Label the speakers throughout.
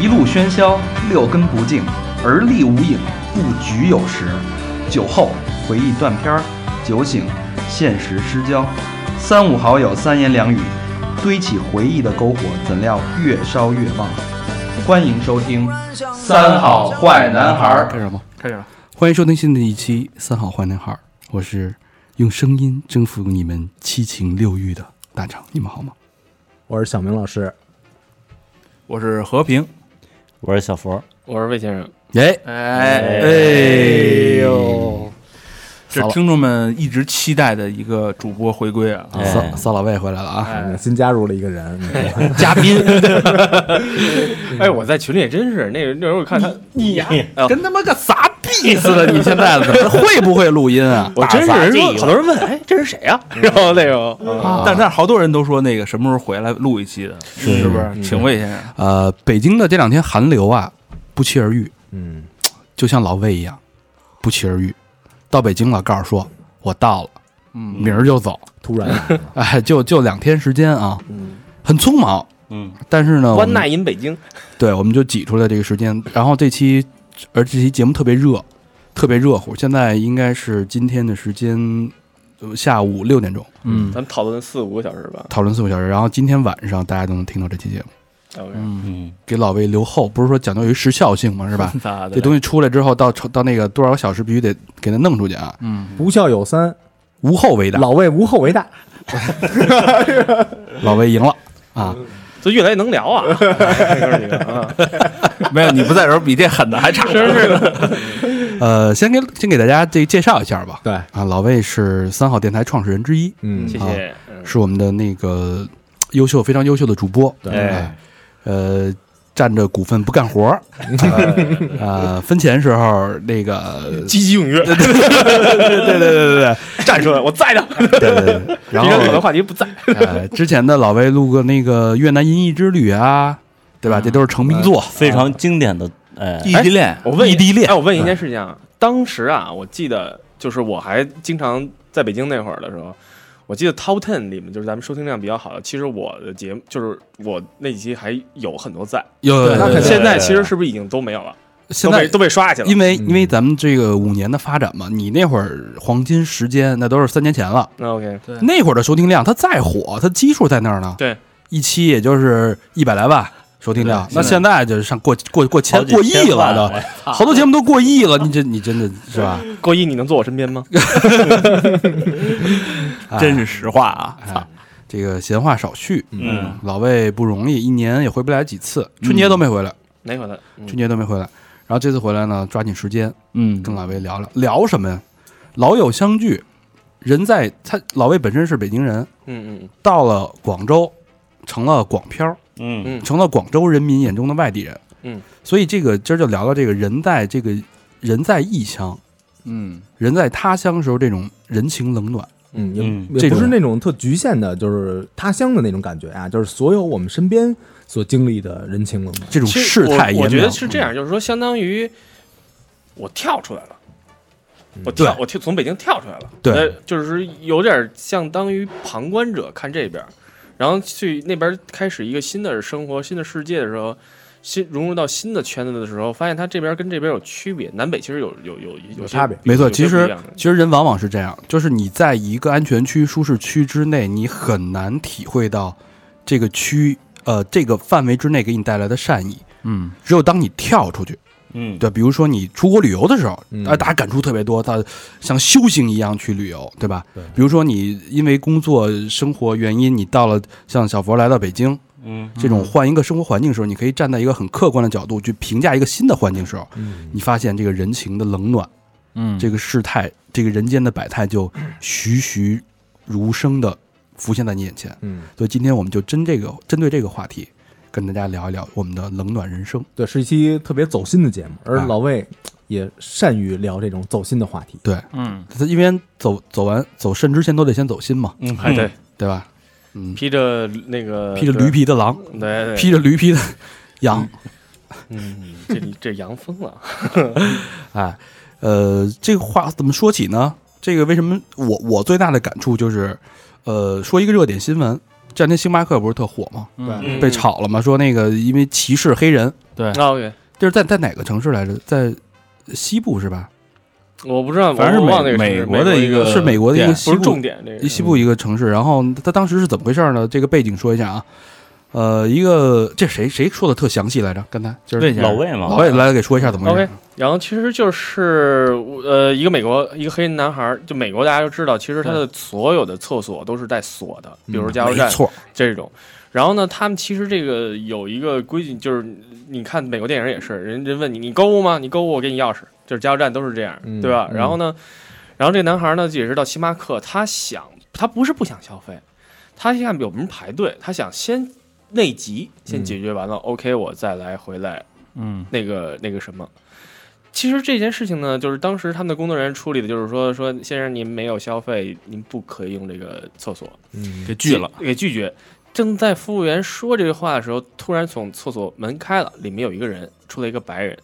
Speaker 1: 一路喧嚣，六根不净，而立无影，不局有时。酒后回忆断片儿，酒醒现实失焦。三五好友三言两语，堆起回忆的篝火，怎料越烧越旺。欢迎收听《三好坏男孩儿
Speaker 2: 啊开始了吗？
Speaker 3: 开始了，
Speaker 2: 欢迎收听新的一期《三好坏男孩》，我是用声音征服你们七情六欲的大肠，你们好吗？
Speaker 4: 我是小明老师，
Speaker 3: 我是和平。
Speaker 5: 我是小佛，
Speaker 6: 我是魏先生，
Speaker 2: 哎，
Speaker 3: 哎
Speaker 2: 哎
Speaker 3: 呦，这
Speaker 2: 好了
Speaker 3: 听众们一直期待的一个主播回归啊，
Speaker 5: 哎
Speaker 2: 骚骚老魏回来了啊！
Speaker 4: 嗯新加入了一个人，
Speaker 3: 嘉宾
Speaker 6: 哎，我在群里也真是那个那时候我看他，
Speaker 3: 你呀
Speaker 6: 哎呦
Speaker 3: 跟他妈个啥逼似 的！你现在怎么
Speaker 2: 会不会录音啊？
Speaker 6: 我真是人说好多人问，哎，这是谁啊？然后那个
Speaker 2: 啊
Speaker 3: 但但是好多人都说那个什么时候回来录一期的，是不是？请魏先生，
Speaker 2: 呃，北京的这两天寒流啊，不期而遇，
Speaker 4: 嗯，
Speaker 2: 就像老魏一样，不期而遇。到北京了，告诉说我到了，
Speaker 3: 嗯，
Speaker 2: 明儿就走，
Speaker 4: 突然来 了
Speaker 2: 哎，就就两天时间啊，很匆忙，
Speaker 5: 嗯，
Speaker 2: 但是呢，我
Speaker 6: 关
Speaker 2: 们
Speaker 6: 奈银北京，
Speaker 2: 对，我们就挤出来这个时间。然后这期，而这期节目特别热，特别热乎。现在应该是今天的时间，呃下午六点钟
Speaker 3: 嗯
Speaker 6: 咱们讨论四五个小时吧。
Speaker 2: 讨论四个小时。然后今天晚上大家都能听到这期节目，
Speaker 6: OK，
Speaker 5: 嗯，
Speaker 2: 给老魏留后。不是说讲究于时效性嘛，是吧？
Speaker 3: 咋的？
Speaker 2: 这东西出来之后，到到那个多少个小时必须得给它弄出去啊，
Speaker 3: 嗯，
Speaker 4: 无孝有三，
Speaker 2: 无后为大。
Speaker 4: 老魏无后为大，
Speaker 2: 老魏赢了啊！
Speaker 6: 就越来越能聊啊，哎哥几个啊，
Speaker 3: 没有，你不在的时候比这狠的还差。
Speaker 6: 真 是的，
Speaker 2: 呃，先给先给大家这介绍一下吧。
Speaker 4: 对，
Speaker 2: 啊，老魏是三好电台创始人之一，
Speaker 4: 嗯，
Speaker 6: 谢谢。嗯
Speaker 2: 是我们的那个优秀非常优秀的主播。
Speaker 4: 对
Speaker 6: 哎，
Speaker 2: 呃，占着股份不干 活儿，呃，分钱时候那个，
Speaker 6: 积极踊跃，对对对对对，站出来，我在的。
Speaker 2: 对对对，然
Speaker 6: 你看可能
Speaker 2: 后
Speaker 6: 话题不在，
Speaker 2: 呃，之前的老魏录过那个越南音译之旅啊，对吧？这都是成名作，
Speaker 5: 非常经典的，哎，
Speaker 3: 异地恋，
Speaker 6: 我问
Speaker 2: 异地恋
Speaker 6: 哎，我问一件事情啊，当时啊，我记得就是我还经常在北京那会儿的时候，我记得 Top Ten 里面就是咱们收听量比较好的，其实我的节目就是我那几期还有很多在，
Speaker 2: 有
Speaker 4: 那肯定
Speaker 6: 现在其实是不是已经都没有了？
Speaker 2: 现
Speaker 6: 都被
Speaker 2: 在
Speaker 6: 都被刷下去了。
Speaker 2: 因为
Speaker 4: 嗯
Speaker 2: 因为咱们这个五年的发展嘛，你那会儿黄金时间那都是三年前了，
Speaker 6: 那 OK，
Speaker 3: 对
Speaker 2: 那会儿的收听量，它再火，它基数在那儿呢，
Speaker 6: 对，
Speaker 2: 一期也就是一百来万收听量，
Speaker 3: 对
Speaker 2: 那现在就是上过过过千
Speaker 5: 好几
Speaker 2: 过亿
Speaker 5: 千
Speaker 2: 了
Speaker 5: 万
Speaker 2: 都。
Speaker 5: 哎
Speaker 2: 好多节目都过亿了，你这你真的是吧？
Speaker 6: 郭一，你能坐我身边吗？
Speaker 2: 哎
Speaker 3: 真是实话啊！
Speaker 2: 哎，这个闲话少叙，
Speaker 5: 嗯，
Speaker 2: 老魏不容易，一年也回不来几次，春节都没回来，
Speaker 6: 哪回的？嗯
Speaker 2: 春节都没回来。然后这次回来呢，抓紧时间
Speaker 3: 嗯
Speaker 2: 跟老魏聊聊，聊什么呀？老友相聚，人在他老魏本身是北京人，
Speaker 6: 嗯嗯
Speaker 2: 到了广州，成了广漂儿，
Speaker 5: 嗯，
Speaker 6: 嗯
Speaker 2: 成了广州人民眼中的外地人。
Speaker 6: 嗯，
Speaker 2: 所以这个今儿就聊聊这个人在这个人在异乡，
Speaker 3: 嗯，
Speaker 2: 人在他乡时候这种人情冷暖。
Speaker 4: 嗯，
Speaker 5: 嗯
Speaker 4: 也
Speaker 2: 这
Speaker 4: 也不
Speaker 2: 种
Speaker 4: 是那种特局限的，就是他乡的那种感觉啊，就是所有我们身边所经历的人情冷暖，
Speaker 2: 这种
Speaker 6: 其实
Speaker 2: 世
Speaker 6: 我
Speaker 2: 态炎凉，
Speaker 6: 我觉得是这样，就是说，相当于我跳出来了，我跳，我跳从北京跳出来了，
Speaker 2: 嗯对
Speaker 6: 呃，就是有点相当于旁观者看这边儿，然后去那边开始一个新的生活、新的世界的时候。新融入到新的圈子的时候，发现他这边跟这边有区别，南北其实有有有有
Speaker 4: 有
Speaker 6: 些
Speaker 4: 差别
Speaker 2: 没错，
Speaker 6: 有些
Speaker 2: 其
Speaker 6: 不一
Speaker 2: 实
Speaker 6: 样的
Speaker 2: 其实人往往是这样，就是你在一个安全区、舒适区之内，你很难体会到这个区呃这个范围之内给你带来的善意。
Speaker 3: 嗯，
Speaker 2: 只有当你跳出去，
Speaker 5: 嗯，
Speaker 2: 对，比如说你出国旅游的时候，
Speaker 4: 嗯
Speaker 2: 啊，大家感触特别多，他像修行一样去旅游，对吧？
Speaker 4: 对
Speaker 2: 比如说你因为工作、生活原因，你到了像小佛来到北京
Speaker 5: 嗯，
Speaker 2: 这种换一个生活环境的时候，你可以站在一个很客观的角度去评价一个新的环境的时候，
Speaker 4: 嗯，
Speaker 2: 你发现这个人情的冷暖。
Speaker 3: 嗯
Speaker 2: 这个世态，这个人间的百态就栩栩如生的浮现在你眼前。
Speaker 4: 嗯，
Speaker 2: 所以今天我们就针这个针对这个话题，跟大家聊一聊我们的冷暖人生。
Speaker 4: 对，是一期特别走心的节目，而
Speaker 2: 啊
Speaker 4: 老魏也善于聊这种走心的话题，
Speaker 2: 对，
Speaker 3: 嗯，
Speaker 2: 他因为走走完走肾之前都得先走心嘛，
Speaker 5: 嗯，
Speaker 6: 哎，对，
Speaker 2: 对吧？嗯，
Speaker 6: 披着那个
Speaker 2: 披着驴，皮的狼，
Speaker 6: 嗯对啊对，
Speaker 2: 披着驴皮的羊，
Speaker 6: 嗯，这里这洋风啊了，嗯
Speaker 2: 哎，呃，这个话怎么说起呢？这个为什么我我最大的感触就是，呃，说一个热点新闻，这两天星巴克不是特火吗？
Speaker 3: 对
Speaker 6: 嗯
Speaker 2: 被炒了嘛，说那个因为歧视黑人，
Speaker 3: 对，
Speaker 6: 啊，OK，
Speaker 2: 就是在在哪个城市来着？在西部是吧？
Speaker 6: 我不知道，
Speaker 3: 反正
Speaker 6: 我忘
Speaker 3: 是
Speaker 6: 那个
Speaker 3: 美
Speaker 6: 城市
Speaker 3: 国的一个
Speaker 2: 是美国的一个
Speaker 3: 店
Speaker 2: 西
Speaker 6: 不是
Speaker 2: 部
Speaker 6: 重点这个
Speaker 2: 一西部一个城市。然后他当时是怎么回事呢？这个背景说一下啊。呃，一个这谁谁说的特详细来着？刚才就是
Speaker 3: 魏先
Speaker 5: 老
Speaker 3: 生
Speaker 5: 魏嘛
Speaker 2: 老，魏来给说一下怎么回事。
Speaker 6: 然后其实就是呃，一个美国一个黑人男孩儿，就美国大家都知道，其实他的所有的厕所都是带锁的，比如加油
Speaker 2: 嗯没
Speaker 6: 站
Speaker 2: 错，
Speaker 6: 这种。然后呢，他们其实这个有一个规矩，就是你看美国电影也是，人人问你你购物吗？你购物我给你钥匙，就是加油站都是这样，
Speaker 4: 嗯
Speaker 6: 对吧？
Speaker 4: 嗯
Speaker 6: 然后呢，然后这男孩呢也是到星巴克，他想他不是不想消费，他一看有人排队，他想先内急，先
Speaker 4: 嗯
Speaker 6: 解决完了、OK，我再来回来
Speaker 3: 嗯，
Speaker 6: 那个那个什么。其实这件事情呢，就是当时他们的工作人员处理的，就是说说先生您没有消费，您不可以用这个厕所，
Speaker 4: 嗯
Speaker 3: 给拒了，，
Speaker 6: 给拒绝。正在服务员说这句话的时候，突然从厕所门开了，里面有一个人，出来一个白人。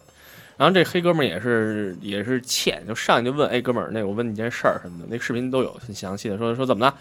Speaker 6: 然后这黑哥们儿也是也是欠，就上去就问，哎，哥们儿，那我问你件事儿什么的，那视频都有很详细的，说说怎么了，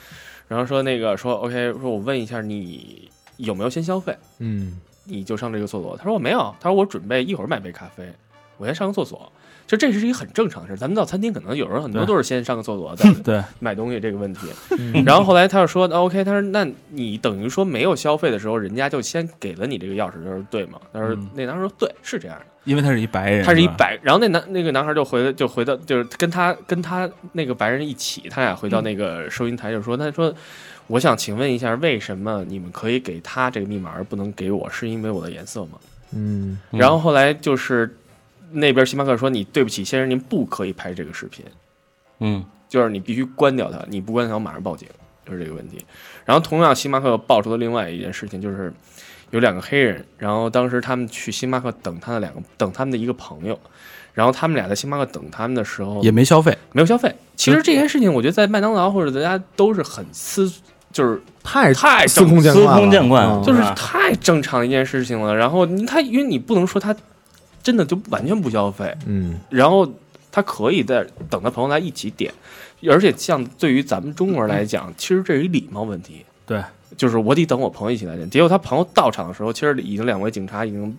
Speaker 6: 然后说那个说 OK，说我问一下你有没有先消费，
Speaker 4: 嗯
Speaker 6: 你就上这个厕所。他说我没有，他说我准备一会儿买杯咖啡，我先上个厕所。就这是一个很正常的事儿，咱们到餐厅可能有时候很多
Speaker 3: 对
Speaker 6: 都是先上个厕所再
Speaker 3: 对，
Speaker 6: 买东西这个问 题。
Speaker 4: 嗯
Speaker 6: 然后后来他就说那，OK，他说哦那你等于说没有消费的时候，人家就先给了你这个钥匙，就是对吗？他说
Speaker 3: 嗯
Speaker 6: 那男孩说对，是这样的，
Speaker 3: 因为他是一白人，
Speaker 6: 他是一
Speaker 3: 吧，
Speaker 6: 白，然后那男那个男孩就回来就回到就是跟他跟他那个白人一起，他俩回
Speaker 3: 嗯
Speaker 6: 到那个收银台就说，他说我想请问一下，为什么你们可以给他这个密码而不能给我？是因为我的颜色吗？
Speaker 4: 嗯
Speaker 5: 嗯
Speaker 6: 然后后来就是那边星巴克说你对不起先生，您不可以拍这个视频。
Speaker 5: 嗯，
Speaker 6: 就是你必须关掉它，你不关掉马上报警，就是这个问题。然后同样，星巴克爆出的另外一件事情就是，有两个黑人，然后当时他们去星巴克等他的两个等他们的一个朋友，然后他们俩在星巴克等他们的时候
Speaker 2: 也没消费，
Speaker 6: 没有消费。其实这件事情，我觉得在麦当劳或者大家都是很司，就是
Speaker 4: 太
Speaker 5: 哎
Speaker 6: 太
Speaker 4: 司空见
Speaker 5: 司
Speaker 4: 惯了，
Speaker 5: 空见惯
Speaker 4: 嗯
Speaker 5: 就
Speaker 6: 就是
Speaker 5: 是吧
Speaker 6: 太正常的一件事情了。然后他因为你不能说他真的就完全不消费，
Speaker 4: 嗯
Speaker 6: 然后他可以在等他朋友来一起点，而且像对于咱们中国人来讲，其实这是一礼貌问题。
Speaker 3: 对，
Speaker 6: 就是我得等我朋友一起来点。结果他朋友到场的时候，其实已经两位警察已经，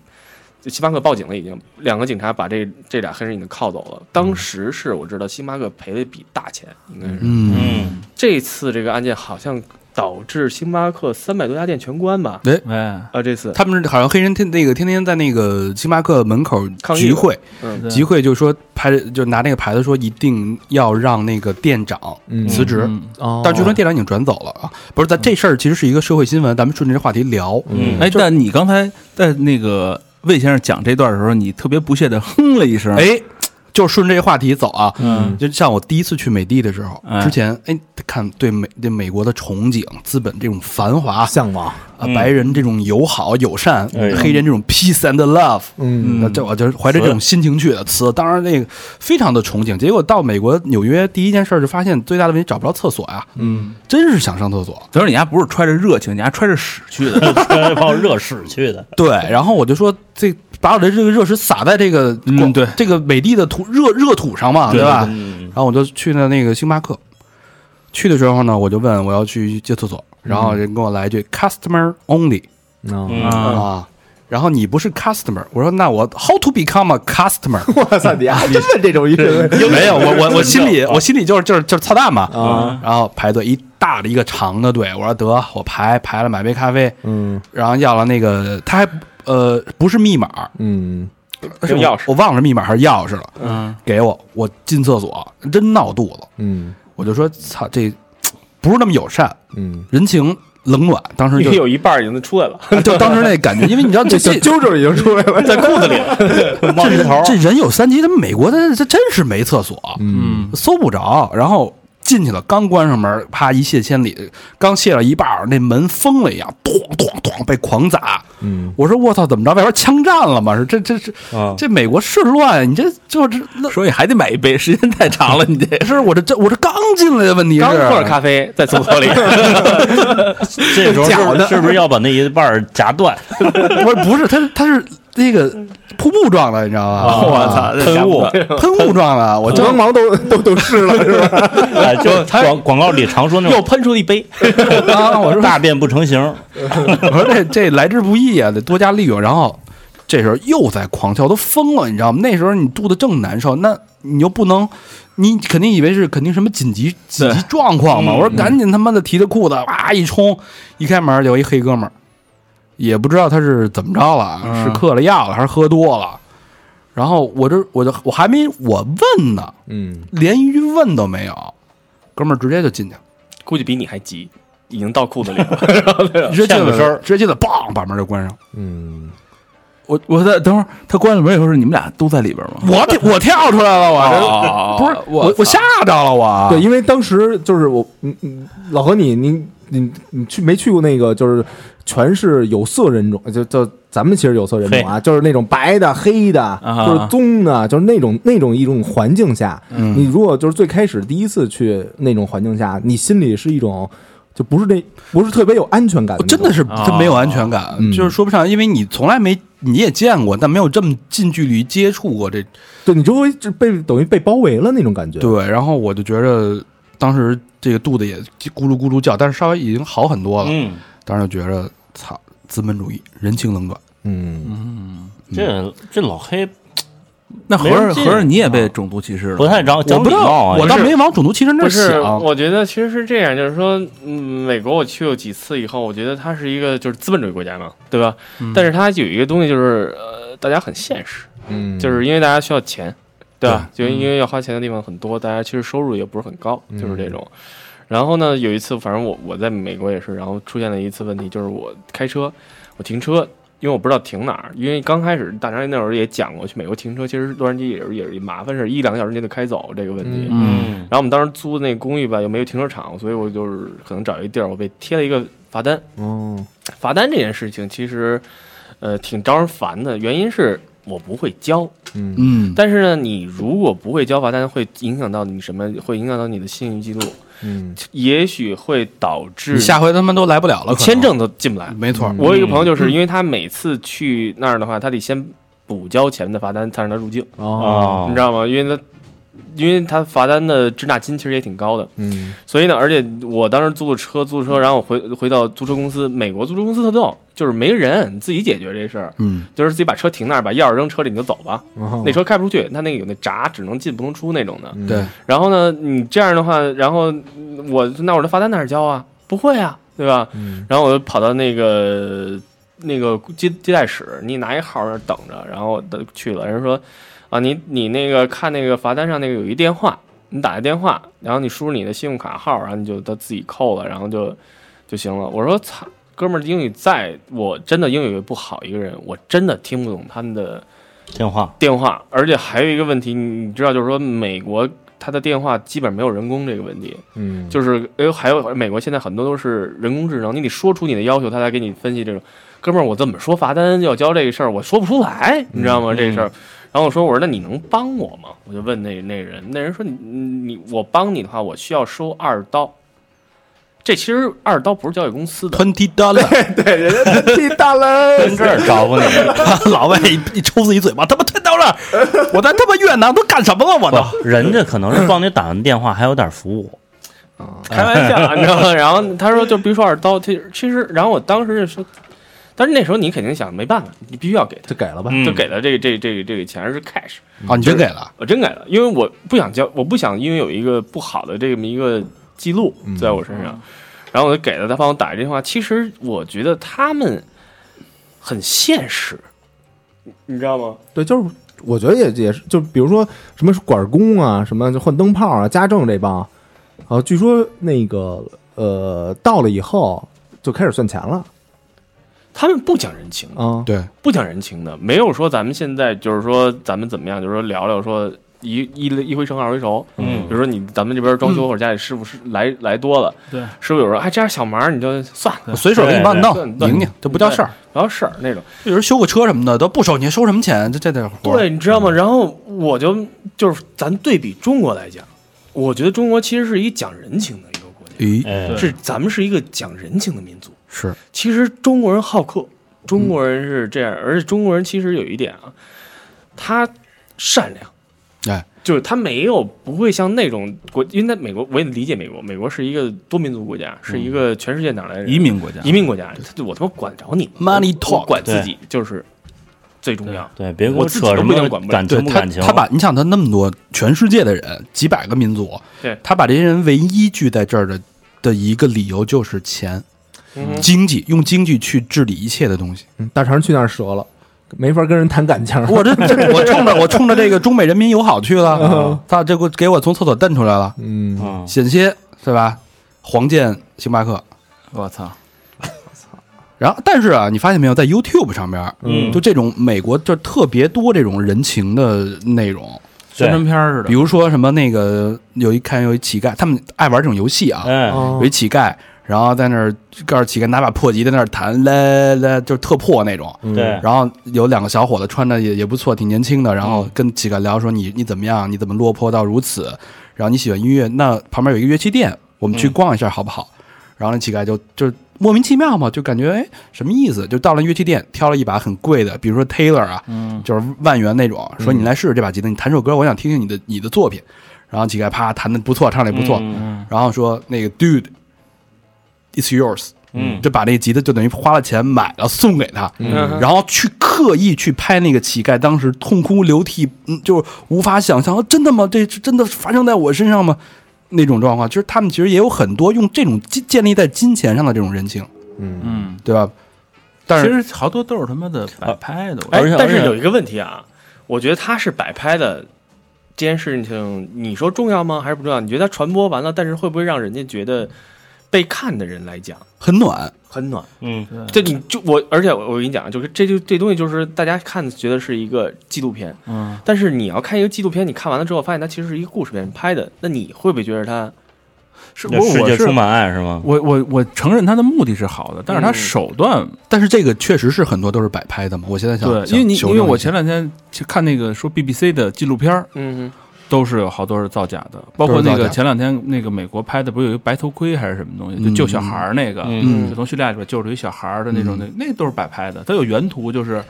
Speaker 6: 就星巴克报警了，已经两个警察把这这俩黑人已经铐走了。当时是我知道星巴克赔了一笔大钱，应该是、
Speaker 2: 嗯，
Speaker 5: 嗯，
Speaker 6: 这次这个案件好像导致星巴克三百多家店全关吧？
Speaker 2: 嗯
Speaker 3: 哎，
Speaker 6: 啊，这次
Speaker 2: 他们好像黑人天那个天天在那个星巴克门口
Speaker 6: 抗议
Speaker 2: 集会，
Speaker 6: 嗯
Speaker 3: 对
Speaker 2: 集会就说拍就拿那个牌子说一定要让那个店长
Speaker 4: 嗯
Speaker 2: 辞职，
Speaker 3: 嗯
Speaker 4: 哦，
Speaker 2: 但是据说店长已经转走了啊。不是，咱这事儿其实是一个社会新闻，咱们顺着这话题聊。
Speaker 5: 嗯
Speaker 3: 哎，但你刚才在那个魏先生讲这段的时候，你特别不屑的哼了一声，，
Speaker 2: 哎，就顺着这话题走啊。
Speaker 3: 嗯，
Speaker 2: 就像我第一次去美的的时候，
Speaker 3: 哎
Speaker 2: 之前哎看对美对美国的憧憬、资本这种繁华啊、
Speaker 4: 向往，
Speaker 5: 嗯
Speaker 2: 白人这种友好友善，
Speaker 5: 哎
Speaker 2: 黑人这种 peace and love，
Speaker 4: 嗯
Speaker 2: 那这我就是怀着这种心情去的词，当然那个非常的憧憬。结果到美国纽约，第一件事儿就发现最大的问题找不着厕所呀、
Speaker 4: 嗯，
Speaker 2: 真是想上厕所。
Speaker 3: 等会儿你家不是揣着热情，你家揣着屎去 的，
Speaker 5: 穿着泡热屎去的，
Speaker 2: 对，然后我就说这把我的这个热水洒在这个
Speaker 3: 嗯
Speaker 2: 广
Speaker 3: 对
Speaker 2: 这个美的的土热热土上嘛，
Speaker 3: 对
Speaker 2: 吧？
Speaker 5: 嗯
Speaker 2: 然后我就去了那个星巴克，去的时候呢，我就问我要去借厕所，然后人跟我来一句 customer only
Speaker 4: 嗯，
Speaker 5: 嗯，
Speaker 3: 啊
Speaker 2: 啊。然后你不是 customer，我说那我 how to become a customer？
Speaker 4: 哇塞，你还真问这种一个
Speaker 5: 嗯
Speaker 2: 没有， 我我我心里我心里就是就是就是操蛋嘛。嗯
Speaker 4: 啊，
Speaker 2: 然后排队一大的一个长的队，我说得我排排了买杯咖啡，
Speaker 4: 嗯
Speaker 2: 然后要了那个他还呃不是密码，
Speaker 4: 嗯
Speaker 2: 是
Speaker 6: 用
Speaker 2: 我
Speaker 6: 钥匙
Speaker 2: 我忘了密码还是钥匙了，
Speaker 3: 嗯，
Speaker 2: 给我我进厕所真闹肚子，
Speaker 4: 嗯
Speaker 2: 我就说操这不是那么友善，
Speaker 4: 嗯，
Speaker 2: 人情冷暖，当时
Speaker 6: 因为
Speaker 2: 就啊
Speaker 6: 有一半儿已经出来了，
Speaker 2: 就当时那感觉，因为你知道 这
Speaker 4: 小
Speaker 2: 这
Speaker 4: 揪揪已经出来了，
Speaker 6: 在裤子里。
Speaker 5: 冒一头
Speaker 2: 这人有三急，他们美国他他真是没厕所，
Speaker 3: 嗯，
Speaker 2: 搜不着，然后进去了，刚关上门，啪一泻千里，刚卸了一半儿，那门疯了一样，咚咚咚被狂砸。
Speaker 4: 嗯，
Speaker 2: 我说我操，怎么着？外边枪战了吗？是这这这
Speaker 5: 啊
Speaker 2: 这美国是乱，你这就这那
Speaker 3: 所以还得买一杯，时间太长了，你这
Speaker 2: 是我这这我这刚进来的问题是啊
Speaker 6: 刚喝着咖啡，在厕所里，
Speaker 5: 这时候是
Speaker 4: 假
Speaker 5: 不
Speaker 4: 的
Speaker 5: 是是不是要把那一半儿 夹断？
Speaker 2: 不是不是，它是它是那个瀑布状的，你知道吧？
Speaker 3: 啊我操，
Speaker 5: 啊喷雾，
Speaker 2: 喷雾状的，我 就
Speaker 4: 光芒都都都湿了是吧？
Speaker 5: 哎就广广告里常说那
Speaker 6: 又
Speaker 5: 种
Speaker 6: 喷出了一杯。
Speaker 2: 啊，我 说
Speaker 5: 大便不成形，
Speaker 2: 我说这这来之不易啊，得多加利用。然后这时候又在狂跳，都疯了，你知道吗？那时候你肚子正难受，那你又不能，你肯定以为是肯定什么紧急紧急状况嘛。
Speaker 5: 嗯
Speaker 2: 我说赶紧他妈的提着裤子，哇一冲，一开门有一黑哥们儿，也不知道他是怎么着了，
Speaker 3: 嗯
Speaker 2: 是嗑了药了还是喝多了。然后我这我就我还没我问呢，
Speaker 4: 嗯，
Speaker 2: 连一句问都没有，哥们儿直接就进去了。
Speaker 6: 估计比你还急，已经到裤子里了。
Speaker 2: 直接进
Speaker 5: 欠个身
Speaker 2: 来
Speaker 5: 儿，
Speaker 2: 直接进来，梆把门就关上。
Speaker 4: 嗯，
Speaker 3: 我我在等会儿他关了门以后，是你们俩都在里边吗？
Speaker 2: 我跳我哦跳出来了，我
Speaker 3: 啊
Speaker 2: 这哦不是我我吓着了，我
Speaker 4: 对，因为当时就是我，嗯嗯，老何你你你你去没去过那个就是全是有色人种，就就咱们其实有色人种啊，就是那种白的、黑的，
Speaker 3: 啊
Speaker 4: 就是棕的，就是那种那种一种环境下，你如果就是最开始第一次去那种环境下，你心里是一种就不是那不是特别有安全感
Speaker 2: 我
Speaker 4: 的那种，
Speaker 2: 哦真的是
Speaker 5: 啊
Speaker 2: 真没有安全感，
Speaker 4: 嗯
Speaker 2: 就是说不上，因为你从来没你也见过，但没有这么近距离接触过这
Speaker 4: 对你就会就被等于被包围了那种感觉，
Speaker 2: 对。然后我就觉着当时这个肚子也咕噜咕噜叫，但是稍微已经好很多了。
Speaker 5: 嗯，
Speaker 2: 当时就觉着操，资本主义，人情冷暖。
Speaker 4: 嗯，
Speaker 5: 这这老黑
Speaker 3: 那合
Speaker 5: 没
Speaker 3: 着
Speaker 5: 人
Speaker 3: 合
Speaker 5: 进
Speaker 3: 着你也
Speaker 6: 啊
Speaker 3: 被种族歧视了？
Speaker 5: 不太讲
Speaker 2: 我
Speaker 5: 讲
Speaker 2: 不
Speaker 5: 礼
Speaker 2: 知
Speaker 5: 貌
Speaker 2: 道，
Speaker 5: 啊，
Speaker 2: 我倒
Speaker 5: 这
Speaker 2: 没往种族歧视那
Speaker 6: 不
Speaker 2: 儿
Speaker 6: 是，
Speaker 2: 想。
Speaker 6: 我觉得其实是这样，就是说，嗯，美国我去过几次以后，我觉得它是一个就是资本主义国家嘛，对吧？但是它有一个东西就是，呃，大家很现实，
Speaker 4: 嗯，
Speaker 6: 就是因为大家需要钱，对吧？就因为要花钱的地方很多，大家其实收入也不是很高，就是
Speaker 4: 嗯
Speaker 6: 这种。然后呢，有一次，反正我我在美国也是，然后出现了一次问题，就是我开车，我停车，因为我不知道停哪儿，因为刚开始大张那会儿也讲过，去美国停车其实洛杉矶也是也是一麻烦事儿，一两个小时就得开走这个问题。
Speaker 4: 嗯
Speaker 5: 嗯
Speaker 6: 然后我们当时租的那公寓吧，又没有停车场，所以我就是可能找一地儿，我被贴了一个罚单。
Speaker 4: 哦，
Speaker 6: 罚单这件事情其实，呃，挺招人烦的，原因是我不会交。
Speaker 4: 嗯
Speaker 2: 嗯，
Speaker 6: 但是呢，你如果不会交罚单，会影响到你什么？会影响到你的信誉记录，
Speaker 4: 嗯
Speaker 6: 也许会导致
Speaker 2: 你下回他们都来不了了，可能
Speaker 6: 嗯
Speaker 2: 嗯
Speaker 6: 签证嗯都进不来。
Speaker 2: 没错。
Speaker 6: 我有一个朋友，就是因为他每次去那儿的话，他得先补交前面的罚单，才让他入境，
Speaker 4: 哦，
Speaker 5: 啊
Speaker 6: 你知，道吗？因为他。因为他罚单的滞纳金其实也挺高的，
Speaker 4: 嗯
Speaker 6: 所以呢，而且我当时租的车，租车，然后我回回到租车公司，美国租车公司特逗，就是没人，你自己解决这事儿，
Speaker 2: 嗯，
Speaker 6: 就是自己把车停那儿，把钥匙扔车里你就走吧。
Speaker 4: 哦
Speaker 6: 那车开不出去，他那个有那闸，只能进不能出那种的。
Speaker 4: 嗯
Speaker 2: 对，
Speaker 6: 然后呢，你这样的话，然后嗯我那我的罚单哪儿交啊？不会啊，对吧？
Speaker 4: 嗯
Speaker 6: 然后我就跑到那个那个接接待室，你拿一号那儿等着，然后等去了，人说啊，你你那个看那个罚单上那个有一电话，你打一电话，然后你输入你的信用卡号，然后你就他自己扣了，然后就就行了。我说操，哥们儿英语再我真的英语不好，一个人我真的听不懂他们的。
Speaker 5: 电话
Speaker 6: 电话，而且还有一个问题，你你知道，就是说美国它的电话基本没有人工这个问题，
Speaker 4: 嗯，
Speaker 6: 就是哎，还有美国现在很多都是人工智能，你得说出你的要求，他才给你分析这种。哥们儿，我怎么说罚单要交这个事儿，我说不出来，你知道吗？这事儿。然后我说，我说那你能帮我吗？我就问那那人，那人说你你你我帮你的话，我需要收二刀。这其实二刀不是交给公司的，
Speaker 2: twenty dollar，
Speaker 4: 地大嘞，
Speaker 5: 跟这儿招呼你，
Speaker 2: 老外一一抽自己嘴巴，他妈 twenty dollar，我在他妈越南都干什么了？我都
Speaker 5: 不人家可能是帮你打完电话还有点服务，
Speaker 6: 开玩笑，你知 道吗？然后他说，就比如说二刀，其实其实，然后我当时就说，但是那时候你肯定想没办法，你必须要给他，
Speaker 4: 就给了吧，
Speaker 5: 嗯
Speaker 6: 就给了这个这个这个这个钱而是 cash，
Speaker 2: 啊，你真给了，
Speaker 6: 我真给了，因为我不想交，我不想因为有一个不好的这么一个记录
Speaker 4: 嗯
Speaker 6: 在我身上，然后我就给了他，帮我打一电话。其实我觉得他们很现实，你你知道吗？
Speaker 4: 对，就是我觉得也也是，就比如说什么管工啊，什么就换灯泡啊、家政这帮，啊，据说那个呃到了以后就开始算钱了
Speaker 6: 他们不讲人情，
Speaker 4: 啊，
Speaker 2: 对，
Speaker 6: 不讲人情的，没有说咱们现在就是说咱们怎么样，就是说聊聊说一一一回生二回熟，
Speaker 5: 嗯
Speaker 6: 比如说你咱们这边装修或者家里师傅是来来多了，
Speaker 3: 对，
Speaker 6: 师傅有时候哎这样小忙你就算了，
Speaker 2: 我随手给你帮你
Speaker 6: 对
Speaker 2: 弄，
Speaker 6: 对
Speaker 2: 拧拧，这不叫事儿。
Speaker 6: 不要事儿那种。
Speaker 2: 有人修个车什么的都不收你收什么钱？这这点活儿，
Speaker 6: 对，你知道吗？然后我就就是咱对比中国来讲，我觉得中国其实是一讲人情的一个国家，
Speaker 2: 咦，
Speaker 5: 哎，
Speaker 6: 是咱们是一个讲人情的民族。
Speaker 2: 是
Speaker 6: 其实中国人好客，中国人是这样，而且中国人其实有一点啊，他善良。
Speaker 2: 哎，
Speaker 6: 就是他没有不会像那种国，因为在美国，我也理解美国，美国是一个多民族国家，是
Speaker 2: 嗯
Speaker 6: 一个全世界哪来的人
Speaker 3: 移民国家，
Speaker 6: 移民国家，他我他妈管着你
Speaker 2: Money
Speaker 6: 我
Speaker 2: talk
Speaker 6: 管自己就是最重要。
Speaker 5: 对，别给
Speaker 6: 我自己
Speaker 5: 扯
Speaker 6: 都
Speaker 5: 什
Speaker 6: 不
Speaker 5: 么
Speaker 6: 一定管不了
Speaker 5: 感
Speaker 2: 对
Speaker 5: 情不
Speaker 2: 他
Speaker 5: 感情，
Speaker 2: 他把你想他那么多全世界的人，几百个民族，
Speaker 6: 对
Speaker 2: 他把这些人唯一聚在这儿的的一个理由就是钱，
Speaker 6: 嗯哼
Speaker 2: 经济，用经济去治理一切的东西。
Speaker 4: 嗯大肠去那儿折了，没法跟人谈感情。
Speaker 2: 我这这 我冲着我冲着这个中美人民友好去了，他这给我给我从厕所蹬出来了，
Speaker 4: 嗯，
Speaker 5: 嗯，
Speaker 2: 险些是吧？黄健星巴克，
Speaker 3: 我操，
Speaker 2: 然后但是啊，你发现没有，在 YouTube 上边，
Speaker 5: 嗯
Speaker 2: 就这种美国就特别多这种人情的内容，
Speaker 3: 宣传片儿似的
Speaker 2: 比。如说什么那个有一看有一乞丐，他们爱玩这种游戏啊，
Speaker 5: 嗯，
Speaker 4: 哦
Speaker 2: 有一乞丐，然后在那儿告诉乞丐拿把破吉在那儿弹，来来就是特破那种。
Speaker 5: 对，
Speaker 2: 然后有两个小伙子穿的也也不错，挺年轻的，然后跟乞丐聊说你你怎么样，你怎么落魄到如此，然后你喜欢音乐，那旁边有一个乐器店，我们去逛一下好不好？然后那乞丐就就莫名其妙嘛，就感觉哎什么意思？就到了乐器店，挑了一把很贵的，比如说 Taylor 啊，
Speaker 3: 嗯，
Speaker 2: 就是万元那种，说你来试试这把吉他，你弹首歌，我想听听你的你的作品。然后乞丐啪弹的不错，唱的也不错，
Speaker 5: 嗯
Speaker 2: 然后说那个 Dude，it's yours，
Speaker 5: 嗯
Speaker 2: 就把那个吉他就等于花了钱买了送给他，
Speaker 6: 嗯哼
Speaker 2: 然后去刻意去拍那个乞丐当时痛哭流涕，嗯，就是无法想象，啊真的吗？这是真的发生在我身上吗？那种状况，其实他们其实也有很多用这种建建立在金钱上的这种人情，
Speaker 4: 嗯，
Speaker 3: 嗯，
Speaker 2: 对吧？但
Speaker 3: 其
Speaker 2: 是
Speaker 3: 实好多都是他妈的摆拍的，
Speaker 6: 哎
Speaker 5: 而且，
Speaker 6: 但是
Speaker 5: 而且
Speaker 6: 有一个问题啊，我觉得他是摆拍的这件事情，你说重要吗？还是不重要？你觉得它传播完了，但是会不会让人家觉得被看的人来讲
Speaker 2: 很暖，
Speaker 6: 很暖？
Speaker 5: 嗯
Speaker 3: 我
Speaker 6: 这你就我，而且我我跟你讲，就是这就这东西就是大家看觉得是一个纪录片，
Speaker 3: 嗯，
Speaker 6: 但是你要看一个纪录片，你看完了之后发现它其实是一个故事片拍的，那你会不会觉得它
Speaker 3: 是
Speaker 5: 那
Speaker 3: 我
Speaker 5: 世
Speaker 3: 我
Speaker 5: 界
Speaker 3: 是
Speaker 5: 充满爱是吗？
Speaker 3: 我我我承认他的目的是好的，但是他
Speaker 6: 嗯
Speaker 3: 手段
Speaker 2: 但是这个确实是很多都是摆拍的嘛。我现在想，
Speaker 3: 对，因
Speaker 2: 想
Speaker 3: 为你
Speaker 2: 求
Speaker 3: 因为
Speaker 2: 证一
Speaker 3: 我
Speaker 2: 下
Speaker 3: 前两天去看那个说 BBC 的纪录片儿，
Speaker 6: 嗯
Speaker 3: 都是有好多是造假的，包括
Speaker 2: 都是
Speaker 3: 那
Speaker 2: 造
Speaker 3: 个
Speaker 2: 假
Speaker 3: 前两天那个美国拍的，不是有一个白头盔还是什么东西，就
Speaker 2: 嗯
Speaker 3: 救小孩儿那个，
Speaker 5: 嗯
Speaker 3: 就从叙利亚里边救出一小孩儿的那种，
Speaker 2: 嗯
Speaker 3: 那那都是摆拍的，它有原图就是。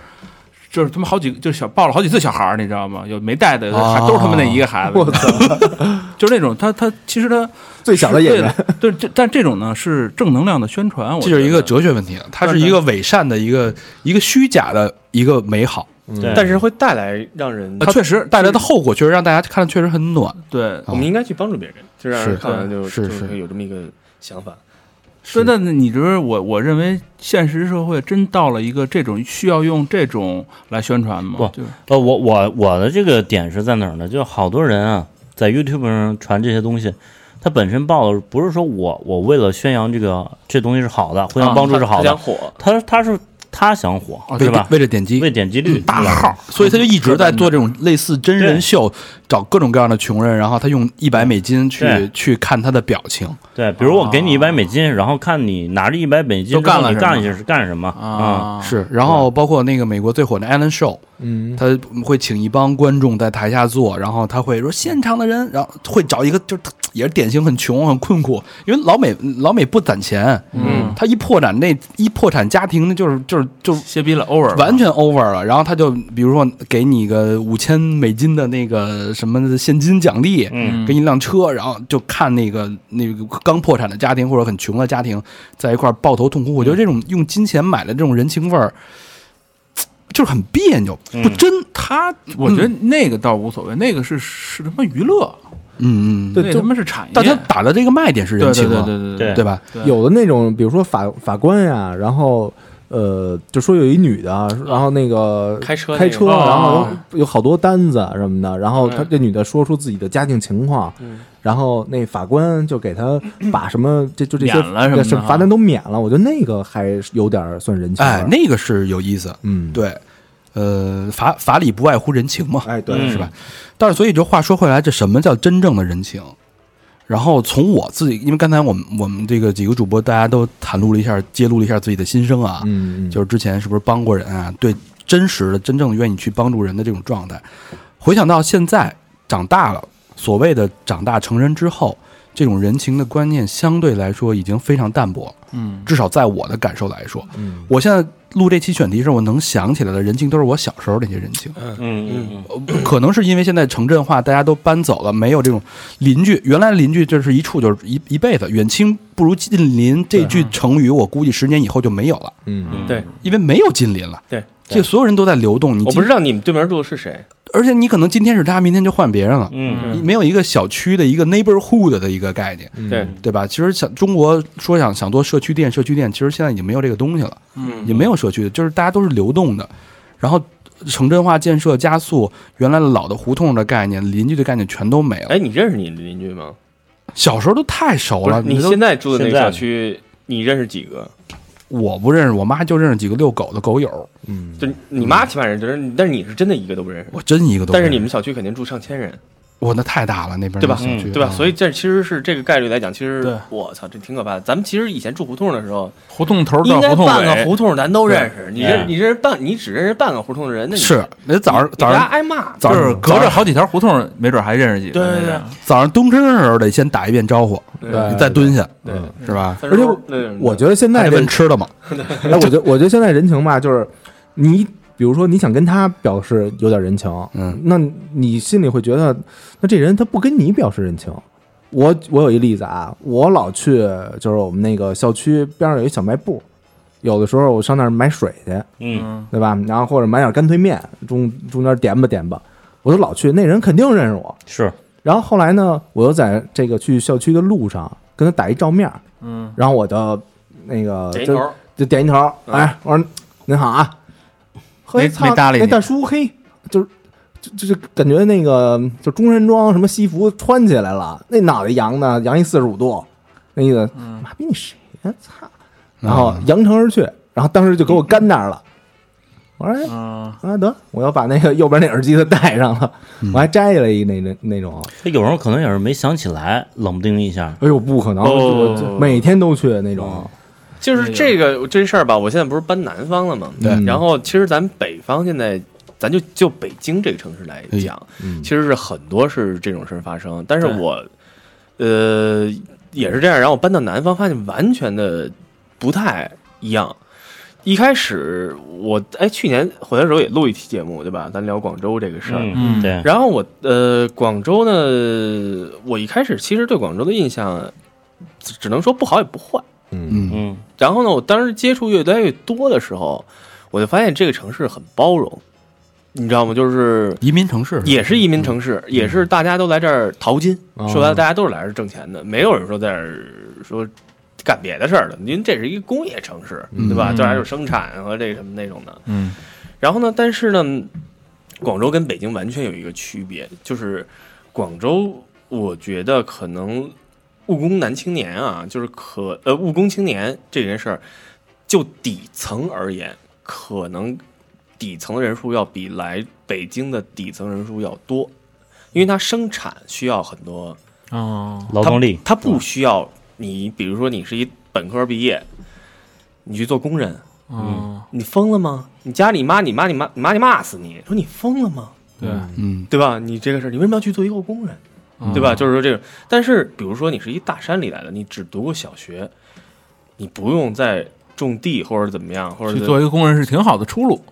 Speaker 3: 就是他们好几个，就是小抱了好几次小孩儿，你知道吗？有没带的，
Speaker 2: 哦
Speaker 3: 还都是他们那一个孩子，
Speaker 4: 我操，
Speaker 3: 就是那种他他其实他
Speaker 4: 最小的演员，
Speaker 3: 是为了， 对，这但这种呢是正能量的宣传，我
Speaker 2: 这就是
Speaker 3: 觉
Speaker 2: 一个
Speaker 3: 得
Speaker 2: 哲学问题了，它是一个伪善的一个一个虚假的一个美好，
Speaker 5: 对，
Speaker 6: 但是会带来让人，
Speaker 3: 呃
Speaker 2: 啊它确实带来的后果确实让大家看了确实很暖。
Speaker 3: 对
Speaker 6: 我们应该去帮助别人，就让人
Speaker 2: 是
Speaker 6: 看完就是就是会有这么一个想法。
Speaker 3: 所以，那你觉得我我认为现实社会真到了一个这种需要用这种来宣传吗？
Speaker 5: 不
Speaker 3: 就是
Speaker 5: 呃，我我我的这个点是在哪儿呢？就好多人啊，在 YouTube 上传这些东西，他本身报的不是说我我为了宣扬这个这东西是好的，互
Speaker 3: 啊
Speaker 5: 相帮助是好
Speaker 6: 啊他
Speaker 5: 的
Speaker 6: 想，火，
Speaker 5: 他他是他想火
Speaker 3: 哦
Speaker 2: 为
Speaker 5: 是吧？
Speaker 2: 为了点击
Speaker 5: 为点击率
Speaker 2: 大
Speaker 5: 对吧
Speaker 2: 号，所以他就一直在做这种类似真人秀，找各种各样的穷人，然后他用一百美金去
Speaker 5: 对
Speaker 2: 去看他的表情。
Speaker 5: 对，比如我给你一百美金，然后看你拿着一百美金
Speaker 3: 都干了
Speaker 5: 之后你
Speaker 3: 什么
Speaker 5: 干些干什么
Speaker 3: 啊，
Speaker 5: 啊？
Speaker 2: 是，然后包括那个美国最火的 Ellen Show，
Speaker 4: 嗯，
Speaker 2: 他会请一帮观众在台下坐，然后他会说现场的人，然后会找一个就是也是典型很穷很困苦，因为老美老美不攒钱，
Speaker 3: 嗯，
Speaker 2: 他一破产那一破产家庭那就是就是就
Speaker 3: 歇逼了，over 了
Speaker 2: 完全 over 了，然后他就比如说给你个五千美金的那个什么现金奖励，
Speaker 5: 嗯，
Speaker 2: 给你一辆车，然后就看那个那个刚破产的家庭或者很穷的家庭在一块儿抱头痛哭。我觉得
Speaker 3: 嗯
Speaker 2: 这种用金钱买的这种人情味儿，就是很别扭，不
Speaker 3: 嗯
Speaker 2: 真。
Speaker 3: 他，我觉得那个倒无所谓，那个是是他妈娱乐，
Speaker 2: 嗯嗯，
Speaker 4: 对
Speaker 3: 那
Speaker 4: 就
Speaker 3: 他妈是产业，
Speaker 2: 但他打的这个卖点是
Speaker 3: 对对
Speaker 2: 人情
Speaker 3: 对
Speaker 2: 啊，
Speaker 3: 对对
Speaker 5: 对
Speaker 2: 对吧？
Speaker 4: 有的那种，比如说法法官呀，然后呃，就说有一女的，然后那个
Speaker 6: 开车那个
Speaker 4: 开车，
Speaker 3: 哦
Speaker 4: 然后有好多单子什么的，然后她
Speaker 6: 嗯
Speaker 4: 这女的说出自己的家境情况，
Speaker 6: 嗯
Speaker 4: 然后那法官就给她把什么这就这些
Speaker 3: 免了什么的
Speaker 4: 对罚单都免了，我觉得那个还是有点算人情味儿，
Speaker 2: 哎，那个是有意思，
Speaker 4: 嗯，
Speaker 2: 对，呃，法法理不外乎人情嘛，
Speaker 4: 哎
Speaker 5: 嗯
Speaker 4: 对
Speaker 2: 是吧？但是所以就话说回来，这什么叫真正的人情？然后从我自己，因为刚才我们我们这个几个主播大家都袒露了一下，揭露了一下自己的心声啊，
Speaker 4: 嗯，嗯
Speaker 2: 就是之前是不是帮过人啊？对，真实的、真正愿意去帮助人的这种状态，回想到现在长大了，所谓的长大成人之后，这种人情的观念相对来说已经非常淡薄，
Speaker 3: 嗯，
Speaker 2: 至少在我的感受来说，
Speaker 4: 嗯
Speaker 2: 我现在录这期选题时，我能想起来的人情都是我小时候那些人情。
Speaker 5: 嗯嗯嗯，
Speaker 2: 可能是因为现在城镇化，大家都搬走了，没有这种邻居。原来邻居就是一处就是一一辈子，远亲不如近邻这句成语，我估计十年以后就没有了，
Speaker 4: 嗯
Speaker 5: 嗯
Speaker 6: 对
Speaker 2: 因为没有近邻了。
Speaker 6: 对，
Speaker 2: 这所有人都在流动，你
Speaker 6: 我
Speaker 2: 今
Speaker 6: 不知道你们对面住的是谁，
Speaker 2: 而且你可能今天是他，明天就换别人了，
Speaker 5: 嗯，
Speaker 2: 你没有一个小区的一个 neighborhood 的一个概念，
Speaker 4: 嗯
Speaker 6: 对，
Speaker 2: 对吧？其实想中国说想想做社区店，社区店其实现在已经没有这个东西了，
Speaker 3: 嗯
Speaker 2: 也没有社区，就是大家都是流动的，然后。城镇化建设加速，原来的老的胡同的概念、邻居的概念全都没了。
Speaker 6: 哎，你认识你的邻居吗？
Speaker 2: 小时候都太熟
Speaker 6: 不
Speaker 2: 了，
Speaker 6: 是，你
Speaker 2: 都
Speaker 6: 现在住的那个
Speaker 5: 现在
Speaker 6: 小区，你认识几个？
Speaker 2: 我不认识，我妈就认识几个遛狗的狗友，
Speaker 4: 嗯，
Speaker 6: 就你妈起码认识，就是但是你是真的一个都不认识。
Speaker 2: 我真一个都不
Speaker 6: 但
Speaker 2: 认识。
Speaker 6: 是你们小区肯定住上千人，
Speaker 2: 我那太大了，那边
Speaker 6: 对吧嗯
Speaker 2: 那小区啊嗯
Speaker 6: 对吧？所以这其实是这个概率来讲，其
Speaker 3: 对
Speaker 6: 实我操，这挺可怕的。咱们其实以前住胡同的时候，
Speaker 3: 胡同头
Speaker 6: 应
Speaker 3: 到
Speaker 6: 该
Speaker 3: 胡同
Speaker 6: 半个
Speaker 3: 尾，
Speaker 6: 胡同咱都认识。你
Speaker 5: 哎
Speaker 6: 认你认识半，你只认识半个胡同的人，那你
Speaker 2: 是那早上
Speaker 6: 你
Speaker 2: 早
Speaker 6: 你家
Speaker 2: 上
Speaker 6: 挨骂，
Speaker 2: 早
Speaker 3: 就是
Speaker 2: 上
Speaker 3: 隔着好几条胡同，没准还认识几个。
Speaker 6: 对对对
Speaker 2: 早上东升的时候得先打一遍招呼，
Speaker 6: 对
Speaker 4: 对
Speaker 2: 你再蹲下，
Speaker 4: 对
Speaker 6: 嗯
Speaker 2: 是吧？
Speaker 6: 分手
Speaker 4: 而且我
Speaker 6: 那什么的
Speaker 4: 我觉得现
Speaker 2: 还
Speaker 4: 在
Speaker 2: 得
Speaker 4: 这
Speaker 2: 问吃的嘛，
Speaker 4: 哎，我觉得我觉得现在人情吧，就是你比如说你想跟他表示有点人情，
Speaker 2: 嗯，
Speaker 4: 那你心里会觉得，那这人他不跟你表示人情。我我有一例子啊，我老去就是我们那个校区边上有一小卖部，有的时候我上那儿买水去，
Speaker 5: 嗯，
Speaker 3: 嗯，
Speaker 4: 对吧？然后或者买点干脆面，中中间点吧点吧，我就老去，那人肯定认识我。
Speaker 5: 是，
Speaker 4: 然后后来呢，我又在这个去校区的路上跟他打一照面，
Speaker 3: 嗯，
Speaker 4: 然后我就那个
Speaker 6: 点一
Speaker 4: 就
Speaker 6: 头，
Speaker 4: 就点一头，
Speaker 6: 嗯
Speaker 4: 哎，我说您好啊，嘿，
Speaker 3: 没
Speaker 4: 操
Speaker 3: 没搭理
Speaker 4: 那
Speaker 3: 你
Speaker 4: 大叔，嘿，就是就就就感觉那个就中山装什么西服穿起来了，那脑袋扬呢，扬一四十五度，那意思，
Speaker 6: 嗯
Speaker 4: 妈逼你谁呀、操！
Speaker 3: 嗯
Speaker 4: 然后扬长而去，然后当时就给我干那儿了。我说哎
Speaker 3: 嗯，
Speaker 4: 啊得，我要把那个右边那耳机都戴上了，我还摘下来一那那那种，
Speaker 5: 他有时候可能也是没想起来，冷不丁一下，
Speaker 4: 哎呦不可能，
Speaker 6: 哦
Speaker 4: 我就每天都去那种，
Speaker 6: 就是这个这事儿吧。我现在不是搬南方了吗？
Speaker 2: 对
Speaker 4: 嗯
Speaker 6: 然后其实咱北方现在，咱就就北京这个城市来讲，
Speaker 4: 嗯
Speaker 6: 其实是很多是这种事儿发生。但是
Speaker 3: 对
Speaker 6: 我，呃，也是这样。然后我搬到南方，发现完全的不太一样。一开始我哎，去年回来的时候也录一期节目，对吧？咱聊广州这个事儿。
Speaker 5: 嗯，
Speaker 3: 嗯
Speaker 5: 对，
Speaker 6: 然后我呃，广州呢，我一开始其实对广州的印象，只只能说不好也不坏。
Speaker 4: 嗯
Speaker 2: 嗯，
Speaker 5: 嗯
Speaker 6: 然后呢，我当时接触越来越多的时候，我就发现这个城市很包容，你知道吗？就是
Speaker 2: 移民城市
Speaker 6: 也是移民城市，也是大家都来这儿淘金。
Speaker 4: 哦
Speaker 6: 说白了，大家都是来这儿挣钱的，没有人说在这儿说干别的事儿的。因为这是一个工业城市，对吧？
Speaker 3: 嗯
Speaker 6: 这还有生产和这什么那种的。
Speaker 3: 嗯，
Speaker 6: 然后呢，但是呢，广州跟北京完全有一个区别，就是广州，呃我觉得可能务工男青年啊，就是可呃务工青年这件事儿，就底层而言，可能底层人数要比来北京的底层人数要多，因为它生产需要很多，
Speaker 3: 哦，
Speaker 5: 劳动力，
Speaker 6: 它不需要你，比如说你是一本科毕业，你去做工人，
Speaker 3: 嗯，
Speaker 6: 你疯了吗？你家里妈、你妈、你妈、你妈就骂死你，说你疯了吗？
Speaker 3: 对，
Speaker 2: 嗯
Speaker 6: 对吧？你这个事儿，你为什么要去做一个工人？
Speaker 3: 嗯
Speaker 6: 对吧？就是说这种。但是，比如说你是一大山里来的，你只读过小学，你不用再种地或者怎么样，或者
Speaker 3: 去做一个工人是挺好的出路。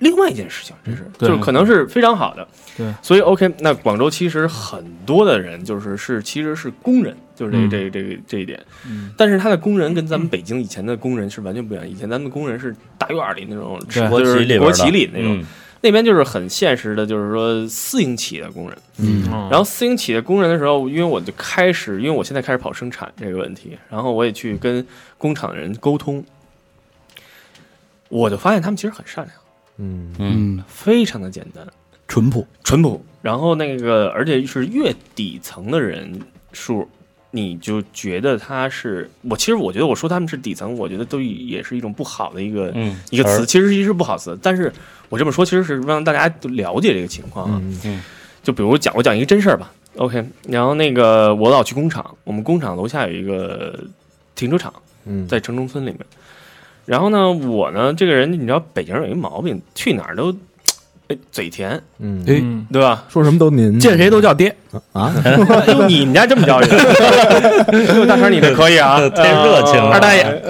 Speaker 6: 另外一件事情，这是
Speaker 3: 对
Speaker 6: 就是可能是非常好的。
Speaker 3: 对，
Speaker 6: 所以 OK，那广州其实很多的人就是是其实是工人，就是这个、这个这个这一点。
Speaker 3: 嗯
Speaker 6: 但是他的工人跟咱们北京以前的工人是完全不一样，以前咱们的工人是大院儿里那种，
Speaker 3: 对
Speaker 5: 国
Speaker 6: 就
Speaker 5: 企
Speaker 6: 是
Speaker 5: 里边
Speaker 6: 国
Speaker 5: 的
Speaker 6: 企里那种，
Speaker 5: 嗯
Speaker 6: 那边就是很现实的，就是说私营企业的工人。
Speaker 2: 嗯
Speaker 3: 然
Speaker 6: 然后私营企业工人的时候，因为我就开始，因为我现在开始跑生产这个问题，然后我也去跟工厂的人沟通，我就发现他们其实很善良，
Speaker 4: 嗯
Speaker 5: 嗯，
Speaker 2: 嗯，
Speaker 6: 非常的简单
Speaker 2: 淳朴，
Speaker 6: 淳朴。然后那个，而且是越底层的人数，你就觉得他是我。其实我觉得我说他们是底层，我觉得都也是一种不好的一个、
Speaker 5: 嗯，
Speaker 6: 一个
Speaker 5: 词
Speaker 6: 词，其实是一是不好词。但是我这么说，其实是让大家都了解这个情况啊。
Speaker 4: 嗯
Speaker 6: 就比如讲，我讲一个真事儿吧。OK，然后那个我老去工厂，我们工厂楼下有一个停车场，
Speaker 4: 嗯，
Speaker 6: 在城中村里面。然后呢，我呢这个人，你知道北京人有一毛病，去哪儿都哎嘴甜，
Speaker 4: 嗯
Speaker 2: 哎
Speaker 3: 嗯
Speaker 6: 对吧？
Speaker 4: 说什嗯么都您
Speaker 2: 见谁都叫爹，
Speaker 4: 啊，
Speaker 6: 哎呦，你们家这么叫人，哎呦大成你
Speaker 5: 嗯
Speaker 6: 这可以啊，
Speaker 5: 太热情
Speaker 3: 哎
Speaker 5: 了，
Speaker 2: 二 大爷，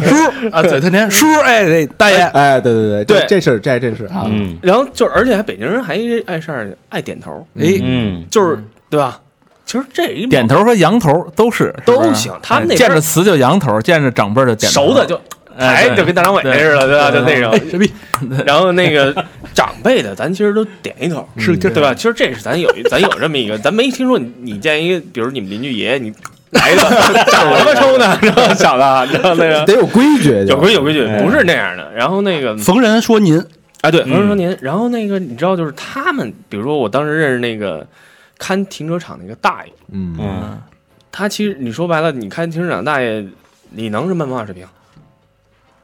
Speaker 2: 叔啊，嘴特甜，叔哎，这大爷，
Speaker 4: 哎，对对对，
Speaker 6: 对
Speaker 4: 这这事儿这这事儿啊，
Speaker 5: 嗯
Speaker 6: 然后就而且还北京人还爱事儿爱点头，
Speaker 2: 哎，
Speaker 5: 嗯，
Speaker 6: 就是对吧？其实这一 毛
Speaker 3: 点头和扬头都是
Speaker 6: 哎都行他们那边
Speaker 3: 见着词就扬头，见着长辈儿就点头哎
Speaker 6: 熟的就抬就跟大张伟似的，对吧？就那种。
Speaker 2: 神秘
Speaker 6: 然后那个长辈的，咱其实都点一头，是嗯对吧？其实这是咱有一 咱有这么一个，咱没听说你你见一个，比如你们邻居爷爷，你来一个 长什么抽呢？然后小子，然后那个
Speaker 4: 得有规矩，
Speaker 6: 有规有规矩，
Speaker 5: 哎
Speaker 6: 不是那样的。然后那个
Speaker 2: 逢人说您，
Speaker 6: 啊，对，
Speaker 5: 嗯
Speaker 6: 我是说您，然后那个你知道，就是他们，比如说我当时认识那个看停车场那个大爷，
Speaker 4: 嗯，
Speaker 5: 嗯，
Speaker 6: 他其实你说白了，你看停车场大爷，你能什么文化水平，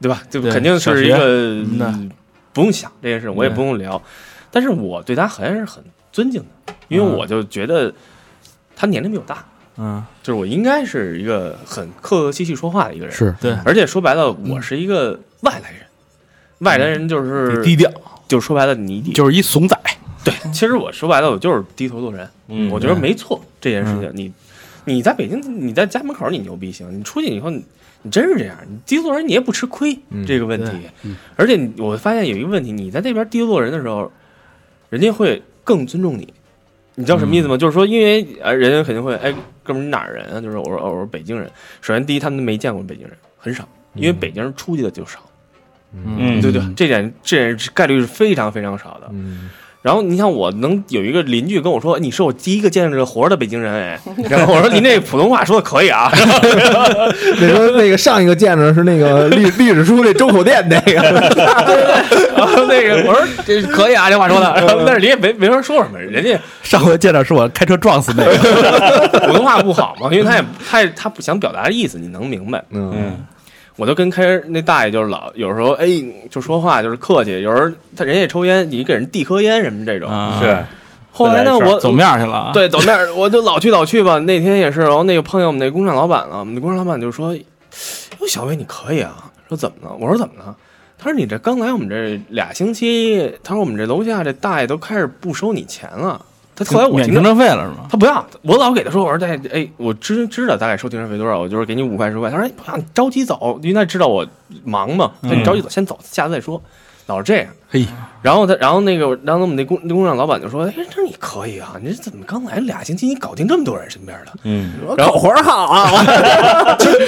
Speaker 6: 对吧？就
Speaker 3: 对
Speaker 6: 肯定是一
Speaker 3: 小学
Speaker 6: 个
Speaker 3: 那
Speaker 6: 嗯不用想这件事，我也
Speaker 3: 对
Speaker 6: 不用聊，但是我对他还是很尊敬的，因为
Speaker 3: 嗯
Speaker 6: 我就觉得他年龄比我大，
Speaker 3: 嗯，
Speaker 6: 就是我应该是一个很客客气气说话的一个人，
Speaker 2: 是
Speaker 3: 对，
Speaker 6: 而且说白了，
Speaker 3: 嗯
Speaker 6: 我是一个外来人，外来人就是
Speaker 3: 低调，
Speaker 6: 就说白了，你得
Speaker 2: 就是一怂仔，
Speaker 6: 其实我说白了，我就是低头做人，
Speaker 5: 嗯
Speaker 6: 我觉得没错这件事情。你你在北京，你在家门口你牛逼行，你出去以后你你真是这样，你低头做人你也不吃亏、
Speaker 4: 嗯
Speaker 6: 这个问题
Speaker 3: 对。
Speaker 6: 而且你我发现有一个问题，你在那边低头做人的时候，人家会更尊重你。你知道什么意
Speaker 4: 嗯
Speaker 6: 思吗？就是说，因为呃，人家肯定会，哎，哥们儿，你哪儿人啊？就是我说，哦我说北京人。首先，第一，他们没见过北京人，很少，因
Speaker 4: 嗯
Speaker 6: 为北京人出去的就少，
Speaker 5: 嗯
Speaker 6: 对不对？这点这点概率是非常非常少的。
Speaker 4: 嗯，
Speaker 6: 然后你像我能有一个邻居跟我说，你是我第一个见着活着的北京人哎，然后我说您这普通话说的可以啊，
Speaker 4: 那时候那个上一个见着是那个 历历史书那周口店那个，
Speaker 6: 然后 那个我说这可以啊，这话说的，然后但是人家没没法说什么，人家
Speaker 2: 上回见着是我开车撞死那个，
Speaker 6: 普通话不好嘛，因为他也他也他不想表达的意思，你能明白？
Speaker 4: 嗯
Speaker 5: 嗯
Speaker 6: 我就跟开始那大爷就是老有时候哎就说话就是客气，有时候他人家也抽烟，你给人递颗烟什么这种。
Speaker 3: 啊
Speaker 5: 是
Speaker 6: 后来呢，
Speaker 5: 自来事儿
Speaker 6: 我
Speaker 3: 走面儿去了啊，
Speaker 6: 对，走那儿我就老去老去吧。那天也是，然后那个碰见我们那工厂老板了，我们那工厂老板就说：“哟，小伟你可以啊。”说怎么了？我说怎么了？他说你这刚来我们这俩星期，他说我们这楼下这大爷都开始不收你钱了。他后来我
Speaker 3: 免
Speaker 6: 听
Speaker 3: 停车费了是吗？
Speaker 6: 他不要，我老给他说，我说大爷，哎，我知知道大概收停车费多少，我就是给你五块十块。他说哎不要，你着急走，因为他知道我忙嘛，他说你着急走，先走，下次再说。老是这样，
Speaker 2: 嘿，
Speaker 6: 然后他，然后那个，然后我们那工那工厂老板就说：“哎，这你可以啊，你这怎么刚来俩星期，你搞定这么多人身边的
Speaker 5: 嗯，
Speaker 4: 我口活儿好 啊，？”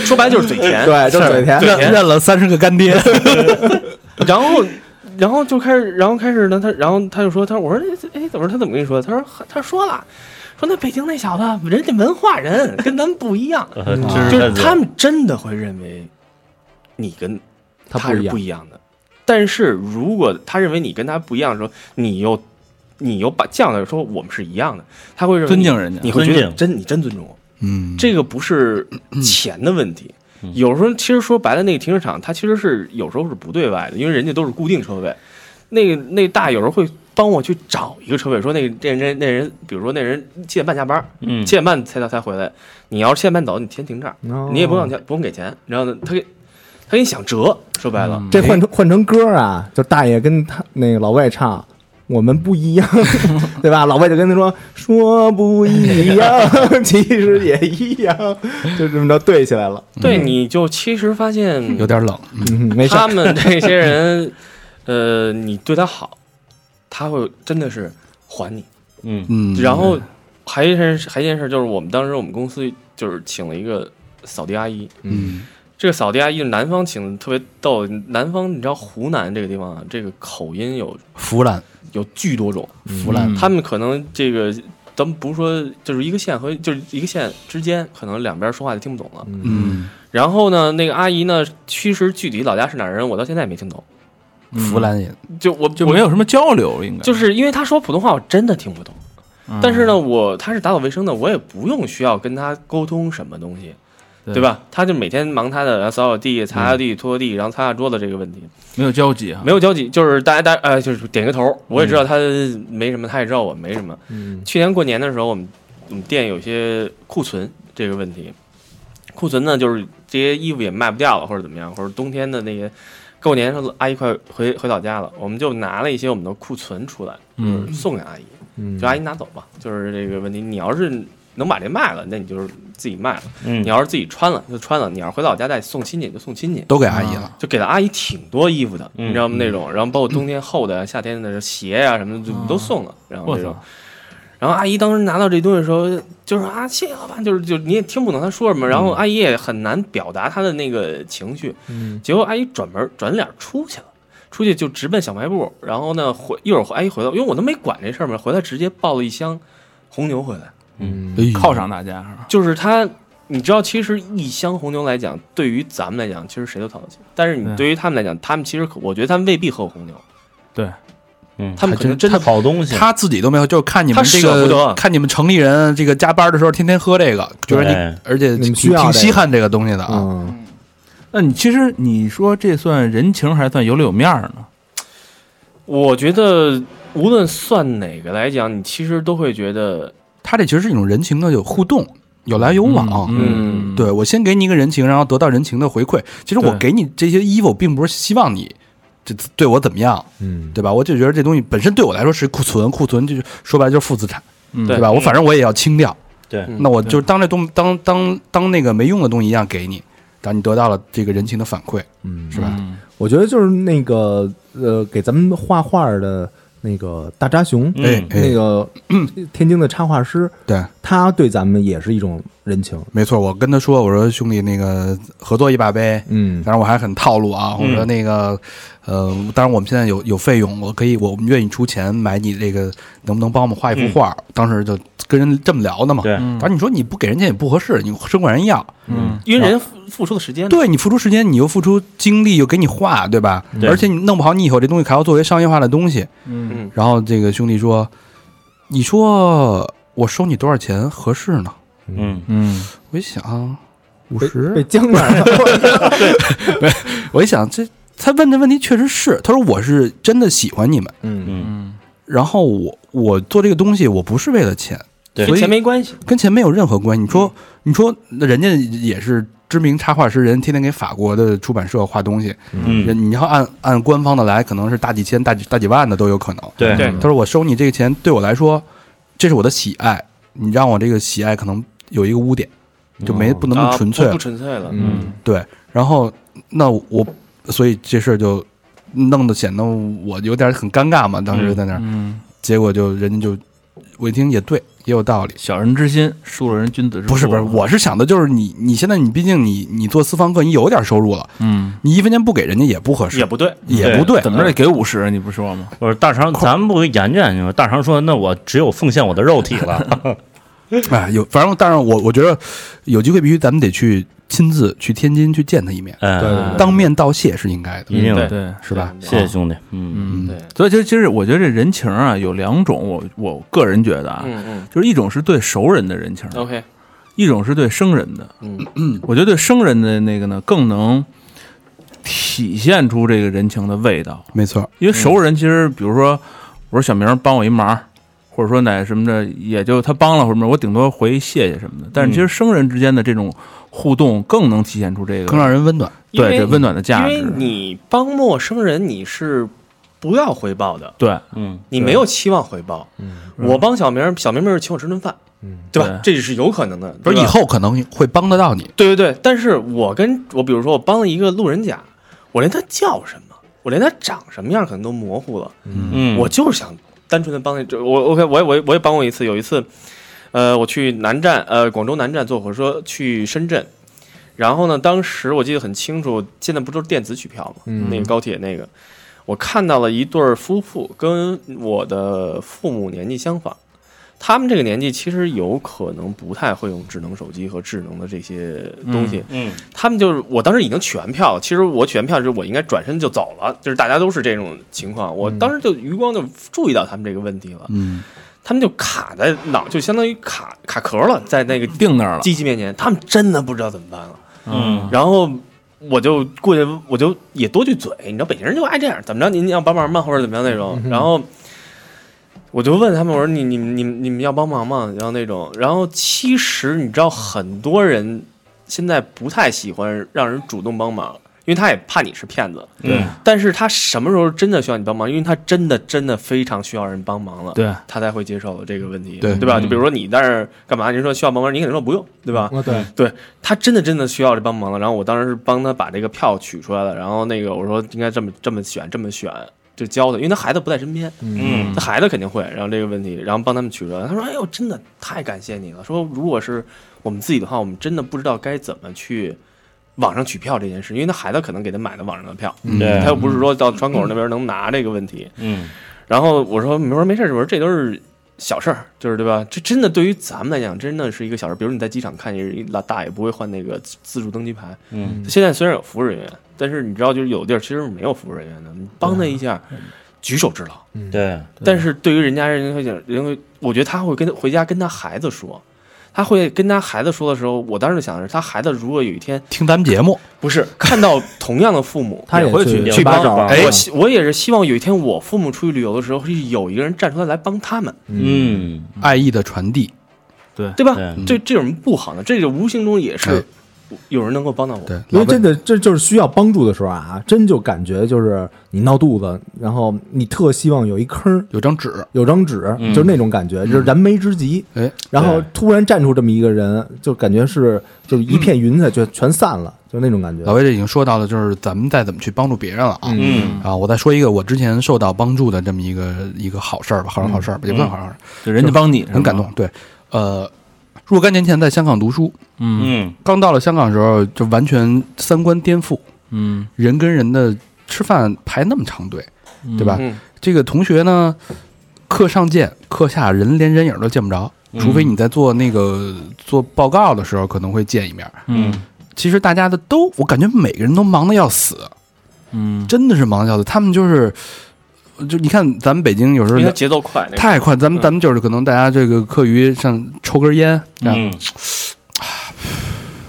Speaker 6: 说白了就是嘴甜。
Speaker 4: 对，就是嘴甜，
Speaker 2: 认认了三十个干爹，
Speaker 6: 然后，然后就开始，然后开始呢，他，然后他就说：“他说我说哎，哎怎么他怎么跟你说？他说他说了，说那北京那小子，人家文化人跟咱们不一样，
Speaker 5: 呃知
Speaker 6: 就
Speaker 5: 识
Speaker 6: 是
Speaker 5: 分子
Speaker 6: 他们真的会认为你跟
Speaker 4: 他
Speaker 6: 他是
Speaker 4: 一
Speaker 6: 不
Speaker 4: 样，
Speaker 6: 一样的。但是如果他认为你跟他不一样的时候，你又你又把降了说我们是一样的，他会认为
Speaker 3: 尊
Speaker 6: 你
Speaker 3: 敬人家
Speaker 6: 你会觉
Speaker 5: 尊
Speaker 6: 得
Speaker 5: 敬
Speaker 6: 真你真尊重我。
Speaker 2: 嗯，
Speaker 6: 这个不是钱的问题。
Speaker 5: 嗯
Speaker 6: 有时候其实说白了，那个停车场它其实是有时候是不对外的，因为人家都是固定车位。那个那大爷有时候会帮我去找一个车位，说那个这人那人，比如说那人七点半下班，
Speaker 5: 嗯
Speaker 6: 七点半才到才回来。你要是七点半走，你先停这儿，
Speaker 4: 哦
Speaker 6: 你也不用钱，不用给钱。然后呢，他给他给你想折，说白
Speaker 5: 嗯
Speaker 6: 了，
Speaker 4: 这换成换成歌啊，就大爷跟他那个老外唱。我们不一 样，对吧？老外就跟他说说不 一样，其实也一样，就这么着对起来了。
Speaker 6: 对，
Speaker 5: 嗯
Speaker 6: 你就其实发现
Speaker 2: 有点冷，
Speaker 4: 嗯，没事儿
Speaker 6: 他，们这些人，呃， 你对他好，他会真的是还你。
Speaker 5: 嗯
Speaker 2: 嗯，
Speaker 6: 然后还一件事还一件事就是，我们当时我们公司就是请了一个扫地阿姨。
Speaker 2: 嗯，
Speaker 6: 这个扫地阿姨，南方请的特别逗。南方，你知道湖南这个地方啊，这个口音有
Speaker 2: 腐烂
Speaker 6: 有巨多种。
Speaker 2: 腐烂，
Speaker 6: 他们可能这个，咱们不是说就是一个县和就是一个县之间，可能两边说话就听不懂了。
Speaker 2: 嗯，
Speaker 6: 然后呢，那个阿姨呢，其实具体老家是哪儿人，我到现在也没听懂。
Speaker 2: 腐烂也
Speaker 6: 就我
Speaker 3: 就
Speaker 6: 我
Speaker 3: 没有什么交流，应该
Speaker 6: 就是因为他说普通话，我真的听不懂。
Speaker 3: 嗯
Speaker 6: 但是呢，我他是打扫卫生的，我也不用需要跟他沟通什么东西，
Speaker 3: 对嗯
Speaker 6: 对吧？他就每天忙他的，然后扫扫地、擦擦地、拖地，然后擦擦桌子这个问题，
Speaker 3: 没有交集啊，
Speaker 6: 没有交集，就是大家大家呃，就是点个头。我也知道他没什么，他也知道我没什么。
Speaker 4: 嗯
Speaker 6: 去年过年的时候，我们我们店有些库存这个问题，库存呢就是这些衣服也卖不掉了，或者怎么样，或者冬天的那些过年的时候，阿姨快回回老家了，我们就拿了一些我们的库存出来，就是送给阿姨。
Speaker 4: 嗯
Speaker 6: 就阿姨拿走吧。就是这个问题，你要是能把这卖了，那你就是自己卖了；
Speaker 5: 嗯
Speaker 6: 你要是自己穿了就穿了，你要是回老家再送亲戚就送亲戚。
Speaker 2: 都给阿姨了，
Speaker 6: 就给了阿姨挺多衣服的，
Speaker 5: 嗯
Speaker 6: 你啊知道吗？那种，然后包括冬天厚的、夏天的鞋呀、什么的，就都送了。然后
Speaker 3: 我
Speaker 6: 这种
Speaker 3: 操，，
Speaker 6: 然后阿姨当时拿到这东西的时候，就是啊，谢谢老板，就是就你也听不懂她说什么，然后阿姨也很难表达她的那个情绪。
Speaker 4: 嗯，
Speaker 6: 结果阿姨转门转脸出去了，出去就直奔小卖部。然后呢，回一会儿阿姨回到，因为我都没管这事儿嘛，回来直接抱了一箱红牛回来。
Speaker 2: 哎
Speaker 3: 犒赏大家是吧？
Speaker 6: 就是他，你知道，其实一箱红牛来讲，对于咱们来讲，其实谁都掏得起。但是你
Speaker 3: 对
Speaker 6: 对于他们来讲，他们其实可我觉得他们未必喝红牛，
Speaker 3: 对，
Speaker 5: 嗯
Speaker 6: 他们可能真的
Speaker 5: 好东西，
Speaker 2: 他自己都没有，就是看你们
Speaker 6: 他
Speaker 2: 这
Speaker 6: 舍不
Speaker 2: 个
Speaker 6: 得
Speaker 2: 看你们城里人这个加班的时候天天喝这个，觉得
Speaker 5: 对
Speaker 2: 你而且
Speaker 4: 你们
Speaker 2: 挺
Speaker 4: 需要
Speaker 2: 挺
Speaker 4: 这
Speaker 2: 稀
Speaker 4: 个
Speaker 2: 罕这个东西的啊。
Speaker 4: 嗯，
Speaker 3: 那你其实你说这算人情还是算有里有面儿呢？
Speaker 6: 我觉得无论算哪个来讲，你其实都会觉得，
Speaker 2: 他这其实是一种人情的有互动，有来有往。
Speaker 3: 嗯，嗯
Speaker 2: 对，我先给你一个人情，然后得到人情的回馈。其实我
Speaker 3: 对
Speaker 2: 给你这些衣服，并不是希望你这对我怎么样，
Speaker 4: 嗯，
Speaker 2: 对吧？我就觉得这东西本身对我来说是库存，库存就是说白了就是负资产，
Speaker 3: 嗯
Speaker 2: 对吧？我反正我也要清掉，
Speaker 5: 对
Speaker 6: 嗯
Speaker 2: 那我就当这东当当当那个没用的东西一样给你，然后你得到了这个人情的反馈，
Speaker 4: 嗯，
Speaker 2: 是吧？
Speaker 3: 嗯
Speaker 4: 我觉得就是那个呃，给咱们画画的那个大扎熊，
Speaker 5: 嗯
Speaker 2: 哎，哎
Speaker 4: 那个 天津的插画师，
Speaker 2: 对，
Speaker 4: 他对咱们也是一种人情。
Speaker 2: 没错，我跟他说，我说兄弟，那个合作一把呗。
Speaker 4: 嗯
Speaker 2: 当然我还很套路啊，我
Speaker 5: 嗯
Speaker 2: 说那个，呃，当然我们现在有有费用，我可以，我们愿意出钱买你这个，能不能帮我们画一幅画？当时就跟人这么聊的嘛。
Speaker 5: 嗯对，
Speaker 2: 当然你说你不给人家也不合适，你生管人要，
Speaker 3: 嗯
Speaker 6: 因为人家付付出的时
Speaker 5: 嗯
Speaker 6: 间，，
Speaker 2: 对你付出时间，你又付出精力，又给你画，对吧？
Speaker 5: 对
Speaker 2: 而且你弄不好，你以后这东西还要作为商业化的东西。
Speaker 3: 嗯
Speaker 6: 嗯，
Speaker 2: 然后这个兄弟说，你说我收你多少钱合适呢？
Speaker 5: 嗯，
Speaker 3: 嗯，
Speaker 2: 我一想，五
Speaker 4: 被
Speaker 2: 十
Speaker 4: 被僵那儿了。
Speaker 2: 我一想，这他问的问题确实是，他说我是真的喜欢你们，
Speaker 4: 嗯
Speaker 2: 然后我我做这个东西，我不是为了钱，
Speaker 5: 对
Speaker 2: 所
Speaker 6: 跟钱
Speaker 2: 以
Speaker 6: 没关系，
Speaker 2: 跟钱没有任何关系。你说，你说，那人家也是知名插画师，人天天给法国的出版社画东西，
Speaker 5: 嗯，
Speaker 2: 人你要按按官方的来，可能是大几千、大几大几万的都有可能。
Speaker 5: 对
Speaker 6: 对
Speaker 2: 他说我收你这个钱，对我来说，这是我的喜爱，你让我这个喜爱可能有一个污点，就没不能那
Speaker 6: 啊
Speaker 2: 么纯粹
Speaker 6: 不
Speaker 2: 了
Speaker 6: 不。纯粹了，
Speaker 4: 嗯
Speaker 2: 对，然后那我所以这事儿就弄得显得我有点很尴尬嘛，当时在那儿，
Speaker 3: 嗯，
Speaker 2: 结果就人家就我一听也对，也有道理。
Speaker 3: 小人之心，树了人君子之腹
Speaker 2: 不是不是，我是想的就是你，你现在你毕竟你你做私房课，你有点收入了，
Speaker 3: 嗯，
Speaker 2: 你一分钱不给人家也不合适，
Speaker 6: 也不对，
Speaker 2: 也不对。
Speaker 3: 怎么着也给五十，你不说吗？
Speaker 5: 我说大肠，咱们不研究研究吗？大肠说，那我只有奉献我的肉体了。
Speaker 2: 哎，有反正，但是我我觉得有机会必须咱们得去亲自去天津去见他一面，
Speaker 4: 对
Speaker 5: 嗯，
Speaker 4: 对对
Speaker 2: 当面道谢是应该的，
Speaker 5: 一定
Speaker 6: 对
Speaker 5: 的，
Speaker 3: 对，
Speaker 2: 是吧？
Speaker 6: 对
Speaker 5: 谢谢兄弟，嗯
Speaker 3: 嗯。
Speaker 6: 对，
Speaker 3: 所以其实其实我觉得这人情啊有两种，我我个人觉得啊，
Speaker 6: 嗯嗯
Speaker 3: 就是一种是对熟人的人情，
Speaker 6: ，OK，
Speaker 3: 一种是对生人的。
Speaker 6: 嗯
Speaker 3: 我觉得对生人的那个呢，更能体现出这个人情的味道。
Speaker 2: 没错，
Speaker 3: 因为熟人其实，比如说，我说小明帮我一忙，或者说哪什么的，也就他帮了或者什么，我顶多回谢谢什么的。但是其实生人之间的这种互动，更能体现出这个
Speaker 2: 更让人温暖。
Speaker 6: 因为
Speaker 3: 对这温暖的价
Speaker 6: 因为
Speaker 3: 值。
Speaker 6: 你帮陌生人，你是不要回报的，
Speaker 3: 对，
Speaker 5: 嗯，
Speaker 6: 你没有期望回报。
Speaker 2: 嗯
Speaker 6: 我帮小明儿，小明明儿请我吃顿饭，对吧？这是有可能的，
Speaker 2: 不是
Speaker 6: 对
Speaker 2: 以
Speaker 6: 吧
Speaker 2: 后可能会帮得到你，
Speaker 6: 对对对，但是我跟我比如说我帮了一个路人甲，我连他叫什么，我连他长什么样可能都模糊了，
Speaker 5: 嗯，
Speaker 6: 我就是想单纯的帮那这我 OK，我也我也我也帮过一次，有一次，呃，我去南站呃广州南站坐火车去深圳，然后呢，当时我记得很清楚，现在不都是电子取票吗？
Speaker 4: 嗯
Speaker 6: 那个高铁那个，我看到了一对儿夫妇，跟我的父母年纪相仿。他们这个年纪其实有可能不太会用智能手机和智能的这些东西，
Speaker 5: 嗯
Speaker 6: 他们就是我当时已经取完票了，其实我取完票之后我应该转身就走了，就是大家都是这种情况，我当时就余光就注意到他们这个问题了，
Speaker 2: 嗯，
Speaker 6: 他们就卡在脑，就相当于卡卡壳了，在那个
Speaker 3: 定那儿了。
Speaker 6: 机器面前，他们真的不知道怎么办了。
Speaker 5: 嗯，
Speaker 6: 然后我就过去，我就也多句嘴，你知道北京人就爱这样，怎么着您要帮忙吗，或者怎么样那种，然后。我就问他们，我说你你你们你们要帮忙吗？然后那种，然后其实你知道，很多人现在不太喜欢让人主动帮忙，因为他也怕你是骗子。
Speaker 5: 对，
Speaker 6: 但是他什么时候真的需要你帮忙？因为他真的真的非常需要人帮忙了，
Speaker 3: 对，
Speaker 6: 他才会接受这个问题，
Speaker 2: 对
Speaker 6: 吧？
Speaker 3: 嗯
Speaker 6: 就比如说你在那儿干嘛？您说需要帮忙，你肯定说不用，对吧？
Speaker 4: 啊，对，，
Speaker 6: 他真的真的需要这帮忙了。然后我当时是帮他把这个票取出来了，然后那个我说应该这么这么选，这么选。就教他，因为他孩子不在身边，
Speaker 5: 嗯
Speaker 6: 他孩子肯定会。然后这个问题，然后帮他们取出来。他说：“哎呦，真的太感谢你了！说如果是我们自己的话，我们真的不知道该怎么去网上取票这件事，因为他孩子可能给他买的网上的票，
Speaker 5: 对
Speaker 2: 嗯
Speaker 6: 他又不是说到窗口那边能拿这个问题。
Speaker 5: 嗯
Speaker 6: 然后我说：“没说没事儿，我说这都是小事儿，就是对吧？这真的对于咱们来讲，真的是一个小事儿。比如你在机场看见一老大爷不会换那个自自助登机牌，
Speaker 5: 嗯，
Speaker 6: 现在虽然有服务人员，但是你知道，就是有地儿其实是没有服务人员的，你帮他一下，举手之劳。”
Speaker 5: 对，
Speaker 6: 但是对于人家人家会讲，人会，我觉得他会跟回家跟他孩子说，他会跟他孩子说的时候，我当时就想的是，他孩子如果有一天
Speaker 2: 听咱们节目，
Speaker 6: 不是看到同样的父母
Speaker 4: 他
Speaker 3: 也会去
Speaker 4: 去
Speaker 5: 去
Speaker 4: 八
Speaker 5: 帮
Speaker 4: 爪，
Speaker 5: 帮
Speaker 4: 哎
Speaker 6: 我希我也是希望有一天我父母出去旅游的时候，是有一个人站出来来帮他们，
Speaker 5: 嗯，
Speaker 2: 爱意的传递，
Speaker 6: 对吧？
Speaker 5: 对
Speaker 6: 这这种不好的，这就无形中也是
Speaker 2: 对
Speaker 6: 有人能够帮到我。
Speaker 2: 对，
Speaker 4: 因
Speaker 2: 老魏
Speaker 4: 为真的，这就是需要帮助的时候啊，真就感觉就是你闹肚子，然后你特希望有一坑，
Speaker 2: 有张纸，
Speaker 4: 有张纸，
Speaker 5: 嗯
Speaker 4: 就是那种感觉，就是燃眉之急。
Speaker 2: 哎，
Speaker 4: 然后突然站出这么一个人，就感觉是就一片云
Speaker 5: 嗯
Speaker 4: 彩，就全散了，就那种感觉
Speaker 2: 老。魏这已经说到了，就是咱们再怎么去帮助别人了啊。
Speaker 5: 嗯
Speaker 2: 啊，我再说一个我之前受到帮助的这么一个一个好事儿吧，好人好事
Speaker 4: 嗯
Speaker 2: 儿吧，也不算好人好事儿，
Speaker 3: 就人家帮你，
Speaker 2: 很感动。对，呃，若干年前在香港读书，
Speaker 3: 嗯
Speaker 5: 嗯
Speaker 2: 刚到了香港的时候就完全三观颠覆，
Speaker 3: 嗯
Speaker 2: 人跟人的吃饭排那么长队，对吧？
Speaker 6: 嗯，
Speaker 2: 这个同学呢，课上见，课下人连人影儿都见不着，除非你在做那个做报告的时候可能会见一面儿。
Speaker 3: 嗯
Speaker 2: 其实大家的都，我感觉每个人都忙得要死，
Speaker 3: 嗯，
Speaker 2: 真的是忙得要死。他们就是，就你看咱们北京有时候
Speaker 6: 因为他节奏快，那个
Speaker 2: 太快，咱们咱们就是可能大家这个课余像抽根烟，这样
Speaker 5: 嗯，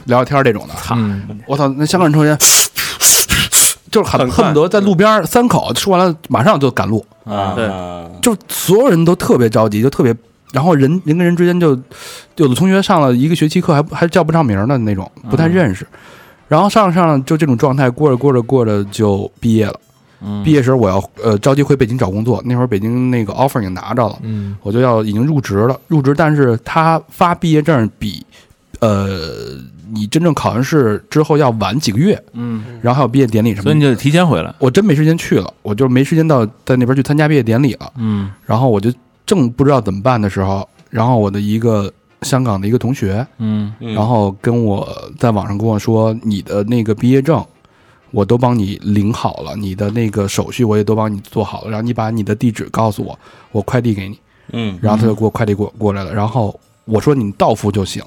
Speaker 2: 聊聊天儿这种的。
Speaker 4: 嗯，
Speaker 2: 我操，那香港人抽烟， 就是很
Speaker 6: 很快
Speaker 2: 恨不得在路边儿三口吃完了，马上就赶路，
Speaker 5: 啊，
Speaker 6: 对
Speaker 2: 就是所有人都特别着急，就特别，然后人人跟人之间就，有的同学上了一个学期课还还叫不上名儿的那种，不太认识。然后上着上着就这种状态，过着过着过着就毕业了。
Speaker 3: 嗯
Speaker 2: 毕业时候我要呃着急回北京找工作，那会儿北京那个 offer 已经拿着了，
Speaker 4: 嗯，
Speaker 2: 我就要已经入职了。入职，但是他发毕业证比呃你真正考完试之后要晚几个月，
Speaker 3: 嗯，
Speaker 2: 然后还有毕业典礼什么的。
Speaker 3: 所以你就得提前回来，
Speaker 2: 我真没时间去了，我就没时间到在那边去参加毕业典礼了。
Speaker 3: 嗯
Speaker 2: 然后我就正不知道怎么办的时候，然后我的一个香港的一个同学，
Speaker 3: 嗯
Speaker 5: 嗯
Speaker 2: 然后跟我在网上跟我说，你的那个毕业证我都帮你领好了，你的那个手续我也都帮你做好了，然后你把你的地址告诉我，我快递给你。
Speaker 5: 嗯
Speaker 2: 然后他就给我快递过过来了，然后我说你到付就行，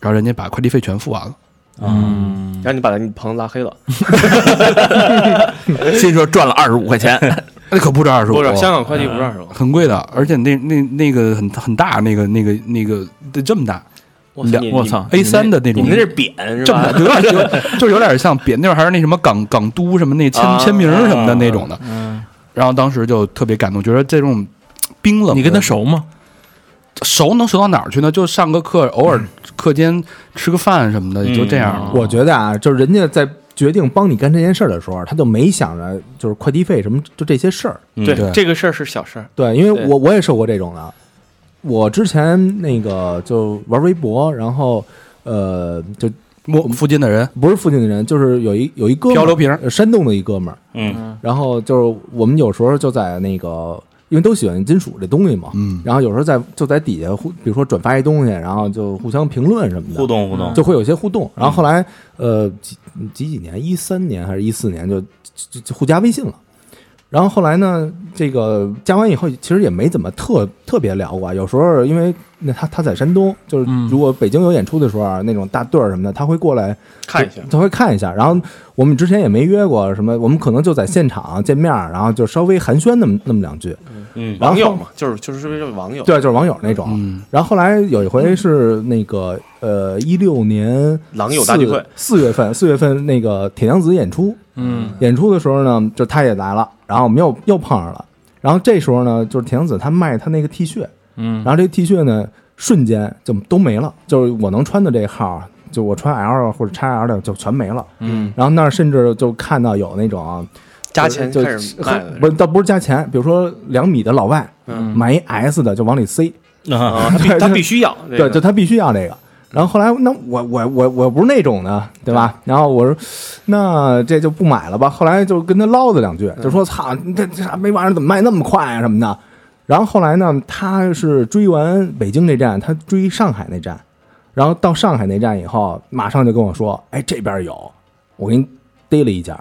Speaker 2: 然后人家把快递费全付完了。
Speaker 5: 嗯
Speaker 3: 嗯，
Speaker 6: 然后你把你朋友拉黑了，
Speaker 3: 心说赚了二十五块钱，
Speaker 2: 那可不止二十五，哦
Speaker 6: 不是香港快递不让是吧？
Speaker 2: 很贵的，而且那那那个很很大，那个那个那个得这么大
Speaker 6: 我操你
Speaker 3: 我操
Speaker 2: A 三的那
Speaker 6: 你
Speaker 2: 种，
Speaker 6: 们那是扁是
Speaker 2: 这么
Speaker 6: 吧
Speaker 2: 大，？有点就就有 点像别那会儿还是那什么港港都什么那签
Speaker 6: 啊嗯
Speaker 2: 签名什么的那种的，然后当时就特别感动，觉得这种冰冷的，
Speaker 3: 你跟他熟吗？
Speaker 2: 熟能熟到哪儿去呢？就上个课，偶
Speaker 6: 嗯
Speaker 2: 尔课间吃个饭什么的，也就这样了。
Speaker 4: 我觉得啊，就是人家在决定帮你干这件事儿的时候，他就没想着就是快递费什么，就这些事儿。
Speaker 5: 嗯
Speaker 2: 对
Speaker 6: 对，这个事儿是小事儿。
Speaker 4: 对，因为
Speaker 6: 对
Speaker 4: 我我也受过这种的。我之前那个就玩微博，然后呃，就
Speaker 2: 我们附近的人
Speaker 4: 不是附近的人，就是有一有一哥们儿
Speaker 2: 漂流瓶儿
Speaker 4: 呃山东的一哥们儿，
Speaker 5: 嗯
Speaker 4: 然后就是我们有时候就在那个，因为都喜欢金属这东西嘛，
Speaker 2: 嗯
Speaker 4: 然后有时候在就在底下互，比如说转发一东西，然后就互相评论什么的，
Speaker 5: 互动嗯互动，
Speaker 4: 就会有一些互动。然后后来呃几几几年，一三年还是一四年就就就就互加微信了。然后后来呢，这个加完以后，其实也没怎么特特别聊过啊。有时候因为那他他在山东，就是
Speaker 3: 嗯
Speaker 4: 如果北京有演出的时候啊，那种大队儿什么的，他会过来
Speaker 6: 看一下，
Speaker 4: 他会看一下。然后我们之前也没约过什么，我们可能就在现场见面儿，然后就稍微寒暄那么那么两句。
Speaker 5: 嗯
Speaker 4: 然后
Speaker 6: 网友嘛，就是就是说这网友，
Speaker 4: 对，就是网友那种。
Speaker 2: 嗯
Speaker 4: 然后后来有一回是那个呃一六年
Speaker 6: 狼友大聚会
Speaker 4: 四四月份四月份那个铁娘子演出，
Speaker 3: 嗯
Speaker 4: 演出的时候呢，就他也来了，然后我们又又碰上了。然后这时候呢，就是铁娘子她卖她那个 T 恤，
Speaker 3: 嗯
Speaker 4: 然后这 T 恤呢，瞬间就都没了，就是我能穿的这号，就我穿 L 或者 XL 的就全没了。
Speaker 3: 嗯，
Speaker 4: 然后那儿甚至就看到有那种
Speaker 6: 加钱
Speaker 4: 就
Speaker 6: 开
Speaker 4: 是
Speaker 6: 始卖 了
Speaker 4: 不是倒不是加钱，比如说两米的老外
Speaker 6: 嗯
Speaker 4: 买一 S 的就往里塞，
Speaker 5: 啊
Speaker 6: 啊，他必他必须要，这
Speaker 4: 对，
Speaker 6: 个
Speaker 4: 就他必须要这个。然后后来，那我我我我不是那种的，对吧？然后我说，那这就不买了吧。后来就跟他唠叨两句，
Speaker 6: 嗯
Speaker 4: 就说：“操，你这这啥没玩意儿怎么卖那么快啊什么的。”然后后来呢，他是追完北京这站，他追上海那站，然后到上海那站以后，马上就跟我说：“哎，这边有，我给你逮了一家。”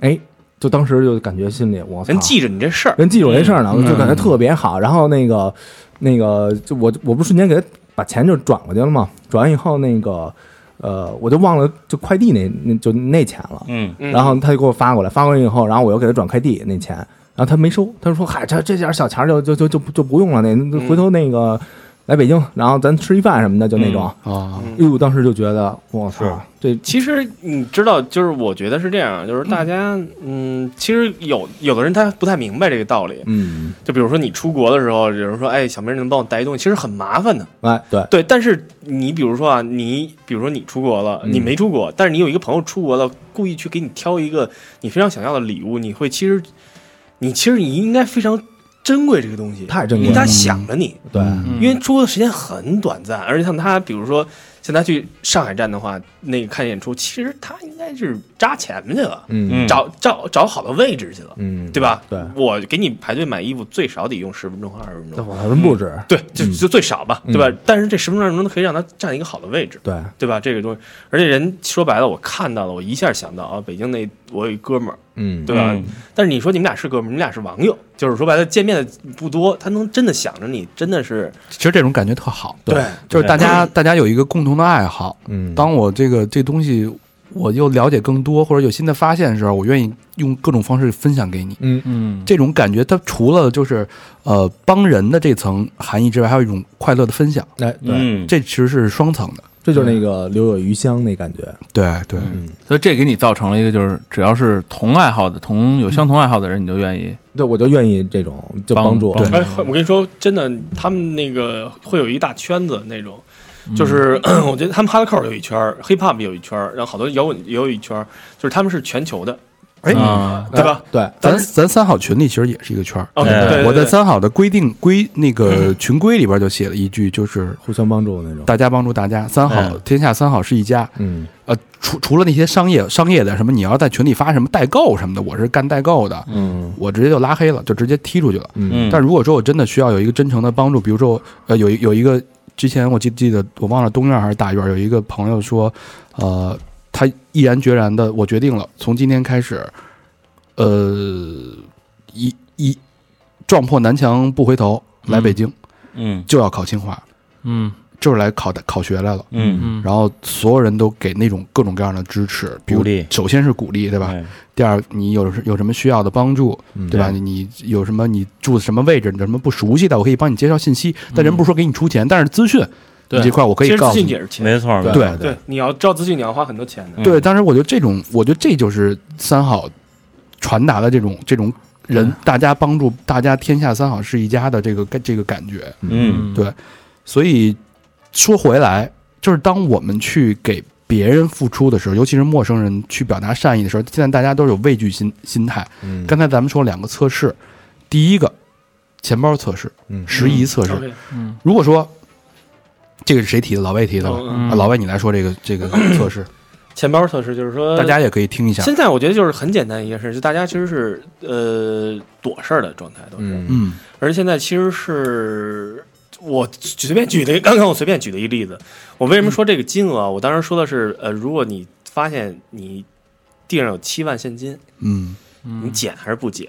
Speaker 4: 哎，就当时就感觉心里我操
Speaker 6: 人记着你这事儿，
Speaker 4: 人记住我这事儿呢，我就感觉特别好。然后那个那个，就我我不瞬间给他把钱就转过去了嘛，转完以后那个呃，我就忘了就快递那那就那钱了。
Speaker 5: 嗯，
Speaker 6: 嗯
Speaker 4: 然后他就给我发过来，发过来以后，然后我又给他转快递那钱，然后他没收，他说：“嗨，这这点小钱儿就就就就就不用了，那那回头那个来北京，然后咱吃一饭什么的，就那种。
Speaker 2: 啊，
Speaker 4: 哟，当时就觉得我操
Speaker 5: 是，
Speaker 4: 这
Speaker 6: 其实你知道，就是我觉得是这样，就是大家，嗯，其实有有的人他不太明白这个道理。
Speaker 4: 嗯，
Speaker 6: 就比如说你出国的时候，有人说，哎，小明你能帮我带一东西，其实很麻烦的。
Speaker 4: 哎，对，
Speaker 6: 对，但是你比如说啊，你比如说你出国了，
Speaker 4: 嗯
Speaker 6: 你没出国，但是你有一个朋友出国了，故意去给你挑一个你非常想要的礼物，你会其实，你其实你应该非常珍贵这个东西，
Speaker 4: 太珍
Speaker 6: 因
Speaker 4: 贵
Speaker 6: 为
Speaker 4: 了
Speaker 6: 他，想着你，
Speaker 4: 对，
Speaker 3: 嗯
Speaker 6: 因为出国的时间很短暂，而且像他，比如说像他去上海站的话，那个看演出，其实他应该是扎钱去了，
Speaker 4: 嗯
Speaker 5: 嗯
Speaker 6: 找找找好的位置去了，
Speaker 4: 嗯，
Speaker 6: 对吧？
Speaker 4: 对
Speaker 6: 我给你排队买衣服，最少得用十分钟或二十分
Speaker 4: 那
Speaker 6: 钟，
Speaker 4: 我真不止，
Speaker 6: 对，就就最少吧，
Speaker 4: 嗯
Speaker 6: 对吧？但是这十分钟二十分钟可以让他占一个好的位置，
Speaker 4: 对，
Speaker 6: 对吧？这个东西，而且人说白了，我看到了，我一下想到啊，北京那我有一哥们儿，
Speaker 4: 嗯，
Speaker 6: 对吧？
Speaker 5: 嗯
Speaker 6: 但是你说你们俩是哥们儿，你们俩是网友，就是说白了见面的不多，他能真的想着你，真的是
Speaker 2: 其实这种感觉特好，
Speaker 6: 对，
Speaker 2: 就是大家大家有一个共同的爱好。
Speaker 4: 嗯，
Speaker 2: 当我这个这东西我又了解更多或者有新的发现的时候，我愿意用各种方式分享给你。
Speaker 4: 嗯
Speaker 3: 嗯，
Speaker 2: 这种感觉，它除了就是呃帮人的这层含义之外，还有一种快乐的分享，
Speaker 4: 哎，对，
Speaker 5: 嗯，
Speaker 2: 这其实是双层的。嗯
Speaker 4: 这就是那个留有余香那感觉，
Speaker 2: 对对，
Speaker 3: 所以这给你造成了一个就是，只要是同爱好的、同有相同爱好的人，你就愿意
Speaker 4: 对我就愿意这种就
Speaker 3: 帮
Speaker 4: 帮助，啊
Speaker 3: 帮
Speaker 6: 哎，我跟你说，真的，他们那个会有一大圈子那种，就是、 我觉得他们 hardcore 有一圈儿，hip hop 有一圈儿，然后好多摇滚也有一圈儿，就是他们是全球的，嗯
Speaker 2: 哎，
Speaker 3: 啊，
Speaker 6: 对吧？
Speaker 4: 对，
Speaker 2: 咱咱三好群里其实也是一个圈儿。
Speaker 6: 哦，
Speaker 5: 哎
Speaker 6: 对对对
Speaker 2: 我在三好的规定规那个群规里边就写了一句，就是
Speaker 4: 互相帮助那种，
Speaker 2: 大家帮助大家，三好
Speaker 5: 嗯
Speaker 2: 天下三好是一家。
Speaker 4: 嗯
Speaker 2: 呃，除除了那些商业商业的什么，你要在群里发什么代购什么的，我是干代购的，
Speaker 4: 嗯
Speaker 2: 我直接就拉黑了，就直接踢出去了。
Speaker 5: 嗯，
Speaker 2: 但如果说我真的需要有一个真诚的帮助，比如说我呃有一有一个之前我记记得我忘了东院还是大院有一个朋友说，呃，他毅然决然的我决定了，从今天开始，呃，一一撞破南墙不回头，来北京、
Speaker 5: 嗯
Speaker 2: 就要考清华，
Speaker 3: 嗯
Speaker 2: 就是来考的考学来了。
Speaker 5: 嗯，
Speaker 3: 嗯，
Speaker 2: 然后所有人都给那种各种各样的支持，比如
Speaker 5: 鼓励
Speaker 2: 首先是鼓励，对吧？
Speaker 5: 对
Speaker 2: 第二，你有有什么需要的帮助，
Speaker 4: 嗯
Speaker 2: 对吧？你你有什么你住什么位置，你有什么不熟悉的，我可以帮你介绍信息。但人不是说给你出钱，但是资讯
Speaker 3: 对
Speaker 2: 这块我可
Speaker 6: 其
Speaker 2: 以
Speaker 6: 实
Speaker 2: 告
Speaker 6: 资
Speaker 2: 诉
Speaker 6: 讯
Speaker 2: 你。
Speaker 6: 也是钱，
Speaker 5: 嗯没错，
Speaker 4: 对
Speaker 5: 没错
Speaker 2: 对
Speaker 6: 对，你要照资讯你要花很多钱的，
Speaker 2: 对，当时我觉得这种，我觉得这就是三好传达的这种这种人，大家帮助大家，天下三好是一家的这个这个感觉。
Speaker 5: 嗯
Speaker 2: 对所以说回来，就是当我们去给别人付出的时候，尤其是陌生人去表达善意的时候，现在大家都是有畏惧心心态。
Speaker 4: 嗯
Speaker 2: 刚才咱们说两个测试，第一个钱包测试，
Speaker 4: 嗯
Speaker 2: 时移测试。
Speaker 6: OK，
Speaker 3: 嗯
Speaker 2: 如果说这个是谁提的？老魏提的吧？
Speaker 6: 嗯
Speaker 2: 啊，老魏，你来说这个这 个测试，
Speaker 6: 钱包测试就是说
Speaker 3: 呃
Speaker 2: 大家。也可以听一下。
Speaker 6: 现在我觉得就是很简单一件事，就大家其实是呃躲事儿的状态都是，
Speaker 4: 嗯
Speaker 2: 嗯
Speaker 6: 而现在其实是我随便举了一个，刚刚我随便举了一例子。我
Speaker 2: 嗯
Speaker 6: 为什么说这个金额啊？我当时说的是，呃，如果你发现你地上有七万现金，
Speaker 2: 嗯
Speaker 6: 你捡还是不捡，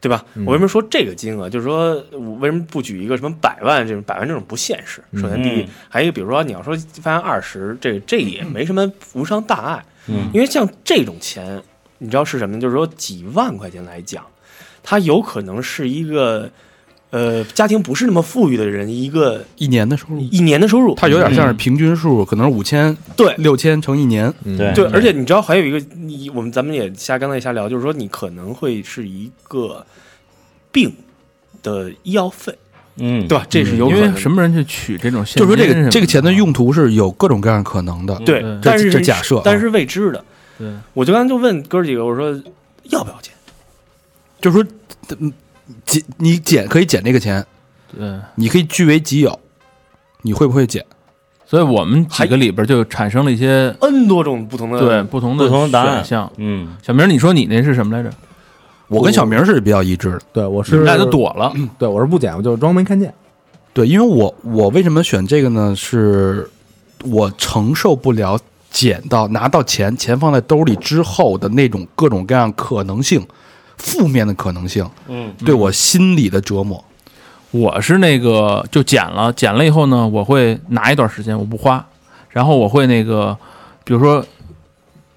Speaker 6: 对吧？
Speaker 4: 嗯
Speaker 6: 我为什么说这个金额？就是说我为什么不举一个什么百万这种百万这种不现实？
Speaker 4: 嗯
Speaker 6: 首先第一，
Speaker 5: 嗯
Speaker 6: 还有一个，比如说你要说发现二十，这个这也没什么无伤大碍，
Speaker 5: 嗯
Speaker 6: 因为像这种钱，你知道是什么呢？就是说几万块钱来讲，它有可能是一个呃家庭不是那么富裕的人一个
Speaker 2: 一年的收入，
Speaker 6: 一年的收入，
Speaker 2: 嗯它有点像是平均数，可能是五千
Speaker 6: 对
Speaker 2: 六千乘一年。
Speaker 4: 嗯
Speaker 5: 对
Speaker 6: 对，而且你知道还有一个，你我们咱们也瞎刚才也瞎聊，就是说你可能会是一个病的医药费，
Speaker 5: 嗯，
Speaker 6: 对吧？这是有
Speaker 3: 因
Speaker 6: 可能
Speaker 3: 为
Speaker 6: 的。
Speaker 3: 什么人去取这种现金什么
Speaker 2: 就说
Speaker 3: 的？
Speaker 2: 这个这个钱的用途是有各种各样可能的。
Speaker 6: 对
Speaker 3: 嗯，
Speaker 6: 但
Speaker 2: 这
Speaker 6: 是
Speaker 2: 这假设
Speaker 6: 但是未知的。
Speaker 3: 对，
Speaker 6: 我就刚才就问哥几个，我说要不要钱？
Speaker 2: 就说，嗯捡你捡可以捡这个钱，
Speaker 3: 对，
Speaker 2: 你可以据为己有，你会不会捡？
Speaker 3: 所以我们几个里边就产生了一些
Speaker 6: N 多种不同的
Speaker 3: 对呃啊不同的
Speaker 5: 不同的答案
Speaker 3: 选项。
Speaker 5: 嗯，
Speaker 3: 小明，你说你那是什么来着？
Speaker 2: 我跟小明是比较一致的，
Speaker 4: 对，我
Speaker 3: 你
Speaker 4: 是
Speaker 3: 们俩就躲了。
Speaker 4: 对，我是不捡，我就装没看见。
Speaker 2: 对，因为我我为什么选这个呢？是我承受不了捡到拿到钱，钱放在兜里之后的那种各种各样可能性，负面的可能性，
Speaker 5: 嗯，
Speaker 2: 对我心理的折磨。
Speaker 3: 我是那个就捡了，捡了以后呢，我会拿一段时间，我不花，然后我会那个，比如说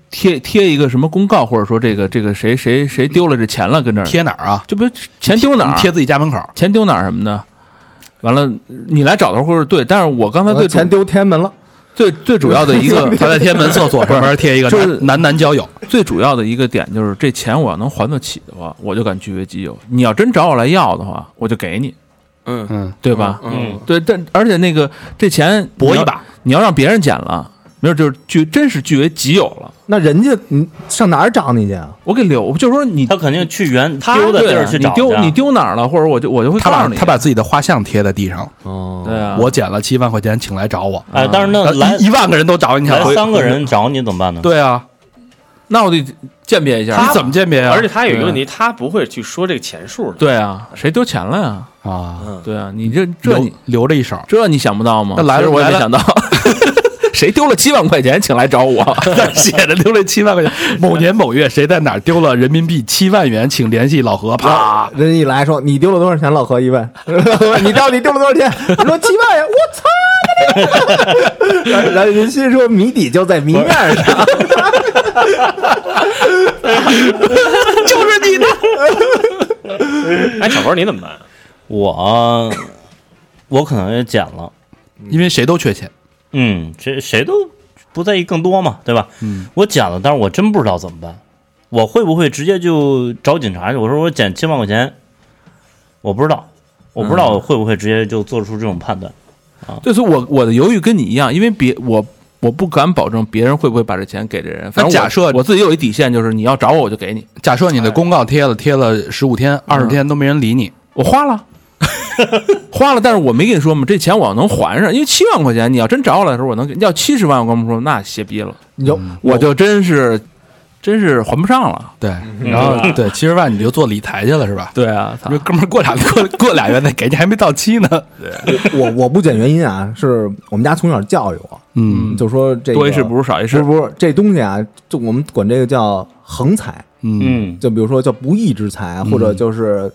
Speaker 3: 贴贴一个什么公告，或者说这个这个谁谁谁丢了这钱了，跟这儿
Speaker 2: 贴哪儿啊？
Speaker 3: 就比如嗯钱丢哪儿，啊
Speaker 2: 贴自己家门口。
Speaker 3: 钱丢哪儿什么的。完了，你来找的或者对，但是我刚才
Speaker 4: 我
Speaker 3: 最主
Speaker 4: 钱丢天安门了，
Speaker 3: 最最主要的一 个
Speaker 2: 他在天安门厕所上面贴一个
Speaker 3: 就是
Speaker 2: 男男男交友，
Speaker 3: 最主要的一个点就是，这钱我要能还得起的话，我就敢据为己有。你要真找我来要的话，我就给你，
Speaker 6: 嗯
Speaker 2: 嗯，
Speaker 3: 对吧？
Speaker 6: 嗯
Speaker 5: 嗯，
Speaker 3: 对，但而且那个这钱
Speaker 2: 搏一
Speaker 3: 把。
Speaker 2: 把。
Speaker 3: 你要让别人捡了，没准就是据真是据为己有了。
Speaker 4: 那人家你上哪儿找你去啊？
Speaker 3: 我给留，就是说你
Speaker 5: 他肯定去原
Speaker 3: 他
Speaker 5: 丢的地儿
Speaker 3: 对啊
Speaker 5: 去找
Speaker 3: 你丢
Speaker 5: 去啊
Speaker 3: 你丢哪儿了，或者我就我就会
Speaker 2: 他
Speaker 3: 告
Speaker 2: 把
Speaker 3: 诉你。
Speaker 2: 他把自己的画像贴在地上，
Speaker 4: 哦
Speaker 3: 对啊，
Speaker 2: 我捡了七万块钱，请来找我。
Speaker 5: 哎，但是那
Speaker 2: 然后
Speaker 5: 来
Speaker 2: 啊一一万个人都找你，你想
Speaker 5: 来
Speaker 2: 回
Speaker 5: 三个人找你怎么办呢？
Speaker 2: 对啊，
Speaker 3: 那我得鉴别一下。
Speaker 2: 你怎么鉴别啊？
Speaker 6: 而且他有一个问题，他不会去说这个钱数的。
Speaker 3: 对啊，谁丢钱了呀？
Speaker 2: 啊，
Speaker 5: 嗯
Speaker 3: 对啊，你这这
Speaker 2: 留
Speaker 3: 你
Speaker 2: 留着一手，
Speaker 3: 这你想不到吗？
Speaker 2: 那来了
Speaker 3: 其实我也
Speaker 2: 来
Speaker 3: 没
Speaker 2: 了
Speaker 3: 想 到， 谁丢了七万块钱，请来找我。
Speaker 2: 写着留了七万块 钱。某年某月，谁在哪儿丢了人民币七万元，请联系老何。啪，
Speaker 4: 人家一来说你丢了多少钱，老何一问， 你到底丢了多少钱？我说七万呀，我操！ 然后然后人心说谜底就在谜面上，
Speaker 6: 哎，小猴你怎么办？
Speaker 5: 我我可能也捡了，
Speaker 2: 因为谁都缺钱。
Speaker 5: 嗯，谁谁都不在意更多嘛，对吧？嗯，我捡了，但是我真不知道怎么办，我会不会直接就找警察去？我说我捡七万块钱，我不知道，我不知道我会不会直接就做出这种判断。
Speaker 3: 对，所以我我的犹豫跟你一样，因为别我我不敢保证别人会不会把这钱给这人。反正我
Speaker 2: 假设
Speaker 3: 我自己有一底线，就是你要找我，我就给你。
Speaker 2: 假设你的公告
Speaker 6: 哎
Speaker 2: 贴了贴了十五
Speaker 6: 嗯
Speaker 2: 天、二十天都没人理你，
Speaker 3: 我花了， 花了，但是我没跟你说嘛，这钱我要能还上，因为七万块钱，你要真找我来的时候，我能给，要七十万，我跟我们说那歇逼了，
Speaker 4: 你就
Speaker 3: 我就真是，真是还不上了。
Speaker 2: 对，
Speaker 6: 嗯
Speaker 2: 然后对七十万你就做理财去了是吧？
Speaker 3: 对啊，
Speaker 2: 你说哥们儿过俩过 过俩月再给你，还没到期呢。
Speaker 4: 我我不捡原因啊，是我们家从小教育我，
Speaker 2: 嗯
Speaker 4: 就说这个
Speaker 3: 多一事不如少一
Speaker 4: 不是
Speaker 3: 事，
Speaker 4: 不是这东西啊，就我们管这个叫横财，
Speaker 2: 嗯，
Speaker 5: 嗯，
Speaker 4: 就比如说叫不义之财，啊或者就是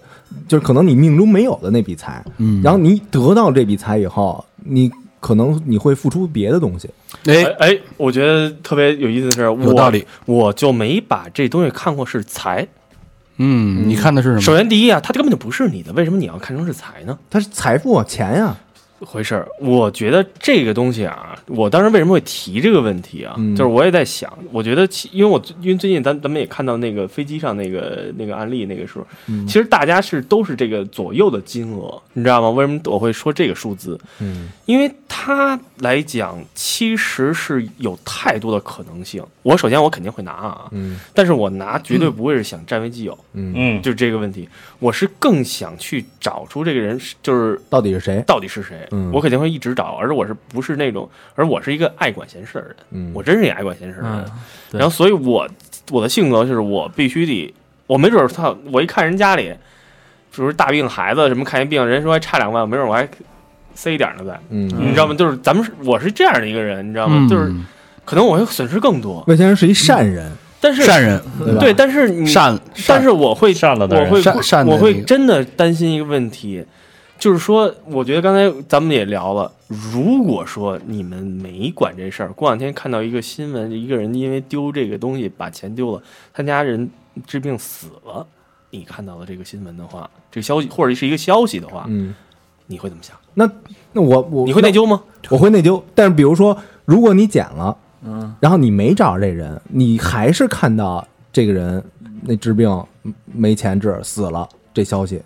Speaker 4: 就是可能你命中没有的那笔财，
Speaker 2: 嗯
Speaker 4: 然后你得到这笔财以后，你可能你会付出别的东西，
Speaker 2: 哎
Speaker 6: 哎，哎，我觉得特别有意思的是，
Speaker 2: 有道理。
Speaker 6: 我，我就没把这东西看过是财。
Speaker 2: 嗯，你看的是什
Speaker 6: 首
Speaker 2: 么？
Speaker 6: 先，第一啊，它根本就不是你的，为什么你要看成是财呢？
Speaker 4: 它是财富啊，钱呀、
Speaker 6: 回事儿，我觉得这个东西啊，我当时为什么会提这个问题啊？
Speaker 4: 嗯
Speaker 6: 就是我也在想，我觉得其因为我因为最近咱咱们也看到那个飞机上那个那个案例，那个时候，
Speaker 4: 嗯
Speaker 6: 其实大家是都是这个左右的金额，你知道吗？为什么我会说这个数字？
Speaker 4: 嗯，
Speaker 6: 因为它来讲，其实是有太多的可能性。我首先我肯定会拿啊，
Speaker 4: 嗯
Speaker 6: 但是我拿绝对不会是想占为己有，
Speaker 4: 嗯，
Speaker 5: 嗯，
Speaker 6: 就是这个问题，我是更想去找出这个人是，就是
Speaker 4: 到底是谁？
Speaker 6: 到底是谁？
Speaker 4: 嗯
Speaker 6: 我肯定会一直找，而我是不是那种，而我是一个爱管闲事的人，
Speaker 4: 嗯，
Speaker 6: 我真是一个爱管闲事的人。
Speaker 3: 嗯对
Speaker 6: 然后，所以我我的性格就是我必须得，我没准儿他我一看人家里，就是大病孩子什么看一病，人说还差两万，没准我还塞一点儿呢在，
Speaker 4: 嗯，
Speaker 6: 你知道吗？就是咱们是我是这样的一个人，你知道
Speaker 2: 嗯
Speaker 6: 吗？嗯就是可能我会损失更多，
Speaker 4: 魏先生是一善人，
Speaker 6: 但是
Speaker 2: 善人，
Speaker 3: 嗯
Speaker 4: 对吧？
Speaker 6: 对，但是你
Speaker 2: 善，
Speaker 6: 但是我会
Speaker 5: 善了的人
Speaker 6: 我会
Speaker 2: 善善的
Speaker 6: 我
Speaker 2: 那
Speaker 6: 会
Speaker 2: 个
Speaker 6: 真的担心一个问题，就是说，我觉得刚才咱们也聊了，如果说你们没管这事儿，过两天看到一个新闻，一个人因为丢这个东西把钱丢了，他家人治病死了，你看到了这个新闻的话，这个消息或者是一个消息的话，
Speaker 4: 嗯，
Speaker 6: 你会怎么想？
Speaker 4: 那那我我
Speaker 6: 你会内疚吗？
Speaker 4: 我会内疚。但是比如说，如果你捡了，嗯，然后你没找着这人，你还是看到这个人那治病没钱治死了这消息，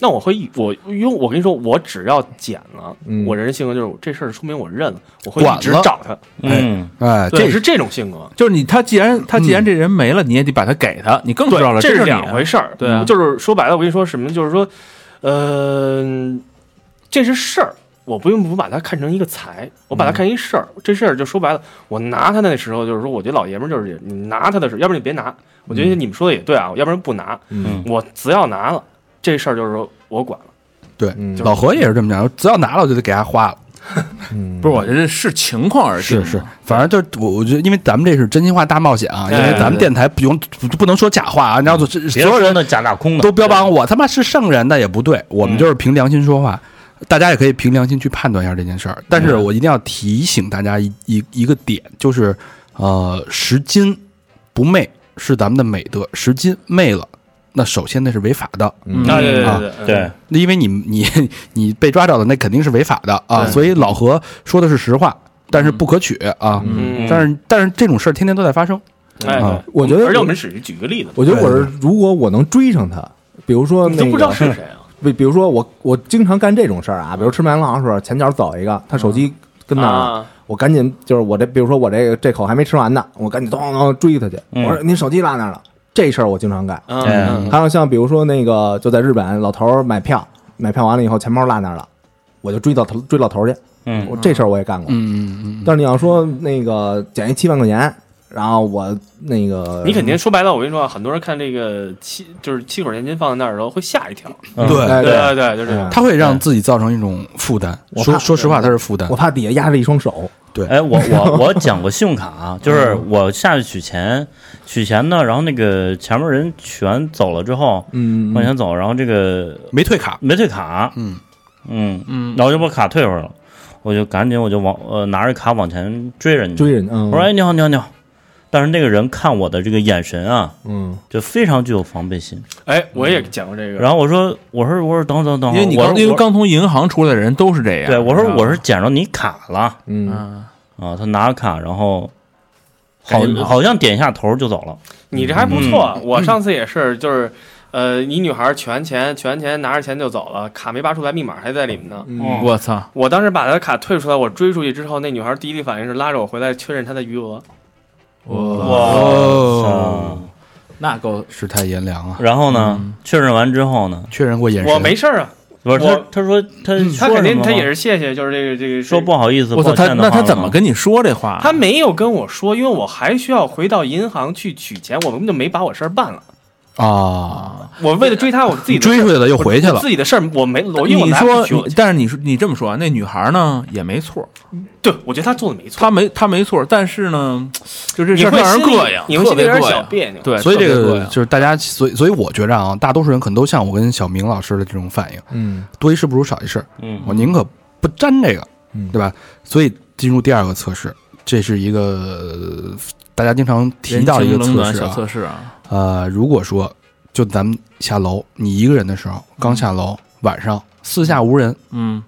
Speaker 6: 那我会我因为我跟你说，我只要捡了，
Speaker 4: 嗯
Speaker 6: 我这人性格就是这事儿说明我认了，我会
Speaker 2: 管
Speaker 6: 一直
Speaker 2: 了
Speaker 6: 找他，
Speaker 5: 嗯，
Speaker 2: 哎，
Speaker 6: 对，
Speaker 2: 这
Speaker 6: 是这种性格。
Speaker 3: 就是你他既然他既然这人没了，你也得把他给他，你更知道了，
Speaker 6: 这
Speaker 3: 是
Speaker 6: 是
Speaker 3: 你
Speaker 6: 两回事儿。嗯
Speaker 3: 对啊
Speaker 6: 就是说白了，我跟你说什么，就是说，呃，这是事儿，我不用不把它看成一个财，我
Speaker 3: 嗯
Speaker 6: 把它看成一事儿。这事儿就说白了，我拿它的那时候就是说，我觉得老爷们儿就是你拿它的时候，要不然你别拿。我
Speaker 3: 嗯
Speaker 6: 觉得你们说的也对啊，要不然不拿。
Speaker 5: 嗯
Speaker 6: 我只要拿了这事儿，就是说我管了。
Speaker 2: 对，
Speaker 4: 嗯
Speaker 2: 老何也是这么讲，只要拿了我就得给他花了。
Speaker 3: 不是，我觉得是情况而定
Speaker 2: 是
Speaker 3: 的。
Speaker 2: 是，反正就是我，我觉得，因为咱们这是真心话大冒险啊，因
Speaker 6: 对
Speaker 2: 为咱们
Speaker 6: 哎对
Speaker 2: 电台不用不不能说假话啊，你要是所
Speaker 5: 别
Speaker 2: 有
Speaker 5: 说
Speaker 2: 人
Speaker 5: 那假大空的，
Speaker 2: 都标榜我他妈是圣人，那也不对，我们就是凭良心说话，大家也可以凭良心去判断一下这件事儿。但是我一定要提醒大家一一一个点，就是呃，拾金不昧是咱们的美德，拾金昧了，那首先那是违法的，
Speaker 3: 嗯
Speaker 6: 啊，对
Speaker 2: 啊
Speaker 6: 对对
Speaker 5: 对，
Speaker 2: 那因为你你 你被抓到的那肯定是违法的啊，
Speaker 6: 对
Speaker 2: 所以老何说的是实话，但是不可取啊。
Speaker 6: 嗯，
Speaker 2: 但是但是这种事儿天天都在发生，
Speaker 6: 哎，
Speaker 2: 啊
Speaker 6: 对
Speaker 4: 我觉得
Speaker 6: 而且我们只是举个例子，
Speaker 4: 我觉得我是，如果我能追上他，比如说
Speaker 6: 你都
Speaker 4: 那
Speaker 6: 不知道是
Speaker 4: 个，
Speaker 6: 谁啊。
Speaker 4: 比比如说我我经常干这种事儿啊，比如吃麦当劳的时候，前脚走一个，他手机跟那儿了，
Speaker 6: 啊，
Speaker 4: 我赶紧就是我这，比如说我这个这口还没吃完呢，我赶紧咚咚咚追他去，我
Speaker 5: 嗯
Speaker 4: 说您手机落那儿了，这事儿我经常干。
Speaker 6: 嗯
Speaker 5: 哎
Speaker 6: 嗯
Speaker 4: 还有像比如说那个就在日本，老头儿买票，买票完了以后钱包落那儿了，我就追到头追老头儿去，
Speaker 5: 嗯
Speaker 4: 我这事儿我也干过。
Speaker 2: 嗯嗯嗯，
Speaker 4: 但是你要说那个捡一七万块钱，然后我那个
Speaker 6: 你肯定说白了，我跟你说啊，很多人看这个七就是七口现金放在那儿的时候会吓一跳，
Speaker 5: 嗯
Speaker 2: 对
Speaker 4: 哎对
Speaker 6: 对对，就这样。
Speaker 2: 他会让自己造成一种负担。
Speaker 4: 我
Speaker 2: 说
Speaker 4: 怕
Speaker 2: 说实话，他是负担
Speaker 4: 我。怕底下压着一双手，
Speaker 5: 哎，我我我讲过信用卡 啊，就是我下去取钱，取钱呢，然后那个前面人取完走了之后，
Speaker 4: 嗯
Speaker 5: 往前走，然后这个
Speaker 2: 没退卡，
Speaker 5: 没退卡，
Speaker 2: 嗯
Speaker 5: 嗯，
Speaker 3: 嗯，
Speaker 5: 然后就把卡退回来了，我就赶紧我就往呃拿着卡往前追人家，
Speaker 4: 追人，嗯，
Speaker 5: 我说哎你好你好你好，但是那个人看我的这个眼神啊，
Speaker 4: 嗯，
Speaker 5: 就非常具有防备心，
Speaker 6: 哎，我也讲过这个，
Speaker 5: 然后我说我说我说等会儿等会儿等
Speaker 3: 啊因
Speaker 5: 会儿，
Speaker 3: 为你
Speaker 5: 我
Speaker 3: 刚
Speaker 5: 说
Speaker 3: 因为
Speaker 5: 我
Speaker 3: 刚从银行出来的人都是这样。
Speaker 5: 对我
Speaker 3: 你
Speaker 5: 说
Speaker 3: 知道
Speaker 5: 我
Speaker 3: 吗
Speaker 5: 是捡着你卡了
Speaker 4: 嗯
Speaker 3: 嗯，
Speaker 5: 啊，他拿着卡然后好
Speaker 3: 赶紧跑
Speaker 5: 好像点一下头就走了，
Speaker 6: 你这还不错。
Speaker 5: 嗯
Speaker 6: 我上次也是，就是呃，一女孩取完钱，取完钱拿着钱就走了，卡没拔出来，密码还在里面呢。
Speaker 4: 嗯，
Speaker 3: 我操，
Speaker 6: 我当时把她的卡退出来，我追出去之后，那女孩第一个反应是拉着我回来确认她的余额。
Speaker 3: 呃
Speaker 5: 哇塞
Speaker 3: 那够
Speaker 2: 世态炎凉啊！
Speaker 5: 啊然后呢，
Speaker 3: 嗯
Speaker 5: 确认完之后呢，
Speaker 2: 确认过眼神，
Speaker 6: 我没事儿啊，
Speaker 5: 不是他
Speaker 6: 我
Speaker 5: 他说他
Speaker 3: 嗯
Speaker 6: 她
Speaker 5: 说
Speaker 6: 肯
Speaker 5: 什
Speaker 6: 定
Speaker 5: 么
Speaker 6: 她
Speaker 5: 吗
Speaker 6: 也是谢谢，就是这个这个
Speaker 5: 说不好意思，
Speaker 3: 我操
Speaker 5: 抱歉
Speaker 3: 他
Speaker 5: 的
Speaker 3: 那
Speaker 5: 话
Speaker 3: 他
Speaker 5: 了
Speaker 3: 怎
Speaker 5: 吗
Speaker 3: 么跟你说这话？
Speaker 6: 他没有跟我说，因为我还需要回到银行去取钱，我根本就没把我事儿办了。
Speaker 2: 啊，
Speaker 6: 我为了追她，我自己
Speaker 2: 你
Speaker 6: 的事儿
Speaker 2: 追出去了又回去
Speaker 6: 我
Speaker 2: 了，
Speaker 6: 自己的事儿我没，我因为我
Speaker 3: 你
Speaker 6: 拿不
Speaker 3: 说
Speaker 6: 起我
Speaker 3: 你，但是你说你这么说啊，那女孩呢也没错，
Speaker 6: 对我觉得她做的没错，
Speaker 3: 她没她没错，但是呢，就这
Speaker 6: 你
Speaker 3: 事儿
Speaker 6: 会
Speaker 3: 让人
Speaker 6: 心里
Speaker 3: 膈应，
Speaker 6: 你会
Speaker 3: 特
Speaker 6: 心里
Speaker 3: 别
Speaker 6: 有点
Speaker 3: 膈
Speaker 6: 小
Speaker 3: 应
Speaker 6: 别扭。啊
Speaker 3: 对，
Speaker 2: 所以这
Speaker 3: 特别膈
Speaker 2: 个
Speaker 3: 应
Speaker 2: 就是大家，所以所以我觉着啊，大多数人可能都像我跟小明老师的这种反应，
Speaker 4: 嗯
Speaker 2: 多一事不如少一事，
Speaker 5: 嗯
Speaker 2: 我宁可不沾这个，
Speaker 4: 嗯
Speaker 2: 对吧？所以进入第二个测试，这是一个呃大家经常提
Speaker 3: 人
Speaker 2: 到的一
Speaker 3: 情
Speaker 2: 个
Speaker 3: 冷
Speaker 2: 测
Speaker 3: 暖
Speaker 2: 试
Speaker 3: 小
Speaker 2: 啊。
Speaker 3: 测试啊，
Speaker 2: 呃，如果说就咱们下楼，你一个人的时候，刚下楼，晚上四下无人，
Speaker 3: 嗯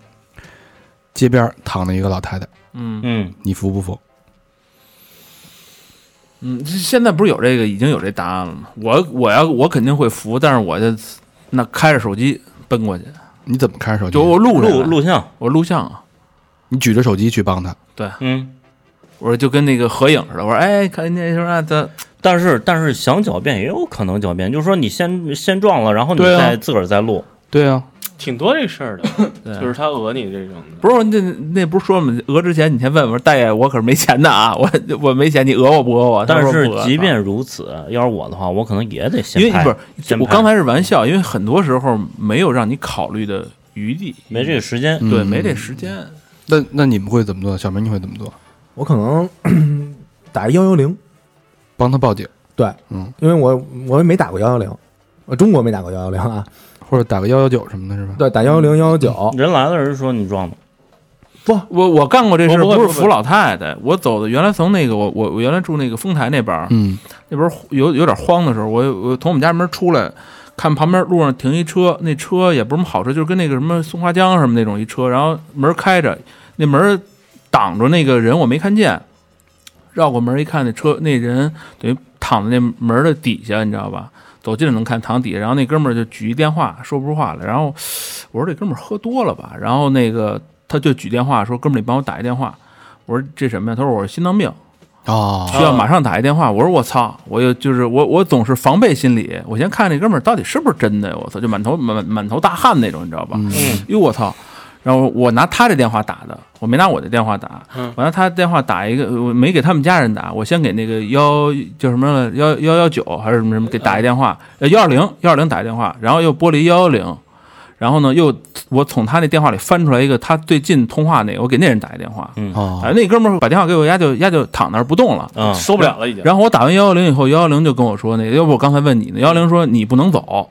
Speaker 2: 街边儿躺着一个老太太，
Speaker 3: 嗯
Speaker 5: 嗯
Speaker 2: 你服不服？
Speaker 3: 嗯，现在不是有这个已经有这答案了吗？我我要我肯定会服，但是我就那开着手机奔过去，
Speaker 2: 你怎么看手机？
Speaker 3: 就我录下来
Speaker 5: 录录像，
Speaker 3: 我录像啊，
Speaker 2: 你举着手机去帮他，
Speaker 5: 嗯，
Speaker 3: 我说就跟那个合影似的，我说哎，看那什么的，
Speaker 5: 但是但是想狡辩也有可能狡辩，就是说你先先撞了，然后你
Speaker 3: 对啊
Speaker 5: 再自个儿再录，
Speaker 2: 对啊，
Speaker 6: 挺多这事儿
Speaker 3: 对
Speaker 6: 的，就是他讹你这种的。
Speaker 3: 不是那那不是说了吗？讹之前你先问我说大爷，我可是没钱的啊， 我我没钱，你讹我不讹我？他
Speaker 5: 但
Speaker 3: 说
Speaker 5: 是
Speaker 3: 不讹
Speaker 5: 即便如此，要是我的话，我可能也得先
Speaker 3: 因为
Speaker 5: 拍，
Speaker 3: 不是
Speaker 5: 先
Speaker 3: 我
Speaker 5: 拍
Speaker 3: 刚才是玩笑，因为很多时候没有让你考虑的余地，
Speaker 5: 没这个时间，
Speaker 3: 对，
Speaker 2: 嗯
Speaker 3: 没这时间。
Speaker 2: 那那你们会怎么做？小明你会怎么做？
Speaker 4: 我可能 打幺幺零，
Speaker 2: 帮他报警，
Speaker 4: 对，
Speaker 2: 嗯，
Speaker 4: 因为我我也没打过幺幺零，我中国没打过幺幺零啊，
Speaker 2: 或者打个幺幺九什么的，是吧？
Speaker 4: 对，打幺幺零幺幺九，
Speaker 5: 人来了人说你撞的，
Speaker 3: 我我干过这事，
Speaker 6: 我不会
Speaker 3: 不是
Speaker 6: 不会
Speaker 3: 扶老太太，我走的原来从那个我我我原来住那个丰台那边儿，
Speaker 2: 嗯
Speaker 3: 那边儿有有点荒的时候，我我从我们家门出来，看旁边路上停一车，那车也不是什么好车，就是跟那个什么松花江什么那种一车，然后门开着，那门挡着那个人，我没看见，绕过门一看，那车那人等于躺在那门的底下，你知道吧？走近了能看躺底下，然后那哥们儿就举一电话，说不出话来。然后我说这哥们儿喝多了吧？然后那个他就举电话说：“哥们儿，你帮我打一电话。”我说：“这什么呀？”他说：“我是心脏病。”
Speaker 2: 哦，
Speaker 3: 需要马上打一电话。我说我操，我又就是我我总是防备心理，我先看这哥们儿到底是不是真的呀，我操，就满头满满头大汗那种，你知道吧？
Speaker 2: 嗯
Speaker 3: 哟我操！然后我拿他的电话打的，我没拿我的电话打，
Speaker 6: 嗯
Speaker 3: 我拿他的电话打一个，我没给他们家人打，我先给那个幺叫什么了幺幺幺九还是什么什么给打一电话，呃幺二零幺二零打一电话，然后又拨了幺幺零，然后呢又我从他那电话里翻出来一个他最近通话那个，我给那人打一电话，
Speaker 2: 哦
Speaker 3: 哎，那哥们儿把电话给我，丫就丫就躺那儿不动了。
Speaker 5: 嗯，
Speaker 6: 受不了了已经。
Speaker 3: 然后我打完幺幺零以后，幺幺零就跟我说那个，要不我刚才问你呢，幺幺零说你不能走，
Speaker 5: 嗯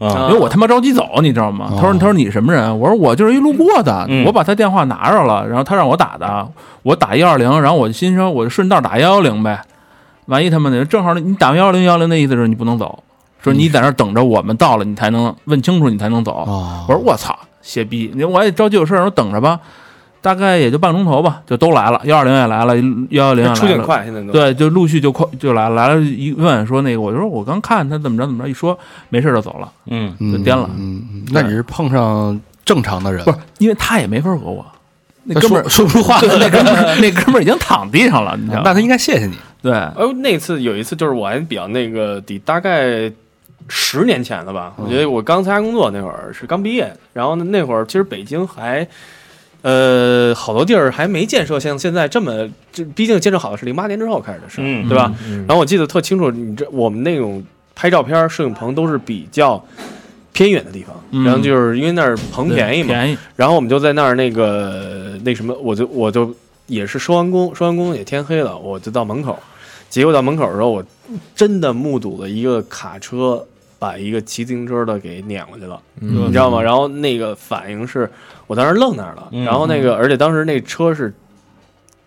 Speaker 3: 因为我他妈着急走，你知道吗？他说
Speaker 2: 哦
Speaker 3: 他说你什么人？我说我就是一路过的，
Speaker 5: 嗯
Speaker 3: 我把他电话拿着了，然后他让我打的，我打幺二零，然后我心说我就顺道打幺幺零呗，万一他们那正好你打幺幺零幺零那意思是你不能走，说你在那儿等着我们到了你才能问清楚你才能走。
Speaker 2: 哦，
Speaker 3: 我说我操，邪逼！你我也着急有事儿，我说等着吧，大概也就半钟头吧，就都来了，幺二零也来了，幺幺零也来了，
Speaker 6: 出警快，现在都
Speaker 3: 对，就陆续就快就来了来了，一问说那个，我就说我刚看他怎么着怎么着，一说没事儿就走了，
Speaker 5: 嗯
Speaker 2: 嗯
Speaker 3: 就颠了
Speaker 2: 嗯，嗯那你是碰上正常的人，
Speaker 3: 不是因为他也没法讹我，那哥们儿
Speaker 2: 说说不出话
Speaker 3: 对
Speaker 2: 来，
Speaker 3: 那哥们儿那哥们儿已经躺地上了，你知道
Speaker 2: 那
Speaker 3: 吗？
Speaker 2: 他应该谢谢你。
Speaker 3: 对，
Speaker 6: 哦，那次有一次就是我还比较那个，得大概十年前了吧。我觉得
Speaker 3: 嗯
Speaker 6: 我刚参加工作那会儿是刚毕业，然后呢那会儿其实北京还。呃，好多地儿还没建设像现在这么，这毕竟建设好的是零八年之后开始的事儿，
Speaker 5: 嗯
Speaker 6: 对吧？然后我记得特清楚，你这我们那种拍照片儿摄影棚都是比较偏远的地方，
Speaker 3: 嗯
Speaker 6: 然后就是因为那儿棚
Speaker 3: 对
Speaker 6: 便宜嘛，
Speaker 3: 便宜，
Speaker 6: 然后我们就在那儿那个那什么，我就我就也是收完工，收完工也天黑了，我就到门口。结果到门口的时候，我真的目睹了一个卡车把一个骑自行车的给碾过去了，
Speaker 3: 嗯
Speaker 6: 你知道吗？然后那个反应是我当时愣那儿了，
Speaker 5: 嗯
Speaker 6: 然后那个而且当时那车是，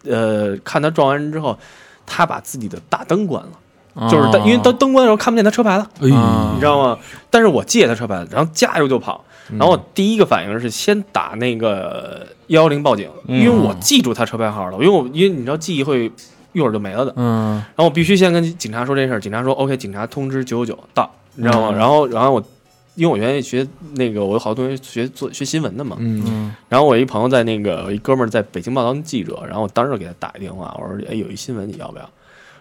Speaker 6: 呃，看他撞完人之后，他把自己的大灯关了，
Speaker 3: 哦
Speaker 6: 就是
Speaker 3: 嗯
Speaker 6: 他因为他灯关的时候看不见他车牌了。
Speaker 2: 哎呦
Speaker 3: 啊
Speaker 6: 你知道吗？但是我借他车牌，然后加油就跑。然后我第一个反应是先打那个幺幺零报警，
Speaker 5: 嗯
Speaker 6: 因为我记住他车牌号了，因为我因为你知道记忆会一会儿就没了的。
Speaker 3: 嗯
Speaker 6: 然后我必须先跟警察说这事儿，警察说 OK，警察通知九九九到，你知道吗？
Speaker 3: 嗯
Speaker 6: 然后然后我。因为我原来学那个，我有好多同学学做学新闻的嘛，
Speaker 4: 嗯，
Speaker 3: 嗯
Speaker 6: 然后我一朋友在那个，我一哥们儿在北京报当记者，然后我当时就给他打一电话，我说：“哎，有一新闻你要不要？”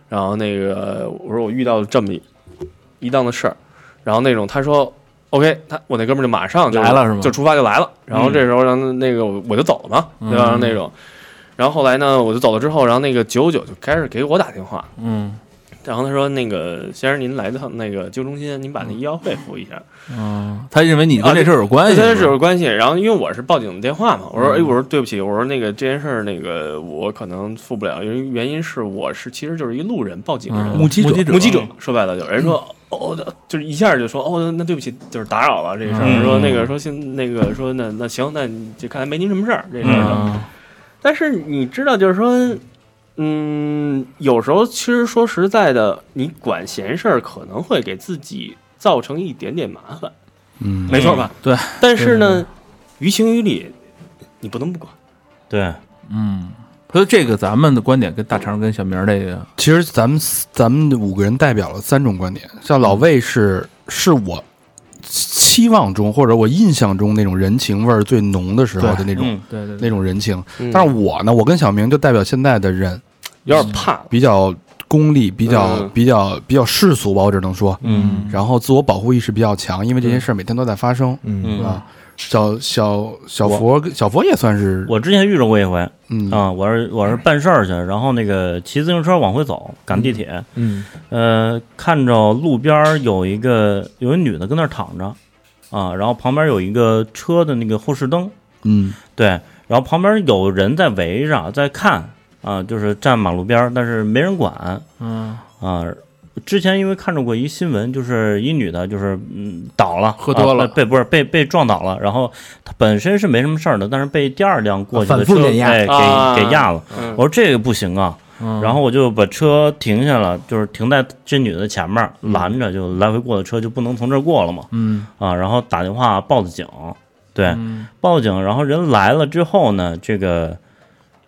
Speaker 6: 然后那个我说我遇到了这么一一档子事儿，然后那种他说 OK，他我那哥们儿就马上就
Speaker 3: 来了是吗
Speaker 6: 就出发就来了，然后这时候然后那个我我就走了嘛，对吧？
Speaker 3: 嗯
Speaker 6: 那种，然后后来呢，我就走了之后，然后那个九九就开始给我打电话，
Speaker 3: 嗯
Speaker 6: 然后他说那个先生您来到那个救中心，您把那医药费付一下，
Speaker 3: 嗯，他认为你跟这事儿有关系，
Speaker 6: 跟啊他
Speaker 3: 哎是嗯
Speaker 6: 是
Speaker 3: 吧
Speaker 6: 有关系。然后因为我是报警电话嘛，我说哎，我说对不起，我说那个这件事儿，那个我可能付不了，因为原因是我是其实就是一路人报警人，
Speaker 3: 嗯目击者
Speaker 6: 目击者，说白了有人说。哦，就是一下就说哦，那对不起，就是打扰了这个事儿。
Speaker 5: 嗯
Speaker 6: 说那个说现那个说那那行，那你这看来没您什么事儿这事儿。
Speaker 3: 嗯
Speaker 6: 但是你知道，就是说，嗯，有时候其实说实在的，你管闲事儿可能会给自己造成一点点麻烦。
Speaker 2: 嗯，
Speaker 6: 没错吧？
Speaker 3: 对。
Speaker 6: 但是呢，于情于理，你不能不管。
Speaker 5: 对，
Speaker 3: 嗯，所以这个咱们的观点跟大肠跟小明儿这个，
Speaker 2: 其实咱们四咱们五个人代表了三种观点，像老魏是是我期望中或者我印象中那种人情味儿最浓的时候的那种
Speaker 5: 嗯
Speaker 3: 对对
Speaker 2: 那种人情，
Speaker 6: 嗯
Speaker 2: 但是我呢，我跟小明就代表现在的人，
Speaker 6: 有点怕了，
Speaker 2: 比较功利，比较
Speaker 6: 嗯
Speaker 2: 比较比较世俗吧，我只能说，
Speaker 5: 嗯
Speaker 2: 然后自我保护意识比较强，因为这些事儿每天都在发生
Speaker 4: 嗯
Speaker 5: 嗯，
Speaker 2: 啊。小小小佛跟小佛也算是
Speaker 5: 我之前遇着过一回
Speaker 2: 嗯
Speaker 5: 啊，我是我是办事儿去，然后那个骑自行车往回走，赶地铁，
Speaker 4: 嗯
Speaker 5: 呃，看着路边儿有一个有一女的跟那儿躺着啊，然后旁边有一个车的那个后视灯，
Speaker 2: 嗯
Speaker 5: 对，然后旁边有人在围着在看啊，就是站马路边儿，但是没人管，
Speaker 3: 嗯，
Speaker 5: 啊，之前因为看着过一新闻，就是一女的，就是嗯倒了，
Speaker 3: 喝多了
Speaker 5: 啊被被不是被被撞倒了，然后她本身是没什么事儿的，但是被第二辆过去的
Speaker 4: 反复
Speaker 5: 车
Speaker 4: 碾压
Speaker 5: 哎
Speaker 6: 啊
Speaker 5: 给给压了。
Speaker 6: 嗯
Speaker 5: 我说这个不行啊，
Speaker 3: 嗯
Speaker 5: 然后我就把车停下了，就是停在这女的前面拦着，就来回过的车就不能从这儿过了嘛
Speaker 3: 嗯
Speaker 5: 啊，然后打电话报的警，对，
Speaker 3: 嗯
Speaker 5: 报警，然后人来了之后呢，这个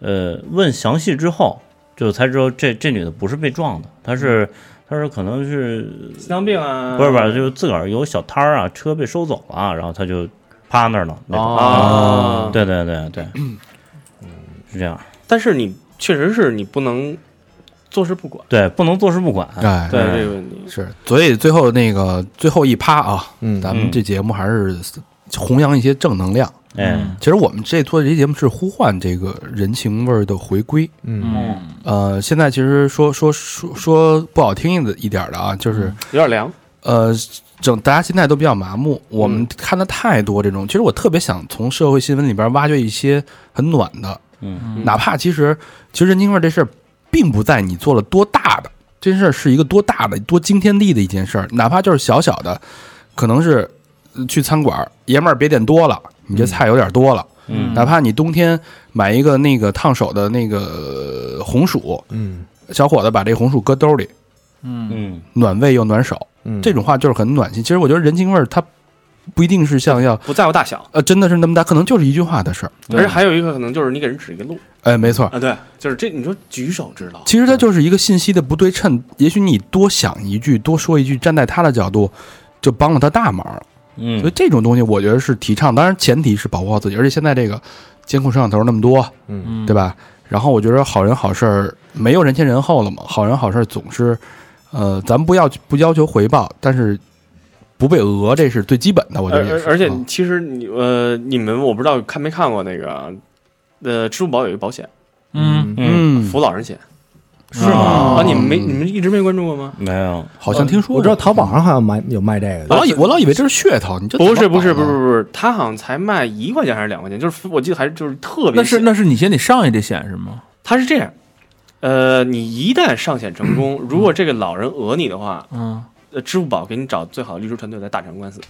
Speaker 5: 呃问详细之后，就才知道这这女的不是被撞的，她是
Speaker 3: 嗯
Speaker 5: 她是可能是
Speaker 6: 心脏病啊，
Speaker 5: 不是不是，就是自个儿有小摊儿啊，车被收走了啊，然后她就趴那儿了。那
Speaker 3: 哦
Speaker 5: 种
Speaker 6: 啊。
Speaker 5: 对对 对对，嗯，是这样，
Speaker 6: 但是你确实是你不能坐视不管，
Speaker 5: 对，不能坐视不管。
Speaker 2: 哎
Speaker 6: 对
Speaker 5: 对
Speaker 6: 这个问题。
Speaker 2: 是，所以最后那个最后一趴啊，
Speaker 4: 嗯
Speaker 2: 咱们这节目还是弘扬一些正能量，
Speaker 5: 哎，
Speaker 2: 其实我们这做这期节目是呼唤这个人情味儿的回归。
Speaker 4: 嗯，
Speaker 3: 嗯，
Speaker 2: 呃，现在其实说说说说不好听的一点儿的啊，就是
Speaker 6: 有点凉。
Speaker 2: 呃，整大家现在都比较麻木，我
Speaker 5: 嗯
Speaker 2: 们看的太多这种。其实我特别想从社会新闻里边挖掘一些很暖的，
Speaker 5: 嗯，
Speaker 2: 哪怕其实其实人情味儿这事儿，并不在你做了多大的这件事儿是一个多大的多惊天地的一件事儿，哪怕就是小小的，可能是呃去餐馆儿，爷们儿别点多了，你这菜有点多了。
Speaker 5: 嗯
Speaker 2: 哪怕你冬天买一个那个烫手的那个呃红薯，
Speaker 4: 嗯
Speaker 2: 小伙子把这红薯搁兜里，
Speaker 5: 嗯，
Speaker 2: 暖胃又暖手，
Speaker 4: 嗯，
Speaker 2: 这种话就是很暖心。其实我觉得人情味儿它不一定是像要
Speaker 6: 不在乎大小，
Speaker 2: 呃真的是那么大，可能就是一句话的事儿。
Speaker 6: 而且还有一个可能就是你给人指一个路
Speaker 2: 哎，没错，
Speaker 6: 啊，对，就是这，你说举手之劳，
Speaker 2: 其实它就是一个信息的不对称。也许你多想一句，多说一句，站在他的角度，就帮了他大忙了。
Speaker 5: 嗯，
Speaker 2: 所以这种东西，我觉得是提倡，当然前提是保护好自己。而且现在这个监控摄像头那么多，
Speaker 4: 嗯
Speaker 2: 对吧？然后我觉得好人好事儿没有人前人后了嘛，好人好事儿总是，呃，咱们不要不要求回报，但是不被讹，这是最基本的。我觉
Speaker 6: 而
Speaker 2: 得也
Speaker 6: 而
Speaker 2: 是。
Speaker 6: 而且
Speaker 2: 啊
Speaker 6: 其实你呃，你们我不知道看没看过那个，呃，支付宝有一个保险，
Speaker 3: 嗯，
Speaker 5: 嗯，
Speaker 2: 嗯，
Speaker 6: 扶老人险
Speaker 3: 是
Speaker 5: 吗
Speaker 6: 啊，你们没你们一直没关注过吗？
Speaker 5: 没有，
Speaker 2: 好像听说嗯啊
Speaker 4: 我知道
Speaker 2: 过，
Speaker 4: 淘宝上好像买有卖这个
Speaker 2: 我
Speaker 4: 的，
Speaker 2: 老以我老以为这是噱头，你这
Speaker 6: 不
Speaker 2: 怎
Speaker 6: 是
Speaker 2: 么
Speaker 6: 不是不
Speaker 2: 搞
Speaker 6: 是
Speaker 2: 的
Speaker 6: 不是，他好像才卖一块钱还是两块钱，就是我记得还是就是特别
Speaker 3: 那是
Speaker 6: 小
Speaker 3: 那是你先得上一这险是吗？
Speaker 6: 他是这样，呃，你一旦上险成功，如果这个老人讹你的话，
Speaker 3: 嗯，
Speaker 6: 呃，支付宝给你找最好的律师团队来打这场官司。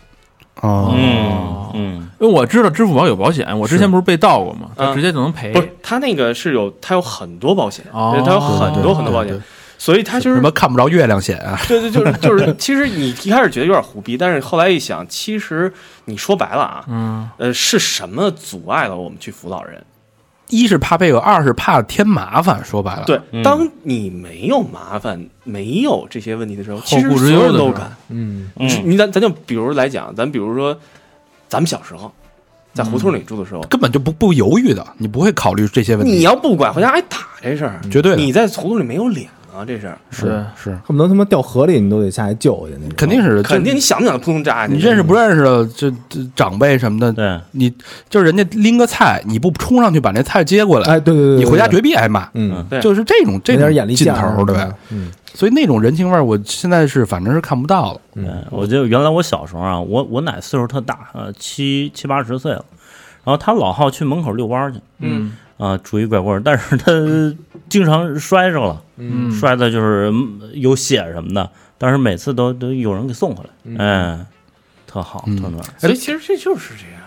Speaker 2: 哦，
Speaker 5: 嗯嗯
Speaker 3: 因为我知道支付宝有保险，我之前不是被盗过吗？
Speaker 6: 嗯
Speaker 3: 就直接就能赔
Speaker 6: 不。是，他那个是有，他有很多保险，
Speaker 3: 哎哦
Speaker 6: 对他有很多
Speaker 2: 啊对
Speaker 6: 很多保
Speaker 2: 对
Speaker 6: 险
Speaker 2: 对，
Speaker 6: 所以他就
Speaker 2: 什
Speaker 6: 是
Speaker 2: 么看不着月亮险啊？
Speaker 6: 对对，就是就是，其实你一开始觉得有点胡逼，但是后来一想，其实你说白了啊，
Speaker 3: 嗯，
Speaker 6: 呃，是什么阻碍了我们去扶老人？
Speaker 2: 一是怕被讹，二是怕添麻烦。说白了，
Speaker 6: 对，
Speaker 5: 嗯
Speaker 6: 当你没有麻烦、没有这些问题的时候，其
Speaker 3: 后
Speaker 6: 实
Speaker 3: 顾之
Speaker 6: 所
Speaker 3: 忧的
Speaker 6: 有人
Speaker 3: 时候
Speaker 6: 都敢。
Speaker 4: 嗯
Speaker 6: 是
Speaker 5: 嗯，
Speaker 6: 你咱咱就比如来讲，咱比如说，咱们小时候在胡同里住的时候，
Speaker 2: 根本就不不犹豫的，你不会考虑这些问题。
Speaker 6: 你要不管回家挨打这事儿，
Speaker 2: 绝对的
Speaker 6: 你在胡同里没有脸啊，这事儿
Speaker 2: 是是，
Speaker 4: 恨不得他妈掉河里你都得下去救去那种，
Speaker 2: 肯定是
Speaker 6: 肯定你想不想扑通扎下去？
Speaker 2: 你认识不认识的这这长辈什么的，
Speaker 5: 对，哎
Speaker 2: 你就是人家拎个菜，你不冲上去把那菜接过来，
Speaker 4: 哎，对对对，
Speaker 2: 你
Speaker 4: 对
Speaker 2: 回家绝，必挨骂。
Speaker 4: 嗯，
Speaker 6: 对
Speaker 2: 就是这种这
Speaker 4: 有
Speaker 2: 种
Speaker 4: 点眼力
Speaker 2: 劲
Speaker 4: 见
Speaker 2: 头儿，对，，
Speaker 4: 嗯
Speaker 2: 所以那种人情味儿，我现在是反正是看不到了。
Speaker 5: 嗯，我记得原来我小时候啊，我我奶岁数特大，呃，七七八十岁了，然后她老好去门口遛弯儿去，
Speaker 6: 嗯，
Speaker 5: 啊，拄一拐棍儿，但是她经常摔着了，
Speaker 4: 嗯
Speaker 5: 摔的就是嗯有血什么的，但是每次都都有人给送回来，嗯，特好，
Speaker 2: 嗯
Speaker 5: 特暖，
Speaker 6: 所以其实这就是这样。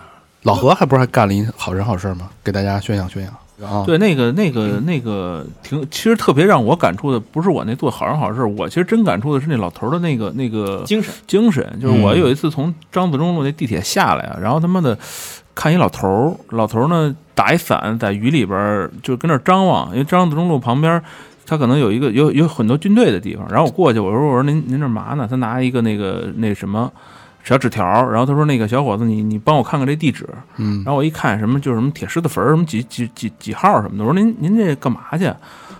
Speaker 2: 老何还不是还干了一好人好事儿吗？给大家宣扬宣扬啊！
Speaker 3: 对，那个那个那个挺，其实特别让我感触的，不是我那做好人好事，我其实真感触的是那老头儿的那个那个
Speaker 6: 精神，
Speaker 3: 精神，就是我有一次从张自忠路那地铁下来啊，然后他妈的看一老头儿，老头儿呢打一伞在雨里边儿就跟那儿张望，因为张自忠路旁边儿他可能有一个有有很多军队的地方，然后我过去我说我说您您这儿嘛呢？他拿一个那个那什么。小纸条儿，然后他说：“那个小伙子，你你帮我看看这地址。”
Speaker 2: 嗯，
Speaker 3: 然后我一看，什么就是什么铁狮子坟儿，什么几几几几号什么的。我说：“您您这干嘛去？”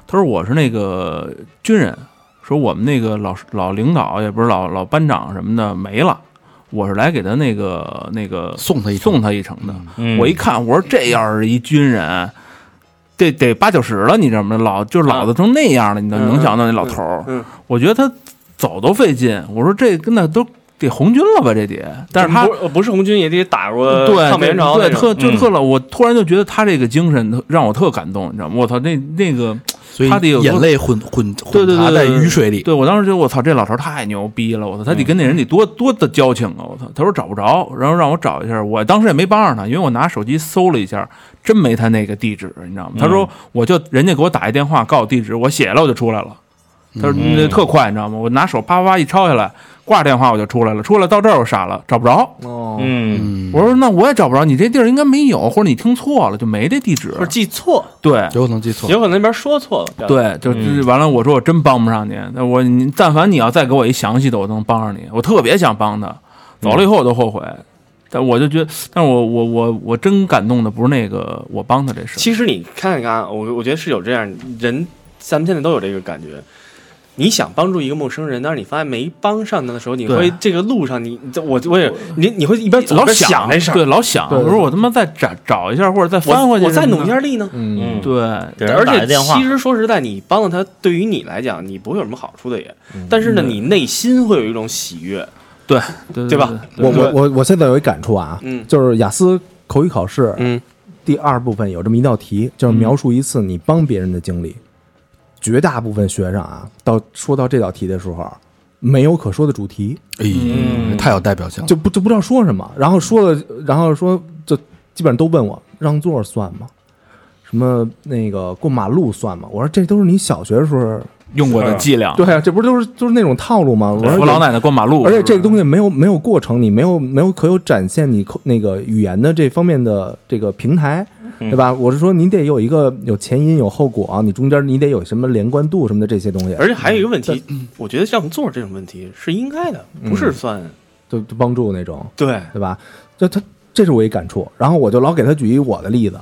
Speaker 3: 他说：“我是那个军人，说我们那个老师老领导也不是老老班长什么的没了，我是来给他那个那个
Speaker 2: 送他一程
Speaker 3: 送他一程的。
Speaker 5: 嗯
Speaker 3: 我一看，我说这要是一军人，得得八九十了，你知道吗？老就是老的成那样了，你能
Speaker 6: 嗯
Speaker 3: 能想到那老头儿？
Speaker 6: 嗯，
Speaker 3: 我觉得他走都费劲。我说这跟那都得红军了吧？这得，但是他
Speaker 6: 不呃不是红军也得打过
Speaker 3: 对
Speaker 6: 抗美援朝
Speaker 3: 对
Speaker 6: 那
Speaker 3: 特
Speaker 6: 种，
Speaker 3: 就
Speaker 5: 嗯
Speaker 3: 特了。我突然就觉得他这个精神让我特感动，你知道吗？我操，那那个。
Speaker 2: 所以
Speaker 3: 他得有
Speaker 2: 眼泪混混
Speaker 3: 对
Speaker 2: 混
Speaker 3: 对
Speaker 2: 杂
Speaker 3: 对，
Speaker 2: 在
Speaker 3: 对
Speaker 2: 雨水里。
Speaker 3: 对我当时觉得我操，这老头儿太牛逼了，我操，他得跟那人得多多的交情啊，我操。他说找不着，然后让我找一下，我当时也没帮上他，因为我拿手机搜了一下，真没他那个地址，你知道吗？他说我就人家给我打一电话告诉我地址，我写了我就出来了。他说
Speaker 5: 嗯
Speaker 3: 那特快，你知道吗？我拿手啪啪啪一抄下来，挂电话我就出来了，出来到这儿我傻了，找不着。
Speaker 4: 哦，
Speaker 2: 嗯，
Speaker 5: 嗯
Speaker 3: 我说那我也找不着，你这地儿应该没有，或者你听错了，就没这地址
Speaker 6: 不。是记错，
Speaker 3: 对，
Speaker 2: 有可能记错
Speaker 6: 有。可能那边说错了。
Speaker 3: 对，就
Speaker 5: 嗯
Speaker 3: 是完了。我说我真帮不上您，那我你但凡你要再给我一详细的，我都能帮上你。我特别想帮他，走了以后我都后悔。但我就觉得，但是我我我我真感动的不是那个我帮他这事儿，
Speaker 6: 其实你看看啊，我我觉得是有这样人，咱们现在都有这个感觉。你想帮助一个陌生人，但是你发现没帮上他的时候，你
Speaker 3: 对
Speaker 6: 会这个路上你你这我我也你你会一边走一
Speaker 3: 老
Speaker 6: 边想这事儿，
Speaker 3: 对，老想，
Speaker 4: 对
Speaker 3: 我说我他妈再找找一下，或者再翻
Speaker 6: 我
Speaker 3: 回去，
Speaker 6: 我再努一下。力呢。
Speaker 4: 嗯
Speaker 5: 嗯，
Speaker 3: 对，
Speaker 5: 给
Speaker 6: 而
Speaker 5: 人打
Speaker 6: 且
Speaker 5: 一电话
Speaker 6: 其，实说实在，你帮了他，对于你来讲，你不会有什么好处的也。
Speaker 4: 嗯
Speaker 6: 但是呢，
Speaker 3: 嗯
Speaker 6: 你内心会有一种喜悦。
Speaker 3: 对
Speaker 6: 对吧？
Speaker 4: 我
Speaker 6: 对
Speaker 4: 我我我现在有一感触啊，
Speaker 6: 嗯
Speaker 4: 就是雅思口语考试
Speaker 6: 嗯
Speaker 4: 第二部分有这么一道题，就是描述一次你帮别人的经历。绝大部分学生啊，到说到这道题的时候，没有可说的主题，
Speaker 3: 嗯
Speaker 2: 哎，太有代表
Speaker 6: 啊
Speaker 2: 性了。
Speaker 4: 就不就不知道说什么，然后说了，然后说就基本上都问我让座算吗？什么那个过马路算吗？我说这都是你小学的时候，
Speaker 3: 用过的伎俩，
Speaker 4: 对啊，这不是都是都是那种套路吗？我说
Speaker 3: 扶
Speaker 4: 有
Speaker 3: 老奶奶过马路，
Speaker 4: 而且这个
Speaker 3: 西
Speaker 4: 东西没有没有过程，你没有没有可有展现你口那个语言的这方面的这个平台，对吧？我是说，你得有一个有前因有后果、啊你中间你得有什么连贯度什么的这些东西，
Speaker 6: 而且还有一个问题，我觉得让座这种问题是应该的，不是算
Speaker 4: 就就帮助那种，
Speaker 6: 对。
Speaker 4: 对吧？就他这是我一感触，然后我就老给他举一我的例子，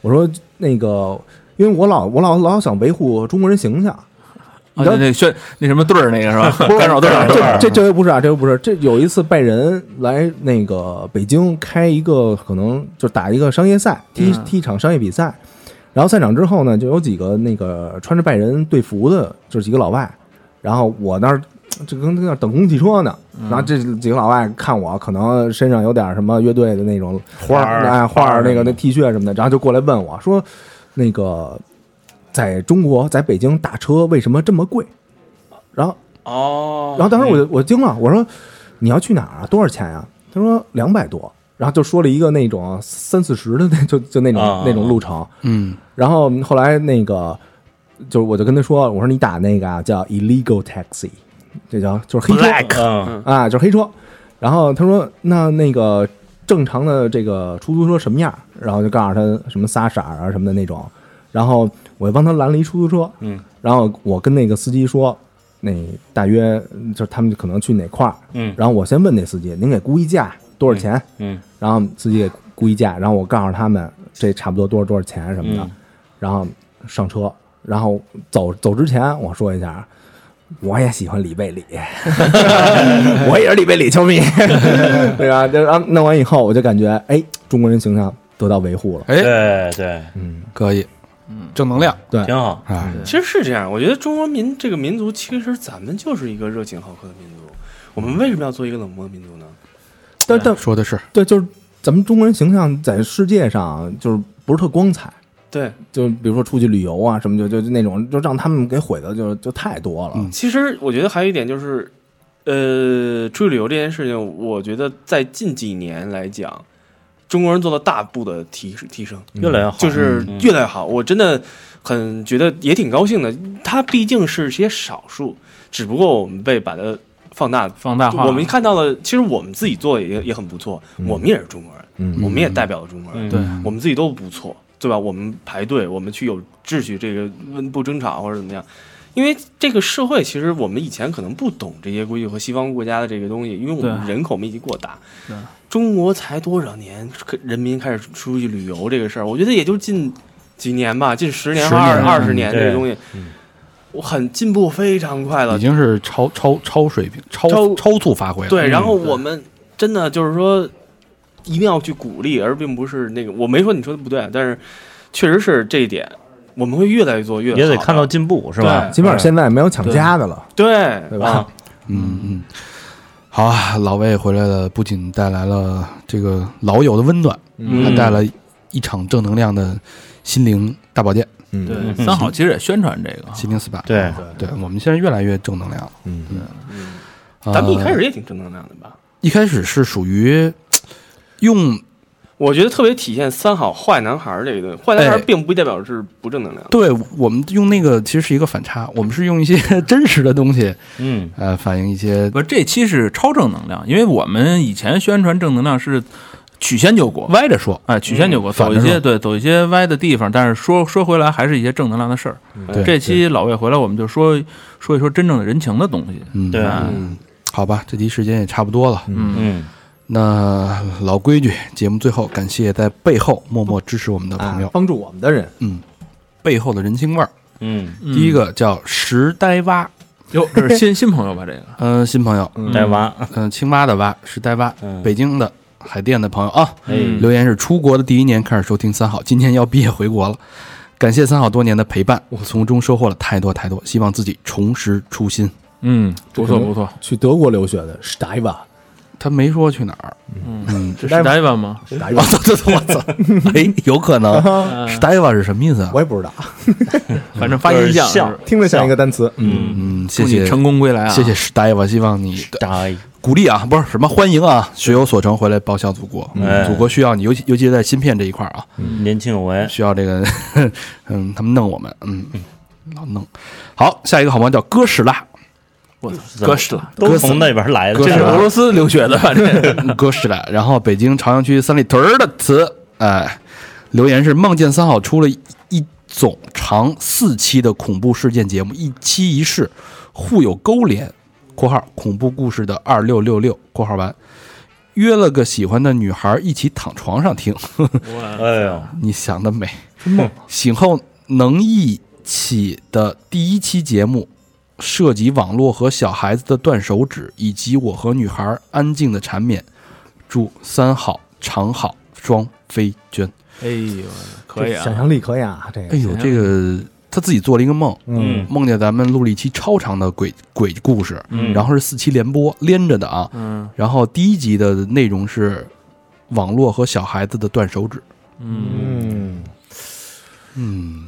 Speaker 4: 我说那个，因为我老我老老想维护中国人形象，
Speaker 3: 啊，那那宣那什么队儿那个是吧？
Speaker 4: 不 是
Speaker 3: 干扰队儿，
Speaker 4: 这这这又不是啊，这又不是。这有一次拜仁来那个北京开一个，可能就打一个商业赛，踢踢一场商业比赛。然后散场之后呢，就有几个那个穿着拜仁队服的，就是几个老外。然后我那儿这跟那儿等公汽车呢，然后这几个老外看我，可能身上有点什么乐队的那种
Speaker 5: 花儿
Speaker 4: 哎花
Speaker 5: 花
Speaker 4: 儿
Speaker 5: 儿
Speaker 4: 那个
Speaker 5: 什么
Speaker 4: 那 T 恤什么的，然后就过来问我说，那个在中国在北京打车为什么这么贵？然后
Speaker 6: 哦
Speaker 4: 然后当时我
Speaker 5: 哎
Speaker 4: 就我惊了，我说你要去哪儿啊？多少钱呀、他说两百多，然后就说了一个那种三四十的那就就那种、
Speaker 5: 啊
Speaker 4: 那种路程。
Speaker 2: 嗯，
Speaker 4: 然后后来那个就是我就跟他说，我说你打那个啊叫 illegal taxi，这叫就是黑车
Speaker 5: Black，嗯
Speaker 4: 啊，就是黑车。然后他说那那个正常的这个出租车什么样？然后就告诉他什么仨色儿啊什么的那种。然后我就帮他拦了一出租车，
Speaker 5: 嗯，
Speaker 4: 然后我跟那个司机说，那大约嗯就是他们可能去哪块儿，
Speaker 5: 嗯
Speaker 4: 然后我先问那司机，您给估一价多少钱？
Speaker 5: 嗯
Speaker 4: 然后司机给估一价，然后我告诉他们这差不多多少多少钱什么的，
Speaker 5: 嗯
Speaker 4: 然后上车，然后走走之前我说一下，我也喜欢里贝里， 我也是里贝里球迷，对吧？就然后弄完以后，我就感觉哎，中国人形象得到维护了，
Speaker 2: 哎，
Speaker 5: 对对，
Speaker 4: 嗯，
Speaker 2: 可以，正能量
Speaker 4: 对，
Speaker 5: 挺好。
Speaker 3: 嗯
Speaker 2: 啊，
Speaker 6: 其实是这样，我觉得中国民这个民族，其实咱们就是一个热情好客的民族。我们为什么要做一个冷漠的民族呢？
Speaker 4: 但但
Speaker 2: 说的是
Speaker 4: 对，就是咱们中国人形象在世界上就是不是特光彩。
Speaker 6: 对，
Speaker 4: 就比如说出去旅游啊什么，就就就那种，就让他们给毁的就就太多了。
Speaker 2: 嗯
Speaker 6: 其实我觉得还有一点就是，呃，出去旅游这件事情，我觉得在近几年来讲，中国人做了大步的提提升。
Speaker 5: 越来越好，
Speaker 6: 就是
Speaker 5: 嗯
Speaker 6: 越来越好。我真的很觉得也挺高兴的。它毕竟是些少数，只不过我们被把它放大。
Speaker 3: 放大化，
Speaker 6: 我们看到了，其实我们自己做的也也很不错，我们也是中国人，
Speaker 4: 嗯
Speaker 6: 我们也代表了中国人，
Speaker 5: 嗯
Speaker 3: 对
Speaker 6: 我们自己都不错，对吧？我们排队，我们去有秩序，这个温不争吵或者怎么样。因为这个社会，其实我们以前可能不懂这些规矩和西方国家的这个东西，因为我们
Speaker 3: 对
Speaker 6: 人口密集过大
Speaker 3: 对。
Speaker 6: 中国才多少年，可人民开始出去旅游这个事儿，我觉得也就近几年吧，近十年
Speaker 2: 十
Speaker 6: 或二
Speaker 2: 年
Speaker 6: 二十年这个
Speaker 5: 对
Speaker 6: 东西，我很进步非常快了
Speaker 3: 呃
Speaker 2: 已。经是超超超水平、超
Speaker 6: 超
Speaker 2: 超速发挥了。
Speaker 6: 对，然后
Speaker 3: 对
Speaker 6: 我们真的就是说，一定要去鼓励，而并不是那个，我没说你说的不对，但是确实是这一点，我们会越来越做越好的。
Speaker 5: 也得看到进步，是吧？
Speaker 4: 啊
Speaker 5: 嗯
Speaker 4: 起码现在没有抢家的了，
Speaker 6: 对
Speaker 4: 对
Speaker 5: 哎啊
Speaker 4: 吧？，
Speaker 2: 嗯嗯，好啊，老魏回来了，不仅带来了这个老友的温暖，
Speaker 6: 嗯
Speaker 2: 还带来一场正能量的心灵大保健、
Speaker 4: 嗯，
Speaker 3: 对三好其实也宣传这个，
Speaker 2: 心灵 SPA。
Speaker 5: 对，
Speaker 2: 对，我们现在越来越正能量了。
Speaker 4: 嗯
Speaker 2: 呃
Speaker 6: 嗯咱们一开始也挺正能量的吧？
Speaker 2: 一开始是属于用
Speaker 6: 我觉得特别体现三好坏男孩儿这个东西，坏男孩儿
Speaker 2: 哎
Speaker 6: 并不代表是不正能量的。
Speaker 2: 对我们用那个其实是一个反差，我们是用一些 真实的东西
Speaker 5: 嗯，
Speaker 2: 呃反映一些
Speaker 3: 不是这期是超正能量，因为我们以前宣传正能量是曲线救国，
Speaker 2: 歪着说。
Speaker 3: 哎，曲线救国，
Speaker 2: 反
Speaker 3: 走
Speaker 2: 着
Speaker 3: 一些
Speaker 2: 说
Speaker 3: 对，走一些歪的地方，但是说说回来还是一些正能量的事儿。
Speaker 2: 对
Speaker 3: 这期老魏回来，我们就说说一说真正的人情的东西。
Speaker 2: 嗯，
Speaker 5: 对，
Speaker 6: 嗯，
Speaker 2: 好吧，这集时间也差不多了。
Speaker 3: 啊嗯，
Speaker 5: 嗯，
Speaker 2: 那老规矩，节目最后感谢在背后默默支持我们的
Speaker 4: 啊
Speaker 2: 朋友，，
Speaker 4: 帮助我们的人，
Speaker 2: 背后的人情味儿。
Speaker 5: 嗯，
Speaker 2: 第一个叫石呆蛙，
Speaker 3: 哟，这是新新朋友吧？这个
Speaker 2: 嗯、新朋友，
Speaker 5: 带 娃，
Speaker 2: 嗯、青蛙的蛙是呆蛙，
Speaker 5: 嗯
Speaker 2: 北京的海淀的朋友啊，
Speaker 5: 哎，
Speaker 3: 嗯
Speaker 2: 留言是出国的第一年开始收听三好，今年要毕业回国了，感谢三好多年的陪伴，我从中收获了太多太多，希望自己重拾初心。
Speaker 3: 嗯，不错
Speaker 4: 这可能
Speaker 3: 不错，
Speaker 4: 去德国留学的 s t e v a
Speaker 2: 他没说去哪儿，
Speaker 3: 这是 d i v 吗？
Speaker 4: s t e
Speaker 2: 我
Speaker 4: v
Speaker 2: 操，这我操，哎，有可能 s t e v a 是什么意思啊
Speaker 4: 我？也不知道，
Speaker 3: 反正发音像
Speaker 5: 就是 像
Speaker 3: 是
Speaker 4: 听着像一个单词，嗯，
Speaker 5: 嗯，
Speaker 2: 嗯，谢
Speaker 3: 祝你
Speaker 2: 谢，
Speaker 3: 成功归来啊！
Speaker 2: 谢谢 s t e v a 希望你
Speaker 5: 呆，
Speaker 2: 鼓励啊，不是什么欢迎啊，学有所成回来报效祖国，嗯
Speaker 5: 哎
Speaker 2: 祖国需要你，尤其尤其是在芯片这一块儿啊，
Speaker 5: 年轻有为，
Speaker 2: 需要这个， 嗯，他们弄我们，嗯，老弄。好，下一个好朋友叫哥史拉，
Speaker 3: 我操，哥是了，
Speaker 5: 都从那边来的，
Speaker 2: 哥
Speaker 3: 这
Speaker 5: 这
Speaker 3: 是
Speaker 5: 是
Speaker 3: 俄罗斯留学的吧？ 这
Speaker 2: 嗯哥史拉， 然后北京朝阳区三里屯儿的词，哎，留言是梦见三好出了一一总长四期的恐怖事件节目，一期一事，互有勾连（括号恐怖故事的二六六六）（括号完）。约了个喜欢的女孩一起躺床上听，
Speaker 5: 哎呦，
Speaker 2: 你想得美，醒后能一起的第一期节目，涉及网络和小孩子的断手指，以及我和女孩安静的缠绵。祝三好长好双飞娟。
Speaker 3: 哎呦，可以
Speaker 4: 想
Speaker 3: 啊！
Speaker 4: 象力可以啊，这
Speaker 2: 哎
Speaker 4: 个，
Speaker 2: 呦，这个他自己做了一个梦，
Speaker 5: 嗯
Speaker 2: 梦见咱们录了一期超长的鬼鬼故事，
Speaker 5: 嗯
Speaker 2: 然后是四期连播连着的啊。
Speaker 3: 嗯
Speaker 2: 然后第一集的内容是网络和小孩子的断手指。
Speaker 3: 嗯，
Speaker 4: 嗯，
Speaker 2: 嗯，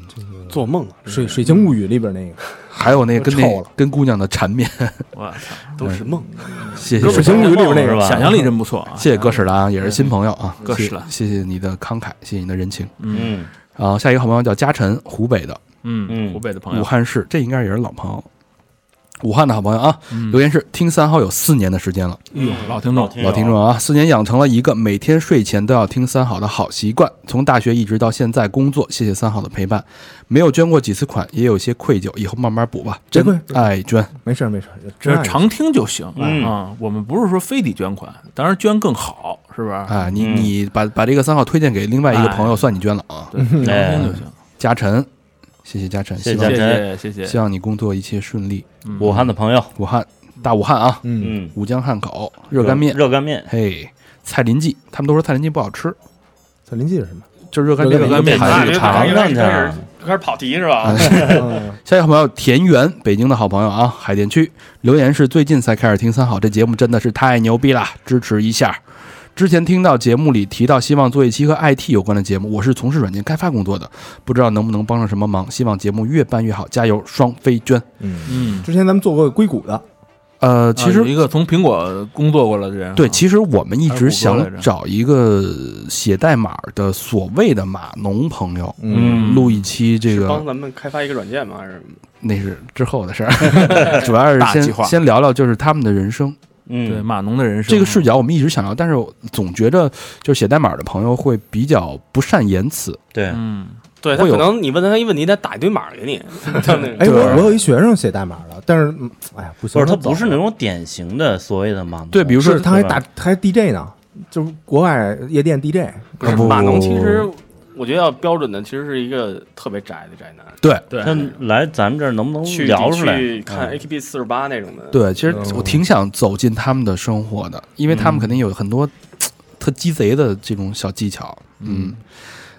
Speaker 6: 做梦啊，
Speaker 4: 水水晶物语里边那个
Speaker 2: 还有那跟
Speaker 4: 臭
Speaker 2: 那
Speaker 4: 了
Speaker 2: 跟姑娘的缠绵，
Speaker 3: 我操，
Speaker 6: 都是梦。
Speaker 2: 谢谢
Speaker 4: 水晶物语里边那
Speaker 5: 是
Speaker 4: 个
Speaker 5: 吧？
Speaker 3: 想象力真不错啊！
Speaker 2: 谢谢哥史拉，也是新朋友啊，
Speaker 3: 哥
Speaker 2: 谢
Speaker 3: 史拉
Speaker 2: 谢谢你的慷慨，谢谢你的人情。
Speaker 3: 嗯
Speaker 5: 嗯，
Speaker 2: 然后下一个好朋友叫嘉晨，湖北的
Speaker 3: 嗯，
Speaker 5: 嗯
Speaker 3: 湖北的朋
Speaker 2: 武
Speaker 3: 友，
Speaker 2: 汉市，这应该也是老朋友。武汉的好朋友啊，留言是听三号有四年的时间了，
Speaker 3: 哟，哎老听众，
Speaker 2: 老听众啊，四年养成了一个每天睡前都要听三好的好习惯，从大学一直到现在工作，谢谢三好的陪伴，没有捐过几次款，也有些愧疚，以后慢慢补吧，真
Speaker 4: 别愧
Speaker 2: 爱捐，
Speaker 4: 没事儿没事儿，真
Speaker 3: 这
Speaker 4: 爱
Speaker 3: 常听就行
Speaker 5: 嗯
Speaker 3: 啊。我们不是说非得捐款，当然捐更好，是不 是？
Speaker 2: 哎，你
Speaker 5: 嗯
Speaker 2: 你把把这个三好推荐给另外一个
Speaker 3: 啊哎
Speaker 2: 朋友，算你捐了啊，
Speaker 3: 对，常听就行。
Speaker 2: 嘉晨，谢谢嘉晨，
Speaker 5: 谢
Speaker 2: 希望
Speaker 3: 谢
Speaker 5: 嘉晨
Speaker 3: 谢谢谢
Speaker 2: 希望你工作一切顺利。
Speaker 5: 武汉的朋友，
Speaker 2: 武汉，大武汉啊，
Speaker 4: 嗯，
Speaker 5: 嗯，
Speaker 2: 五江汉口热干面，
Speaker 5: 热干面，
Speaker 2: 嘿，蔡林记，他们都说蔡林记不好吃，
Speaker 4: 小林记是什么？
Speaker 2: 就是热干面
Speaker 4: 热干
Speaker 5: 面
Speaker 2: 排
Speaker 5: 面
Speaker 2: 骨
Speaker 5: 排
Speaker 2: 肠
Speaker 5: 骨。尝尝去啊
Speaker 6: 开始跑题是吧？
Speaker 4: 嗯
Speaker 2: 下一个好朋友田园，北京的好朋友啊，海淀区留言是最近才开始听三好，这节目真的是太牛逼了，支持一下。之前听到节目里提到希望做一期和 IT 有关的节目，我是从事软件开发工作的，不知道能不能帮上什么忙，希望节目越办越好，加油，双飞娟。
Speaker 4: 嗯，
Speaker 3: 嗯，
Speaker 4: 之前咱们做过硅谷的，
Speaker 2: 呃，其
Speaker 3: 其
Speaker 2: 实、
Speaker 3: 实一个从苹果工作过来的人，
Speaker 2: 对，其实我们一
Speaker 3: 啊还是
Speaker 2: 直
Speaker 3: 谷歌来着
Speaker 2: 想找一个写代码的所谓的码农朋友，
Speaker 4: 嗯，
Speaker 2: 录一期这
Speaker 6: 是帮
Speaker 2: 个，
Speaker 6: 咱们开发一个软件吗？还是
Speaker 2: 那是之后的事儿， 主要是
Speaker 3: 大计划
Speaker 2: 先先聊聊就是他们的人生
Speaker 3: 对
Speaker 5: 嗯，
Speaker 3: 码农的人生啊
Speaker 2: 这个视角，我们一直想聊，但是我总觉着就是写代码的朋友会比较不善言辞，
Speaker 5: 对，
Speaker 3: 嗯，
Speaker 6: 对他
Speaker 2: 会有
Speaker 6: 可能你问他一问题，他打一堆码给你。就那种
Speaker 4: 哎，我我有一学生写代码的，但是嗯哎呀，不
Speaker 5: 不
Speaker 4: 行，
Speaker 5: 是他
Speaker 4: 走
Speaker 5: 不是那
Speaker 4: 了，
Speaker 5: 种典型的所谓的盲，
Speaker 2: 对，比如说
Speaker 4: 是他还
Speaker 5: 对吧
Speaker 4: 打他还 DJ 呢，就是国外夜店 DJ，
Speaker 6: 不是
Speaker 2: 啊不
Speaker 6: 码农，其实我觉得要标准的，其实是一个特别宅的宅男，
Speaker 2: 对
Speaker 3: 对
Speaker 5: 他来咱们这儿能不能
Speaker 6: 去
Speaker 5: 聊出来？
Speaker 6: 去看 AKB 四十八那种的。
Speaker 2: 对，其实
Speaker 4: 嗯
Speaker 2: 我挺想走进他们的生活的，因为他们肯定有很
Speaker 3: 嗯
Speaker 2: 多特鸡贼的这种小技巧。嗯，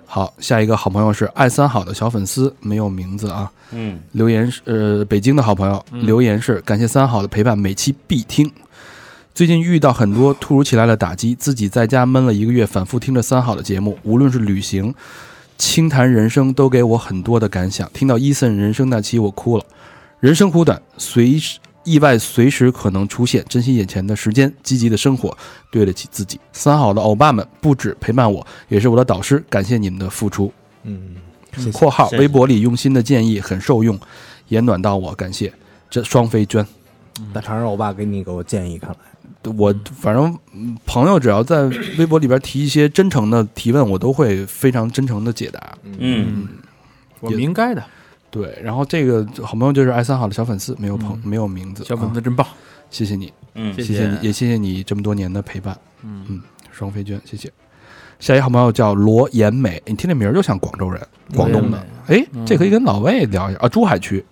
Speaker 2: 好，下一个好朋友是爱三好的小粉丝，没有名字啊。
Speaker 5: 嗯，
Speaker 2: 留言是呃，北京的好朋友留言是感谢三好的陪伴，每期必听。最近遇到很多突如其来的打击，自己在家闷了一个月，反复听着三好的节目，无论是旅行、清谈人生，都给我很多的感想。听到伊森人生那期，我哭了。人生苦短，随时意外随时可能出现，珍惜眼前的时间，积极的生活，对得起自己。三好的欧巴们不止陪伴我，也是我的导师，感谢你们的付出。
Speaker 4: 嗯，谢谢
Speaker 2: 括号
Speaker 5: 谢谢
Speaker 2: 微博里用心的建议很受用，也暖到我，感谢这双飞娟。
Speaker 4: 大肠让我爸给你给我建议，看来
Speaker 2: 我反正嗯朋友只要在微博里边提一些真诚的提问，我都会非常真诚的解答。
Speaker 5: 嗯，
Speaker 3: 我们应该的，
Speaker 2: 对，然后这个好朋友就是爱三好的小粉丝，没有朋、没有名字，
Speaker 3: 嗯小粉
Speaker 2: 啊
Speaker 3: 丝真棒，
Speaker 2: 谢谢你，
Speaker 5: 嗯
Speaker 3: 谢
Speaker 2: 谢谢你，也谢谢你这么多年的陪伴。嗯双飞娟，谢谢。下一好朋友叫罗延
Speaker 3: 嗯
Speaker 2: 美，你听这名儿就像广州人，广东的。哎，这可以跟老魏聊一下啊，珠海区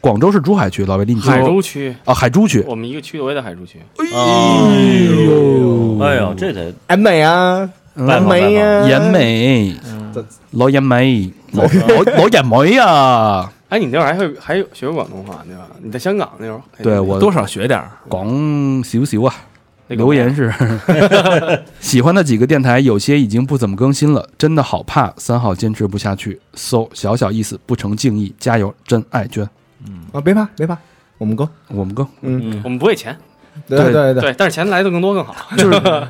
Speaker 2: 广州是珠海区，老魏，离你近
Speaker 6: 海珠区，
Speaker 2: 啊，海珠区，
Speaker 6: 我们一个区的，我也在海珠区。
Speaker 5: 哎呦，哎呦，这得
Speaker 4: 安美啊，
Speaker 5: 拜
Speaker 4: 安
Speaker 5: 访拜访
Speaker 4: 美啊，
Speaker 2: 眼美，
Speaker 6: 嗯，
Speaker 2: 老眼美，老老老眼眉啊！
Speaker 6: 哎，你那会儿还会还有学过广东话对吧？你在香港那会儿，
Speaker 2: 对我
Speaker 3: 多少学点儿。
Speaker 2: 广少少啊。
Speaker 6: 那个
Speaker 2: 留言是喜欢的几个电台，有些已经不怎么更新了，真的好怕三号坚持不下去。搜、小小意思不成敬意，加油，真爱娟，
Speaker 4: 啊，别怕别怕，我们更，
Speaker 2: 我们更
Speaker 4: 嗯，
Speaker 6: 我们不为钱，
Speaker 4: 对对对，
Speaker 6: 对，但是钱来的更多更好。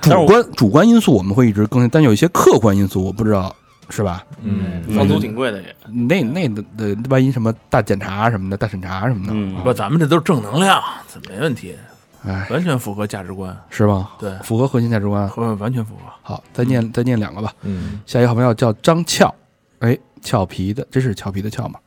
Speaker 2: 主观主观因素我们会一直更新，但有一些客观因素我不知道是吧？
Speaker 3: 嗯，
Speaker 6: 房租挺贵的也，
Speaker 2: 那那的的万一什么大检查什么的，大审查什么的，
Speaker 5: 嗯，
Speaker 3: 不，咱们这都是正能量，这没问题，
Speaker 2: 哎，
Speaker 3: 完全符合价值观，
Speaker 2: 是吧？
Speaker 3: 对
Speaker 2: 符合核心价值观。
Speaker 3: 和完全符合。
Speaker 2: 好，再念再念两个吧。
Speaker 4: 嗯，
Speaker 2: 下一个好朋友叫张俏，哎，俏皮的，这是俏皮的俏吗？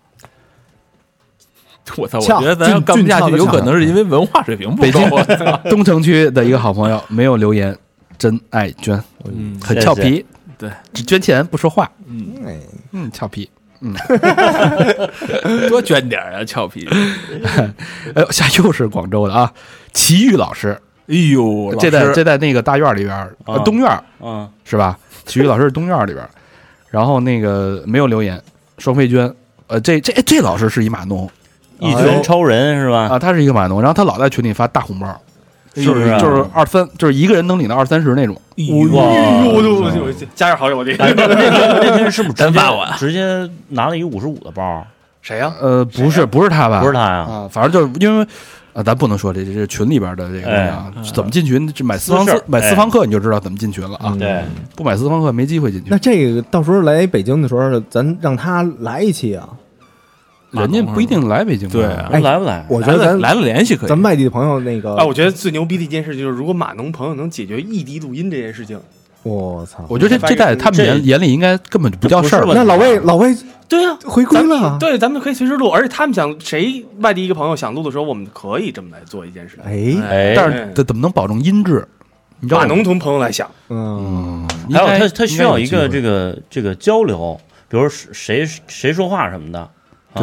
Speaker 3: 我操，我
Speaker 4: 翘
Speaker 3: 觉得咱要干不下去，
Speaker 4: 俊俏的
Speaker 3: 有
Speaker 4: 翘
Speaker 3: 可能是因为文化水平不够。 啊我操
Speaker 2: 东城区的一个好 朋友没有留言，真爱娟，
Speaker 3: 嗯，
Speaker 2: 很俏
Speaker 5: 谢
Speaker 2: 皮，
Speaker 3: 对，
Speaker 2: 只捐钱不说话，
Speaker 4: 哎
Speaker 2: 嗯，俏皮。
Speaker 3: 多捐点儿啊，俏皮。
Speaker 2: 哎呦，下又是广州的啊，齐豫老师，
Speaker 3: 哎呦，老
Speaker 2: 这在
Speaker 3: 师
Speaker 2: 这在那个大院里边儿，呃
Speaker 5: 啊
Speaker 2: 东院儿
Speaker 5: 嗯，
Speaker 2: 是吧？齐豫老师是东院儿里边儿，然后那个没有留言，双飞娟，呃，这这哎这老师是一码农
Speaker 5: 一拳超人是吧？
Speaker 2: 啊，他是一个码农，然后他老在群里发大红包，就是
Speaker 5: 啊
Speaker 2: 就是二三，就是一个人能领到二三十那种，
Speaker 5: 哇，
Speaker 6: 我就我就加油好友弟，
Speaker 5: 哎，那那天是不是直
Speaker 3: 单
Speaker 5: 接
Speaker 3: 发我
Speaker 5: 直接拿了一个五十五的包？
Speaker 6: 谁呀？
Speaker 2: 呃，不是不是他吧？
Speaker 5: 不是他呀，
Speaker 2: 啊，反正就是因为，啊，咱不能说这这这群里边的这个东西啊，怎么进群？这买私房
Speaker 5: 哎私事
Speaker 2: 课
Speaker 5: 儿哎
Speaker 2: 买私房课你就知道怎么进群了啊，
Speaker 4: 嗯
Speaker 5: 对，
Speaker 2: 不买私房课没机会进
Speaker 4: 那
Speaker 2: 群。
Speaker 4: 这个到时候来北京的时候，咱让他来一期啊，
Speaker 2: 人家不一定来北京啊，
Speaker 3: 对啊
Speaker 5: 不是来不来？
Speaker 4: 我觉
Speaker 3: 来
Speaker 4: 得
Speaker 3: 了
Speaker 4: 咱
Speaker 3: 来了联系可以，
Speaker 4: 咱外地的朋友那
Speaker 6: 啊，
Speaker 4: 个，
Speaker 6: 我觉得最牛逼的一件事就是，如果码农朋友能解决异地录音这件事情，
Speaker 4: 我操，
Speaker 2: 我觉得这这在他们
Speaker 5: 这
Speaker 2: 眼眼里应该根本就不叫事儿
Speaker 5: 不是
Speaker 2: 了。
Speaker 4: 那老魏老魏
Speaker 6: 对啊，
Speaker 4: 回归
Speaker 6: 咱们
Speaker 4: 了，
Speaker 6: 对，咱们可以随时录，而且他们想谁外地一个朋友想录的时候，我们可以这么来做一件事。
Speaker 4: 哎，
Speaker 5: 哎，
Speaker 2: 但是这怎么能保证音质？你知道我
Speaker 6: 码农从朋友来想，
Speaker 4: 嗯，
Speaker 2: 应
Speaker 5: 还
Speaker 2: 该
Speaker 5: 有他他需要一个这
Speaker 2: 应
Speaker 5: 个这个交流，比如谁谁谁说话什么
Speaker 2: 该
Speaker 5: 的。
Speaker 2: 有机会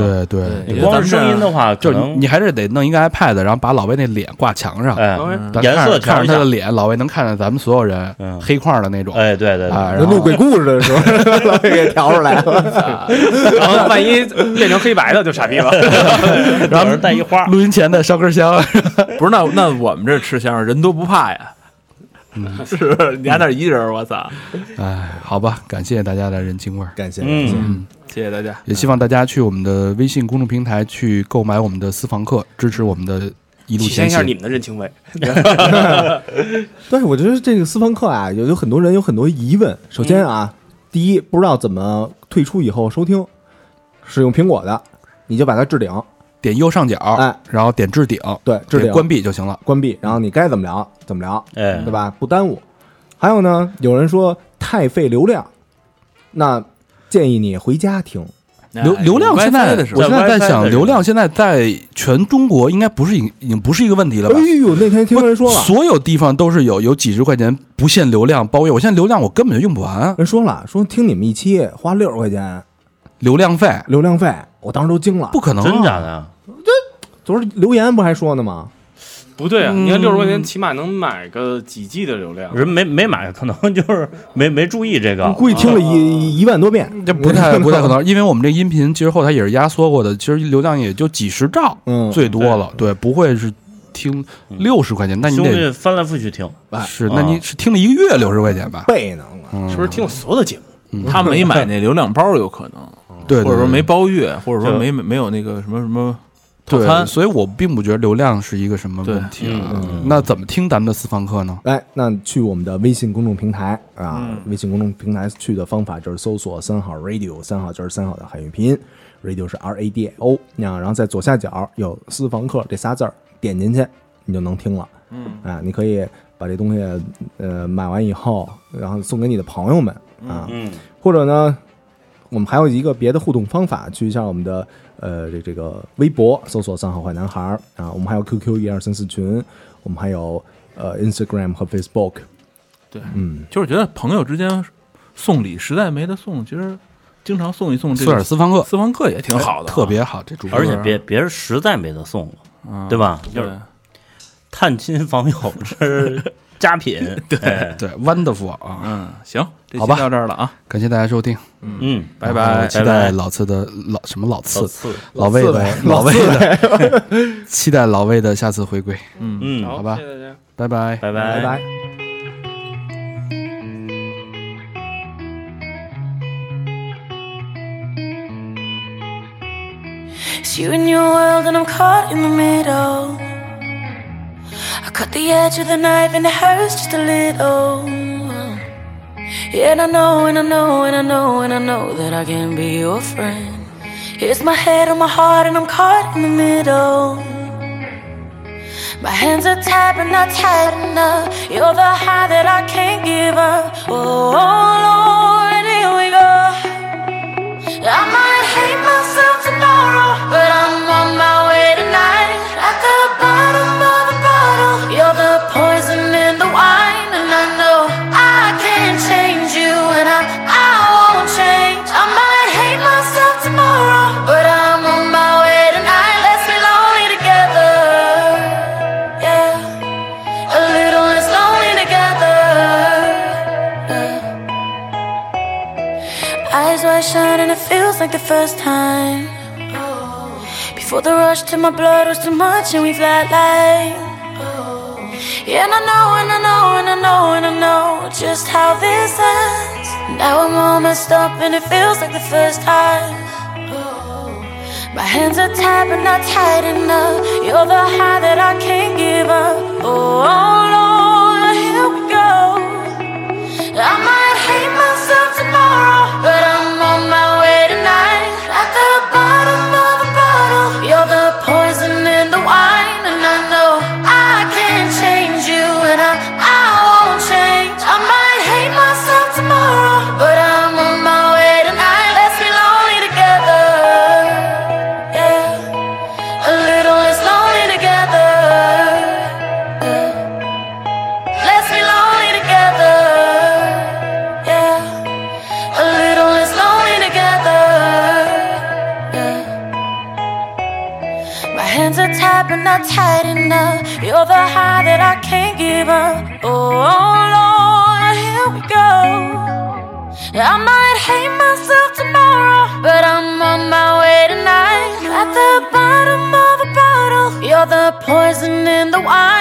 Speaker 2: 对对，
Speaker 3: 对
Speaker 5: 你光是声音的话，
Speaker 2: 就
Speaker 5: 啊可
Speaker 2: 是
Speaker 5: 能
Speaker 2: 你还是得弄一个 iPad，然后把老魏那脸挂墙上，
Speaker 5: 哎
Speaker 6: 然
Speaker 2: 嗯咱
Speaker 5: 颜
Speaker 2: 看着
Speaker 5: 色调
Speaker 2: 看
Speaker 5: 一
Speaker 2: 着他
Speaker 5: 下
Speaker 2: 的脸，老魏能看见咱们所有人
Speaker 5: 嗯
Speaker 2: 黑块儿的那种啊，
Speaker 5: 哎，对对对，
Speaker 3: 嗯
Speaker 2: 然后
Speaker 4: 录鬼故 事的时候，老魏给调出来了，
Speaker 6: 后万一变成黑白的就傻逼了。
Speaker 5: 然后带一花，
Speaker 2: 录音前的烧根香，
Speaker 3: 不是那那我们这吃香人多不怕呀，
Speaker 2: 嗯
Speaker 3: 是不是？你还那儿一人儿，我操！
Speaker 2: 哎，好吧，感谢大家的人情味儿，
Speaker 4: 感谢，
Speaker 5: 嗯，
Speaker 3: 谢谢大家，
Speaker 2: 也希望大家去我们的微信公众平台去购买我们的私房课，支持我们的一路
Speaker 6: 体
Speaker 2: 前
Speaker 6: 现一下
Speaker 2: 行
Speaker 6: 你。们的人情味。
Speaker 4: 对，我觉得这个私房课啊，有有很多人有很多疑问。首先啊，第一，不知道怎么退出以后收听，使用苹果的，你就把它置顶，
Speaker 2: 点右上角，
Speaker 4: 哎
Speaker 2: 然后点置顶，
Speaker 4: 对，置
Speaker 2: 点
Speaker 4: 顶
Speaker 2: 关闭就行了。
Speaker 4: 关闭，然后你该怎么聊怎么聊，
Speaker 5: 哎
Speaker 4: 对，吧？不耽误。还有呢，有人说太费流量，那建议你回家听。
Speaker 2: 流流量现在，
Speaker 3: 哎的时
Speaker 2: 我
Speaker 3: 候
Speaker 2: 现在在
Speaker 5: 在 WiFi
Speaker 2: 想，
Speaker 5: 的时候
Speaker 2: 流量现在在全中国应该不是已已经不是一个问题了吧
Speaker 4: 哎？呦，那天听人说了，
Speaker 2: 所有地方都是有有几十块钱不限流量包月，我现在流量我根本就用不完，
Speaker 4: 人说了，说听你们一期花六十块钱
Speaker 2: 流量费
Speaker 4: 流量费，我当时都惊了。
Speaker 2: 不可能、啊，
Speaker 5: 真假的呀？
Speaker 4: 昨儿留言不还说呢吗？
Speaker 6: 不对啊，你看六十块钱起码能买个几 G 的流量。
Speaker 5: 人没没买，可能 就是没没注意这个。
Speaker 4: 估计听了一一万多遍，
Speaker 2: 啊这不
Speaker 4: 嗯
Speaker 2: 太不太可 能，因为我们这音频其实后台也是压缩过的，其实流量也就几十兆，
Speaker 4: 嗯
Speaker 2: 最多了，对，不会是听
Speaker 3: 嗯
Speaker 2: 六十块钱，那你
Speaker 5: 兄
Speaker 2: 得
Speaker 5: 弟翻来覆去听，
Speaker 4: 哎
Speaker 2: 是，
Speaker 5: 啊
Speaker 2: 那你是听了一个月六十块钱吧？
Speaker 4: 背呢。我
Speaker 6: 是不是听我所有的节目？
Speaker 3: 他没买那流量包有可能，
Speaker 2: 对，对
Speaker 3: 嗯或者说
Speaker 2: 对
Speaker 3: 没包月，或者说
Speaker 5: 对
Speaker 3: 没没有那个什么什么套
Speaker 2: 对，
Speaker 3: 餐，嗯
Speaker 2: 所以我并不觉得流量是一个什么问题啊。那怎么听咱们的私房课呢？
Speaker 4: 哎，那去我们的微信公众平台啊，微信公众平台去的方法就是搜索“三好 radio”，三好就是三好的汉语拼音，radio 是 R A D I O，那样，然后在左下角有“私房课”这仨字儿，点进去你就能听了。嗯，啊，你可以把这东西呃买完以后，然后送给你的朋友们啊，
Speaker 5: 嗯，
Speaker 4: 或者呢，我们还有一个别的互动方法，去一下我们的呃这这个微博，搜索“三好坏男孩儿”啊，我们还有 QQ 一二三四群，我们还有呃 Instagram 和 Facebook，
Speaker 3: 对，
Speaker 4: 嗯，
Speaker 3: 就是觉得朋友之间送礼实在没得送，其实经常送一送这
Speaker 2: 斯尔
Speaker 3: 个
Speaker 2: 斯方克
Speaker 3: 私房课也挺好的啊，
Speaker 2: 特别好，这主播
Speaker 5: 而且别别人实在没得送了，
Speaker 3: 嗯
Speaker 5: 对吧？就
Speaker 3: 对
Speaker 5: 是探亲访友是佳品，哎对，
Speaker 2: 对 wonderful 啊！
Speaker 3: 嗯，行，这期
Speaker 2: 好吧
Speaker 3: 到这儿了啊，
Speaker 2: 感谢大家收听，
Speaker 5: 嗯，
Speaker 3: 拜
Speaker 2: 然后
Speaker 3: 拜。
Speaker 2: 期
Speaker 5: 拜拜
Speaker 2: 待老次的老什么老
Speaker 5: 老
Speaker 2: 次
Speaker 5: 次，
Speaker 2: 老魏的老魏的， 期待老魏的下次回归，
Speaker 5: 嗯，
Speaker 6: 好
Speaker 2: 好吧
Speaker 6: 谢谢大家。
Speaker 2: 拜拜。
Speaker 5: 拜
Speaker 4: 拜
Speaker 5: 拜
Speaker 4: 拜。
Speaker 7: It's you and your world, and I'm caught in the middle. I cut the edge of the knife, and it hurts just a little. Yeah, and I know, and I know, and I know, and I know that I can be your friend. Here's my head on my heart, and I'm caught in the middle. My hands are tied, but not tight enough. You're the high that I can't give up. Oh, Lord, here we go. I might hate myself tomorrow, but I'm on my way tonight. At the bottom of the bottle, you're the poison in the wine, and I know I can't change you, and I I won't change. I might hate myself tomorrow, but I'm on my way tonight. Let's be lonely together, yeah. A little less lonely together. Yeah. Eyes wide shut and it feels like the first time. Before the rush to my blood was too much and we flatlined. Yeah, and I know, and I know, and I know, and I know just how this ends. Now I'm all messed up and it feels like the first time. My hands are tied but not tight enough. You're the high that I can't give up. Oh, Lord, here we go. I might hate myself tomorrow, but I'm on my way tonight. At the bottom of the bottle, you're the poison in the wine, and I know I can't change you, and I I won't change. I might hate myself tomorrow, but I'm on my way tonight. Let's be lonely together, yeah. A little less lonely together. Yeah. Let's be lonely together. Yeah. A little less lonely together. Yeah. My hands are tied, but not tight enough. You're the high that I can't give up. Oh, Lord, here we go. I might hate myself tomorrow, but I'm on my way tonight. At the bottom of a bottle, you're the poison in the wine.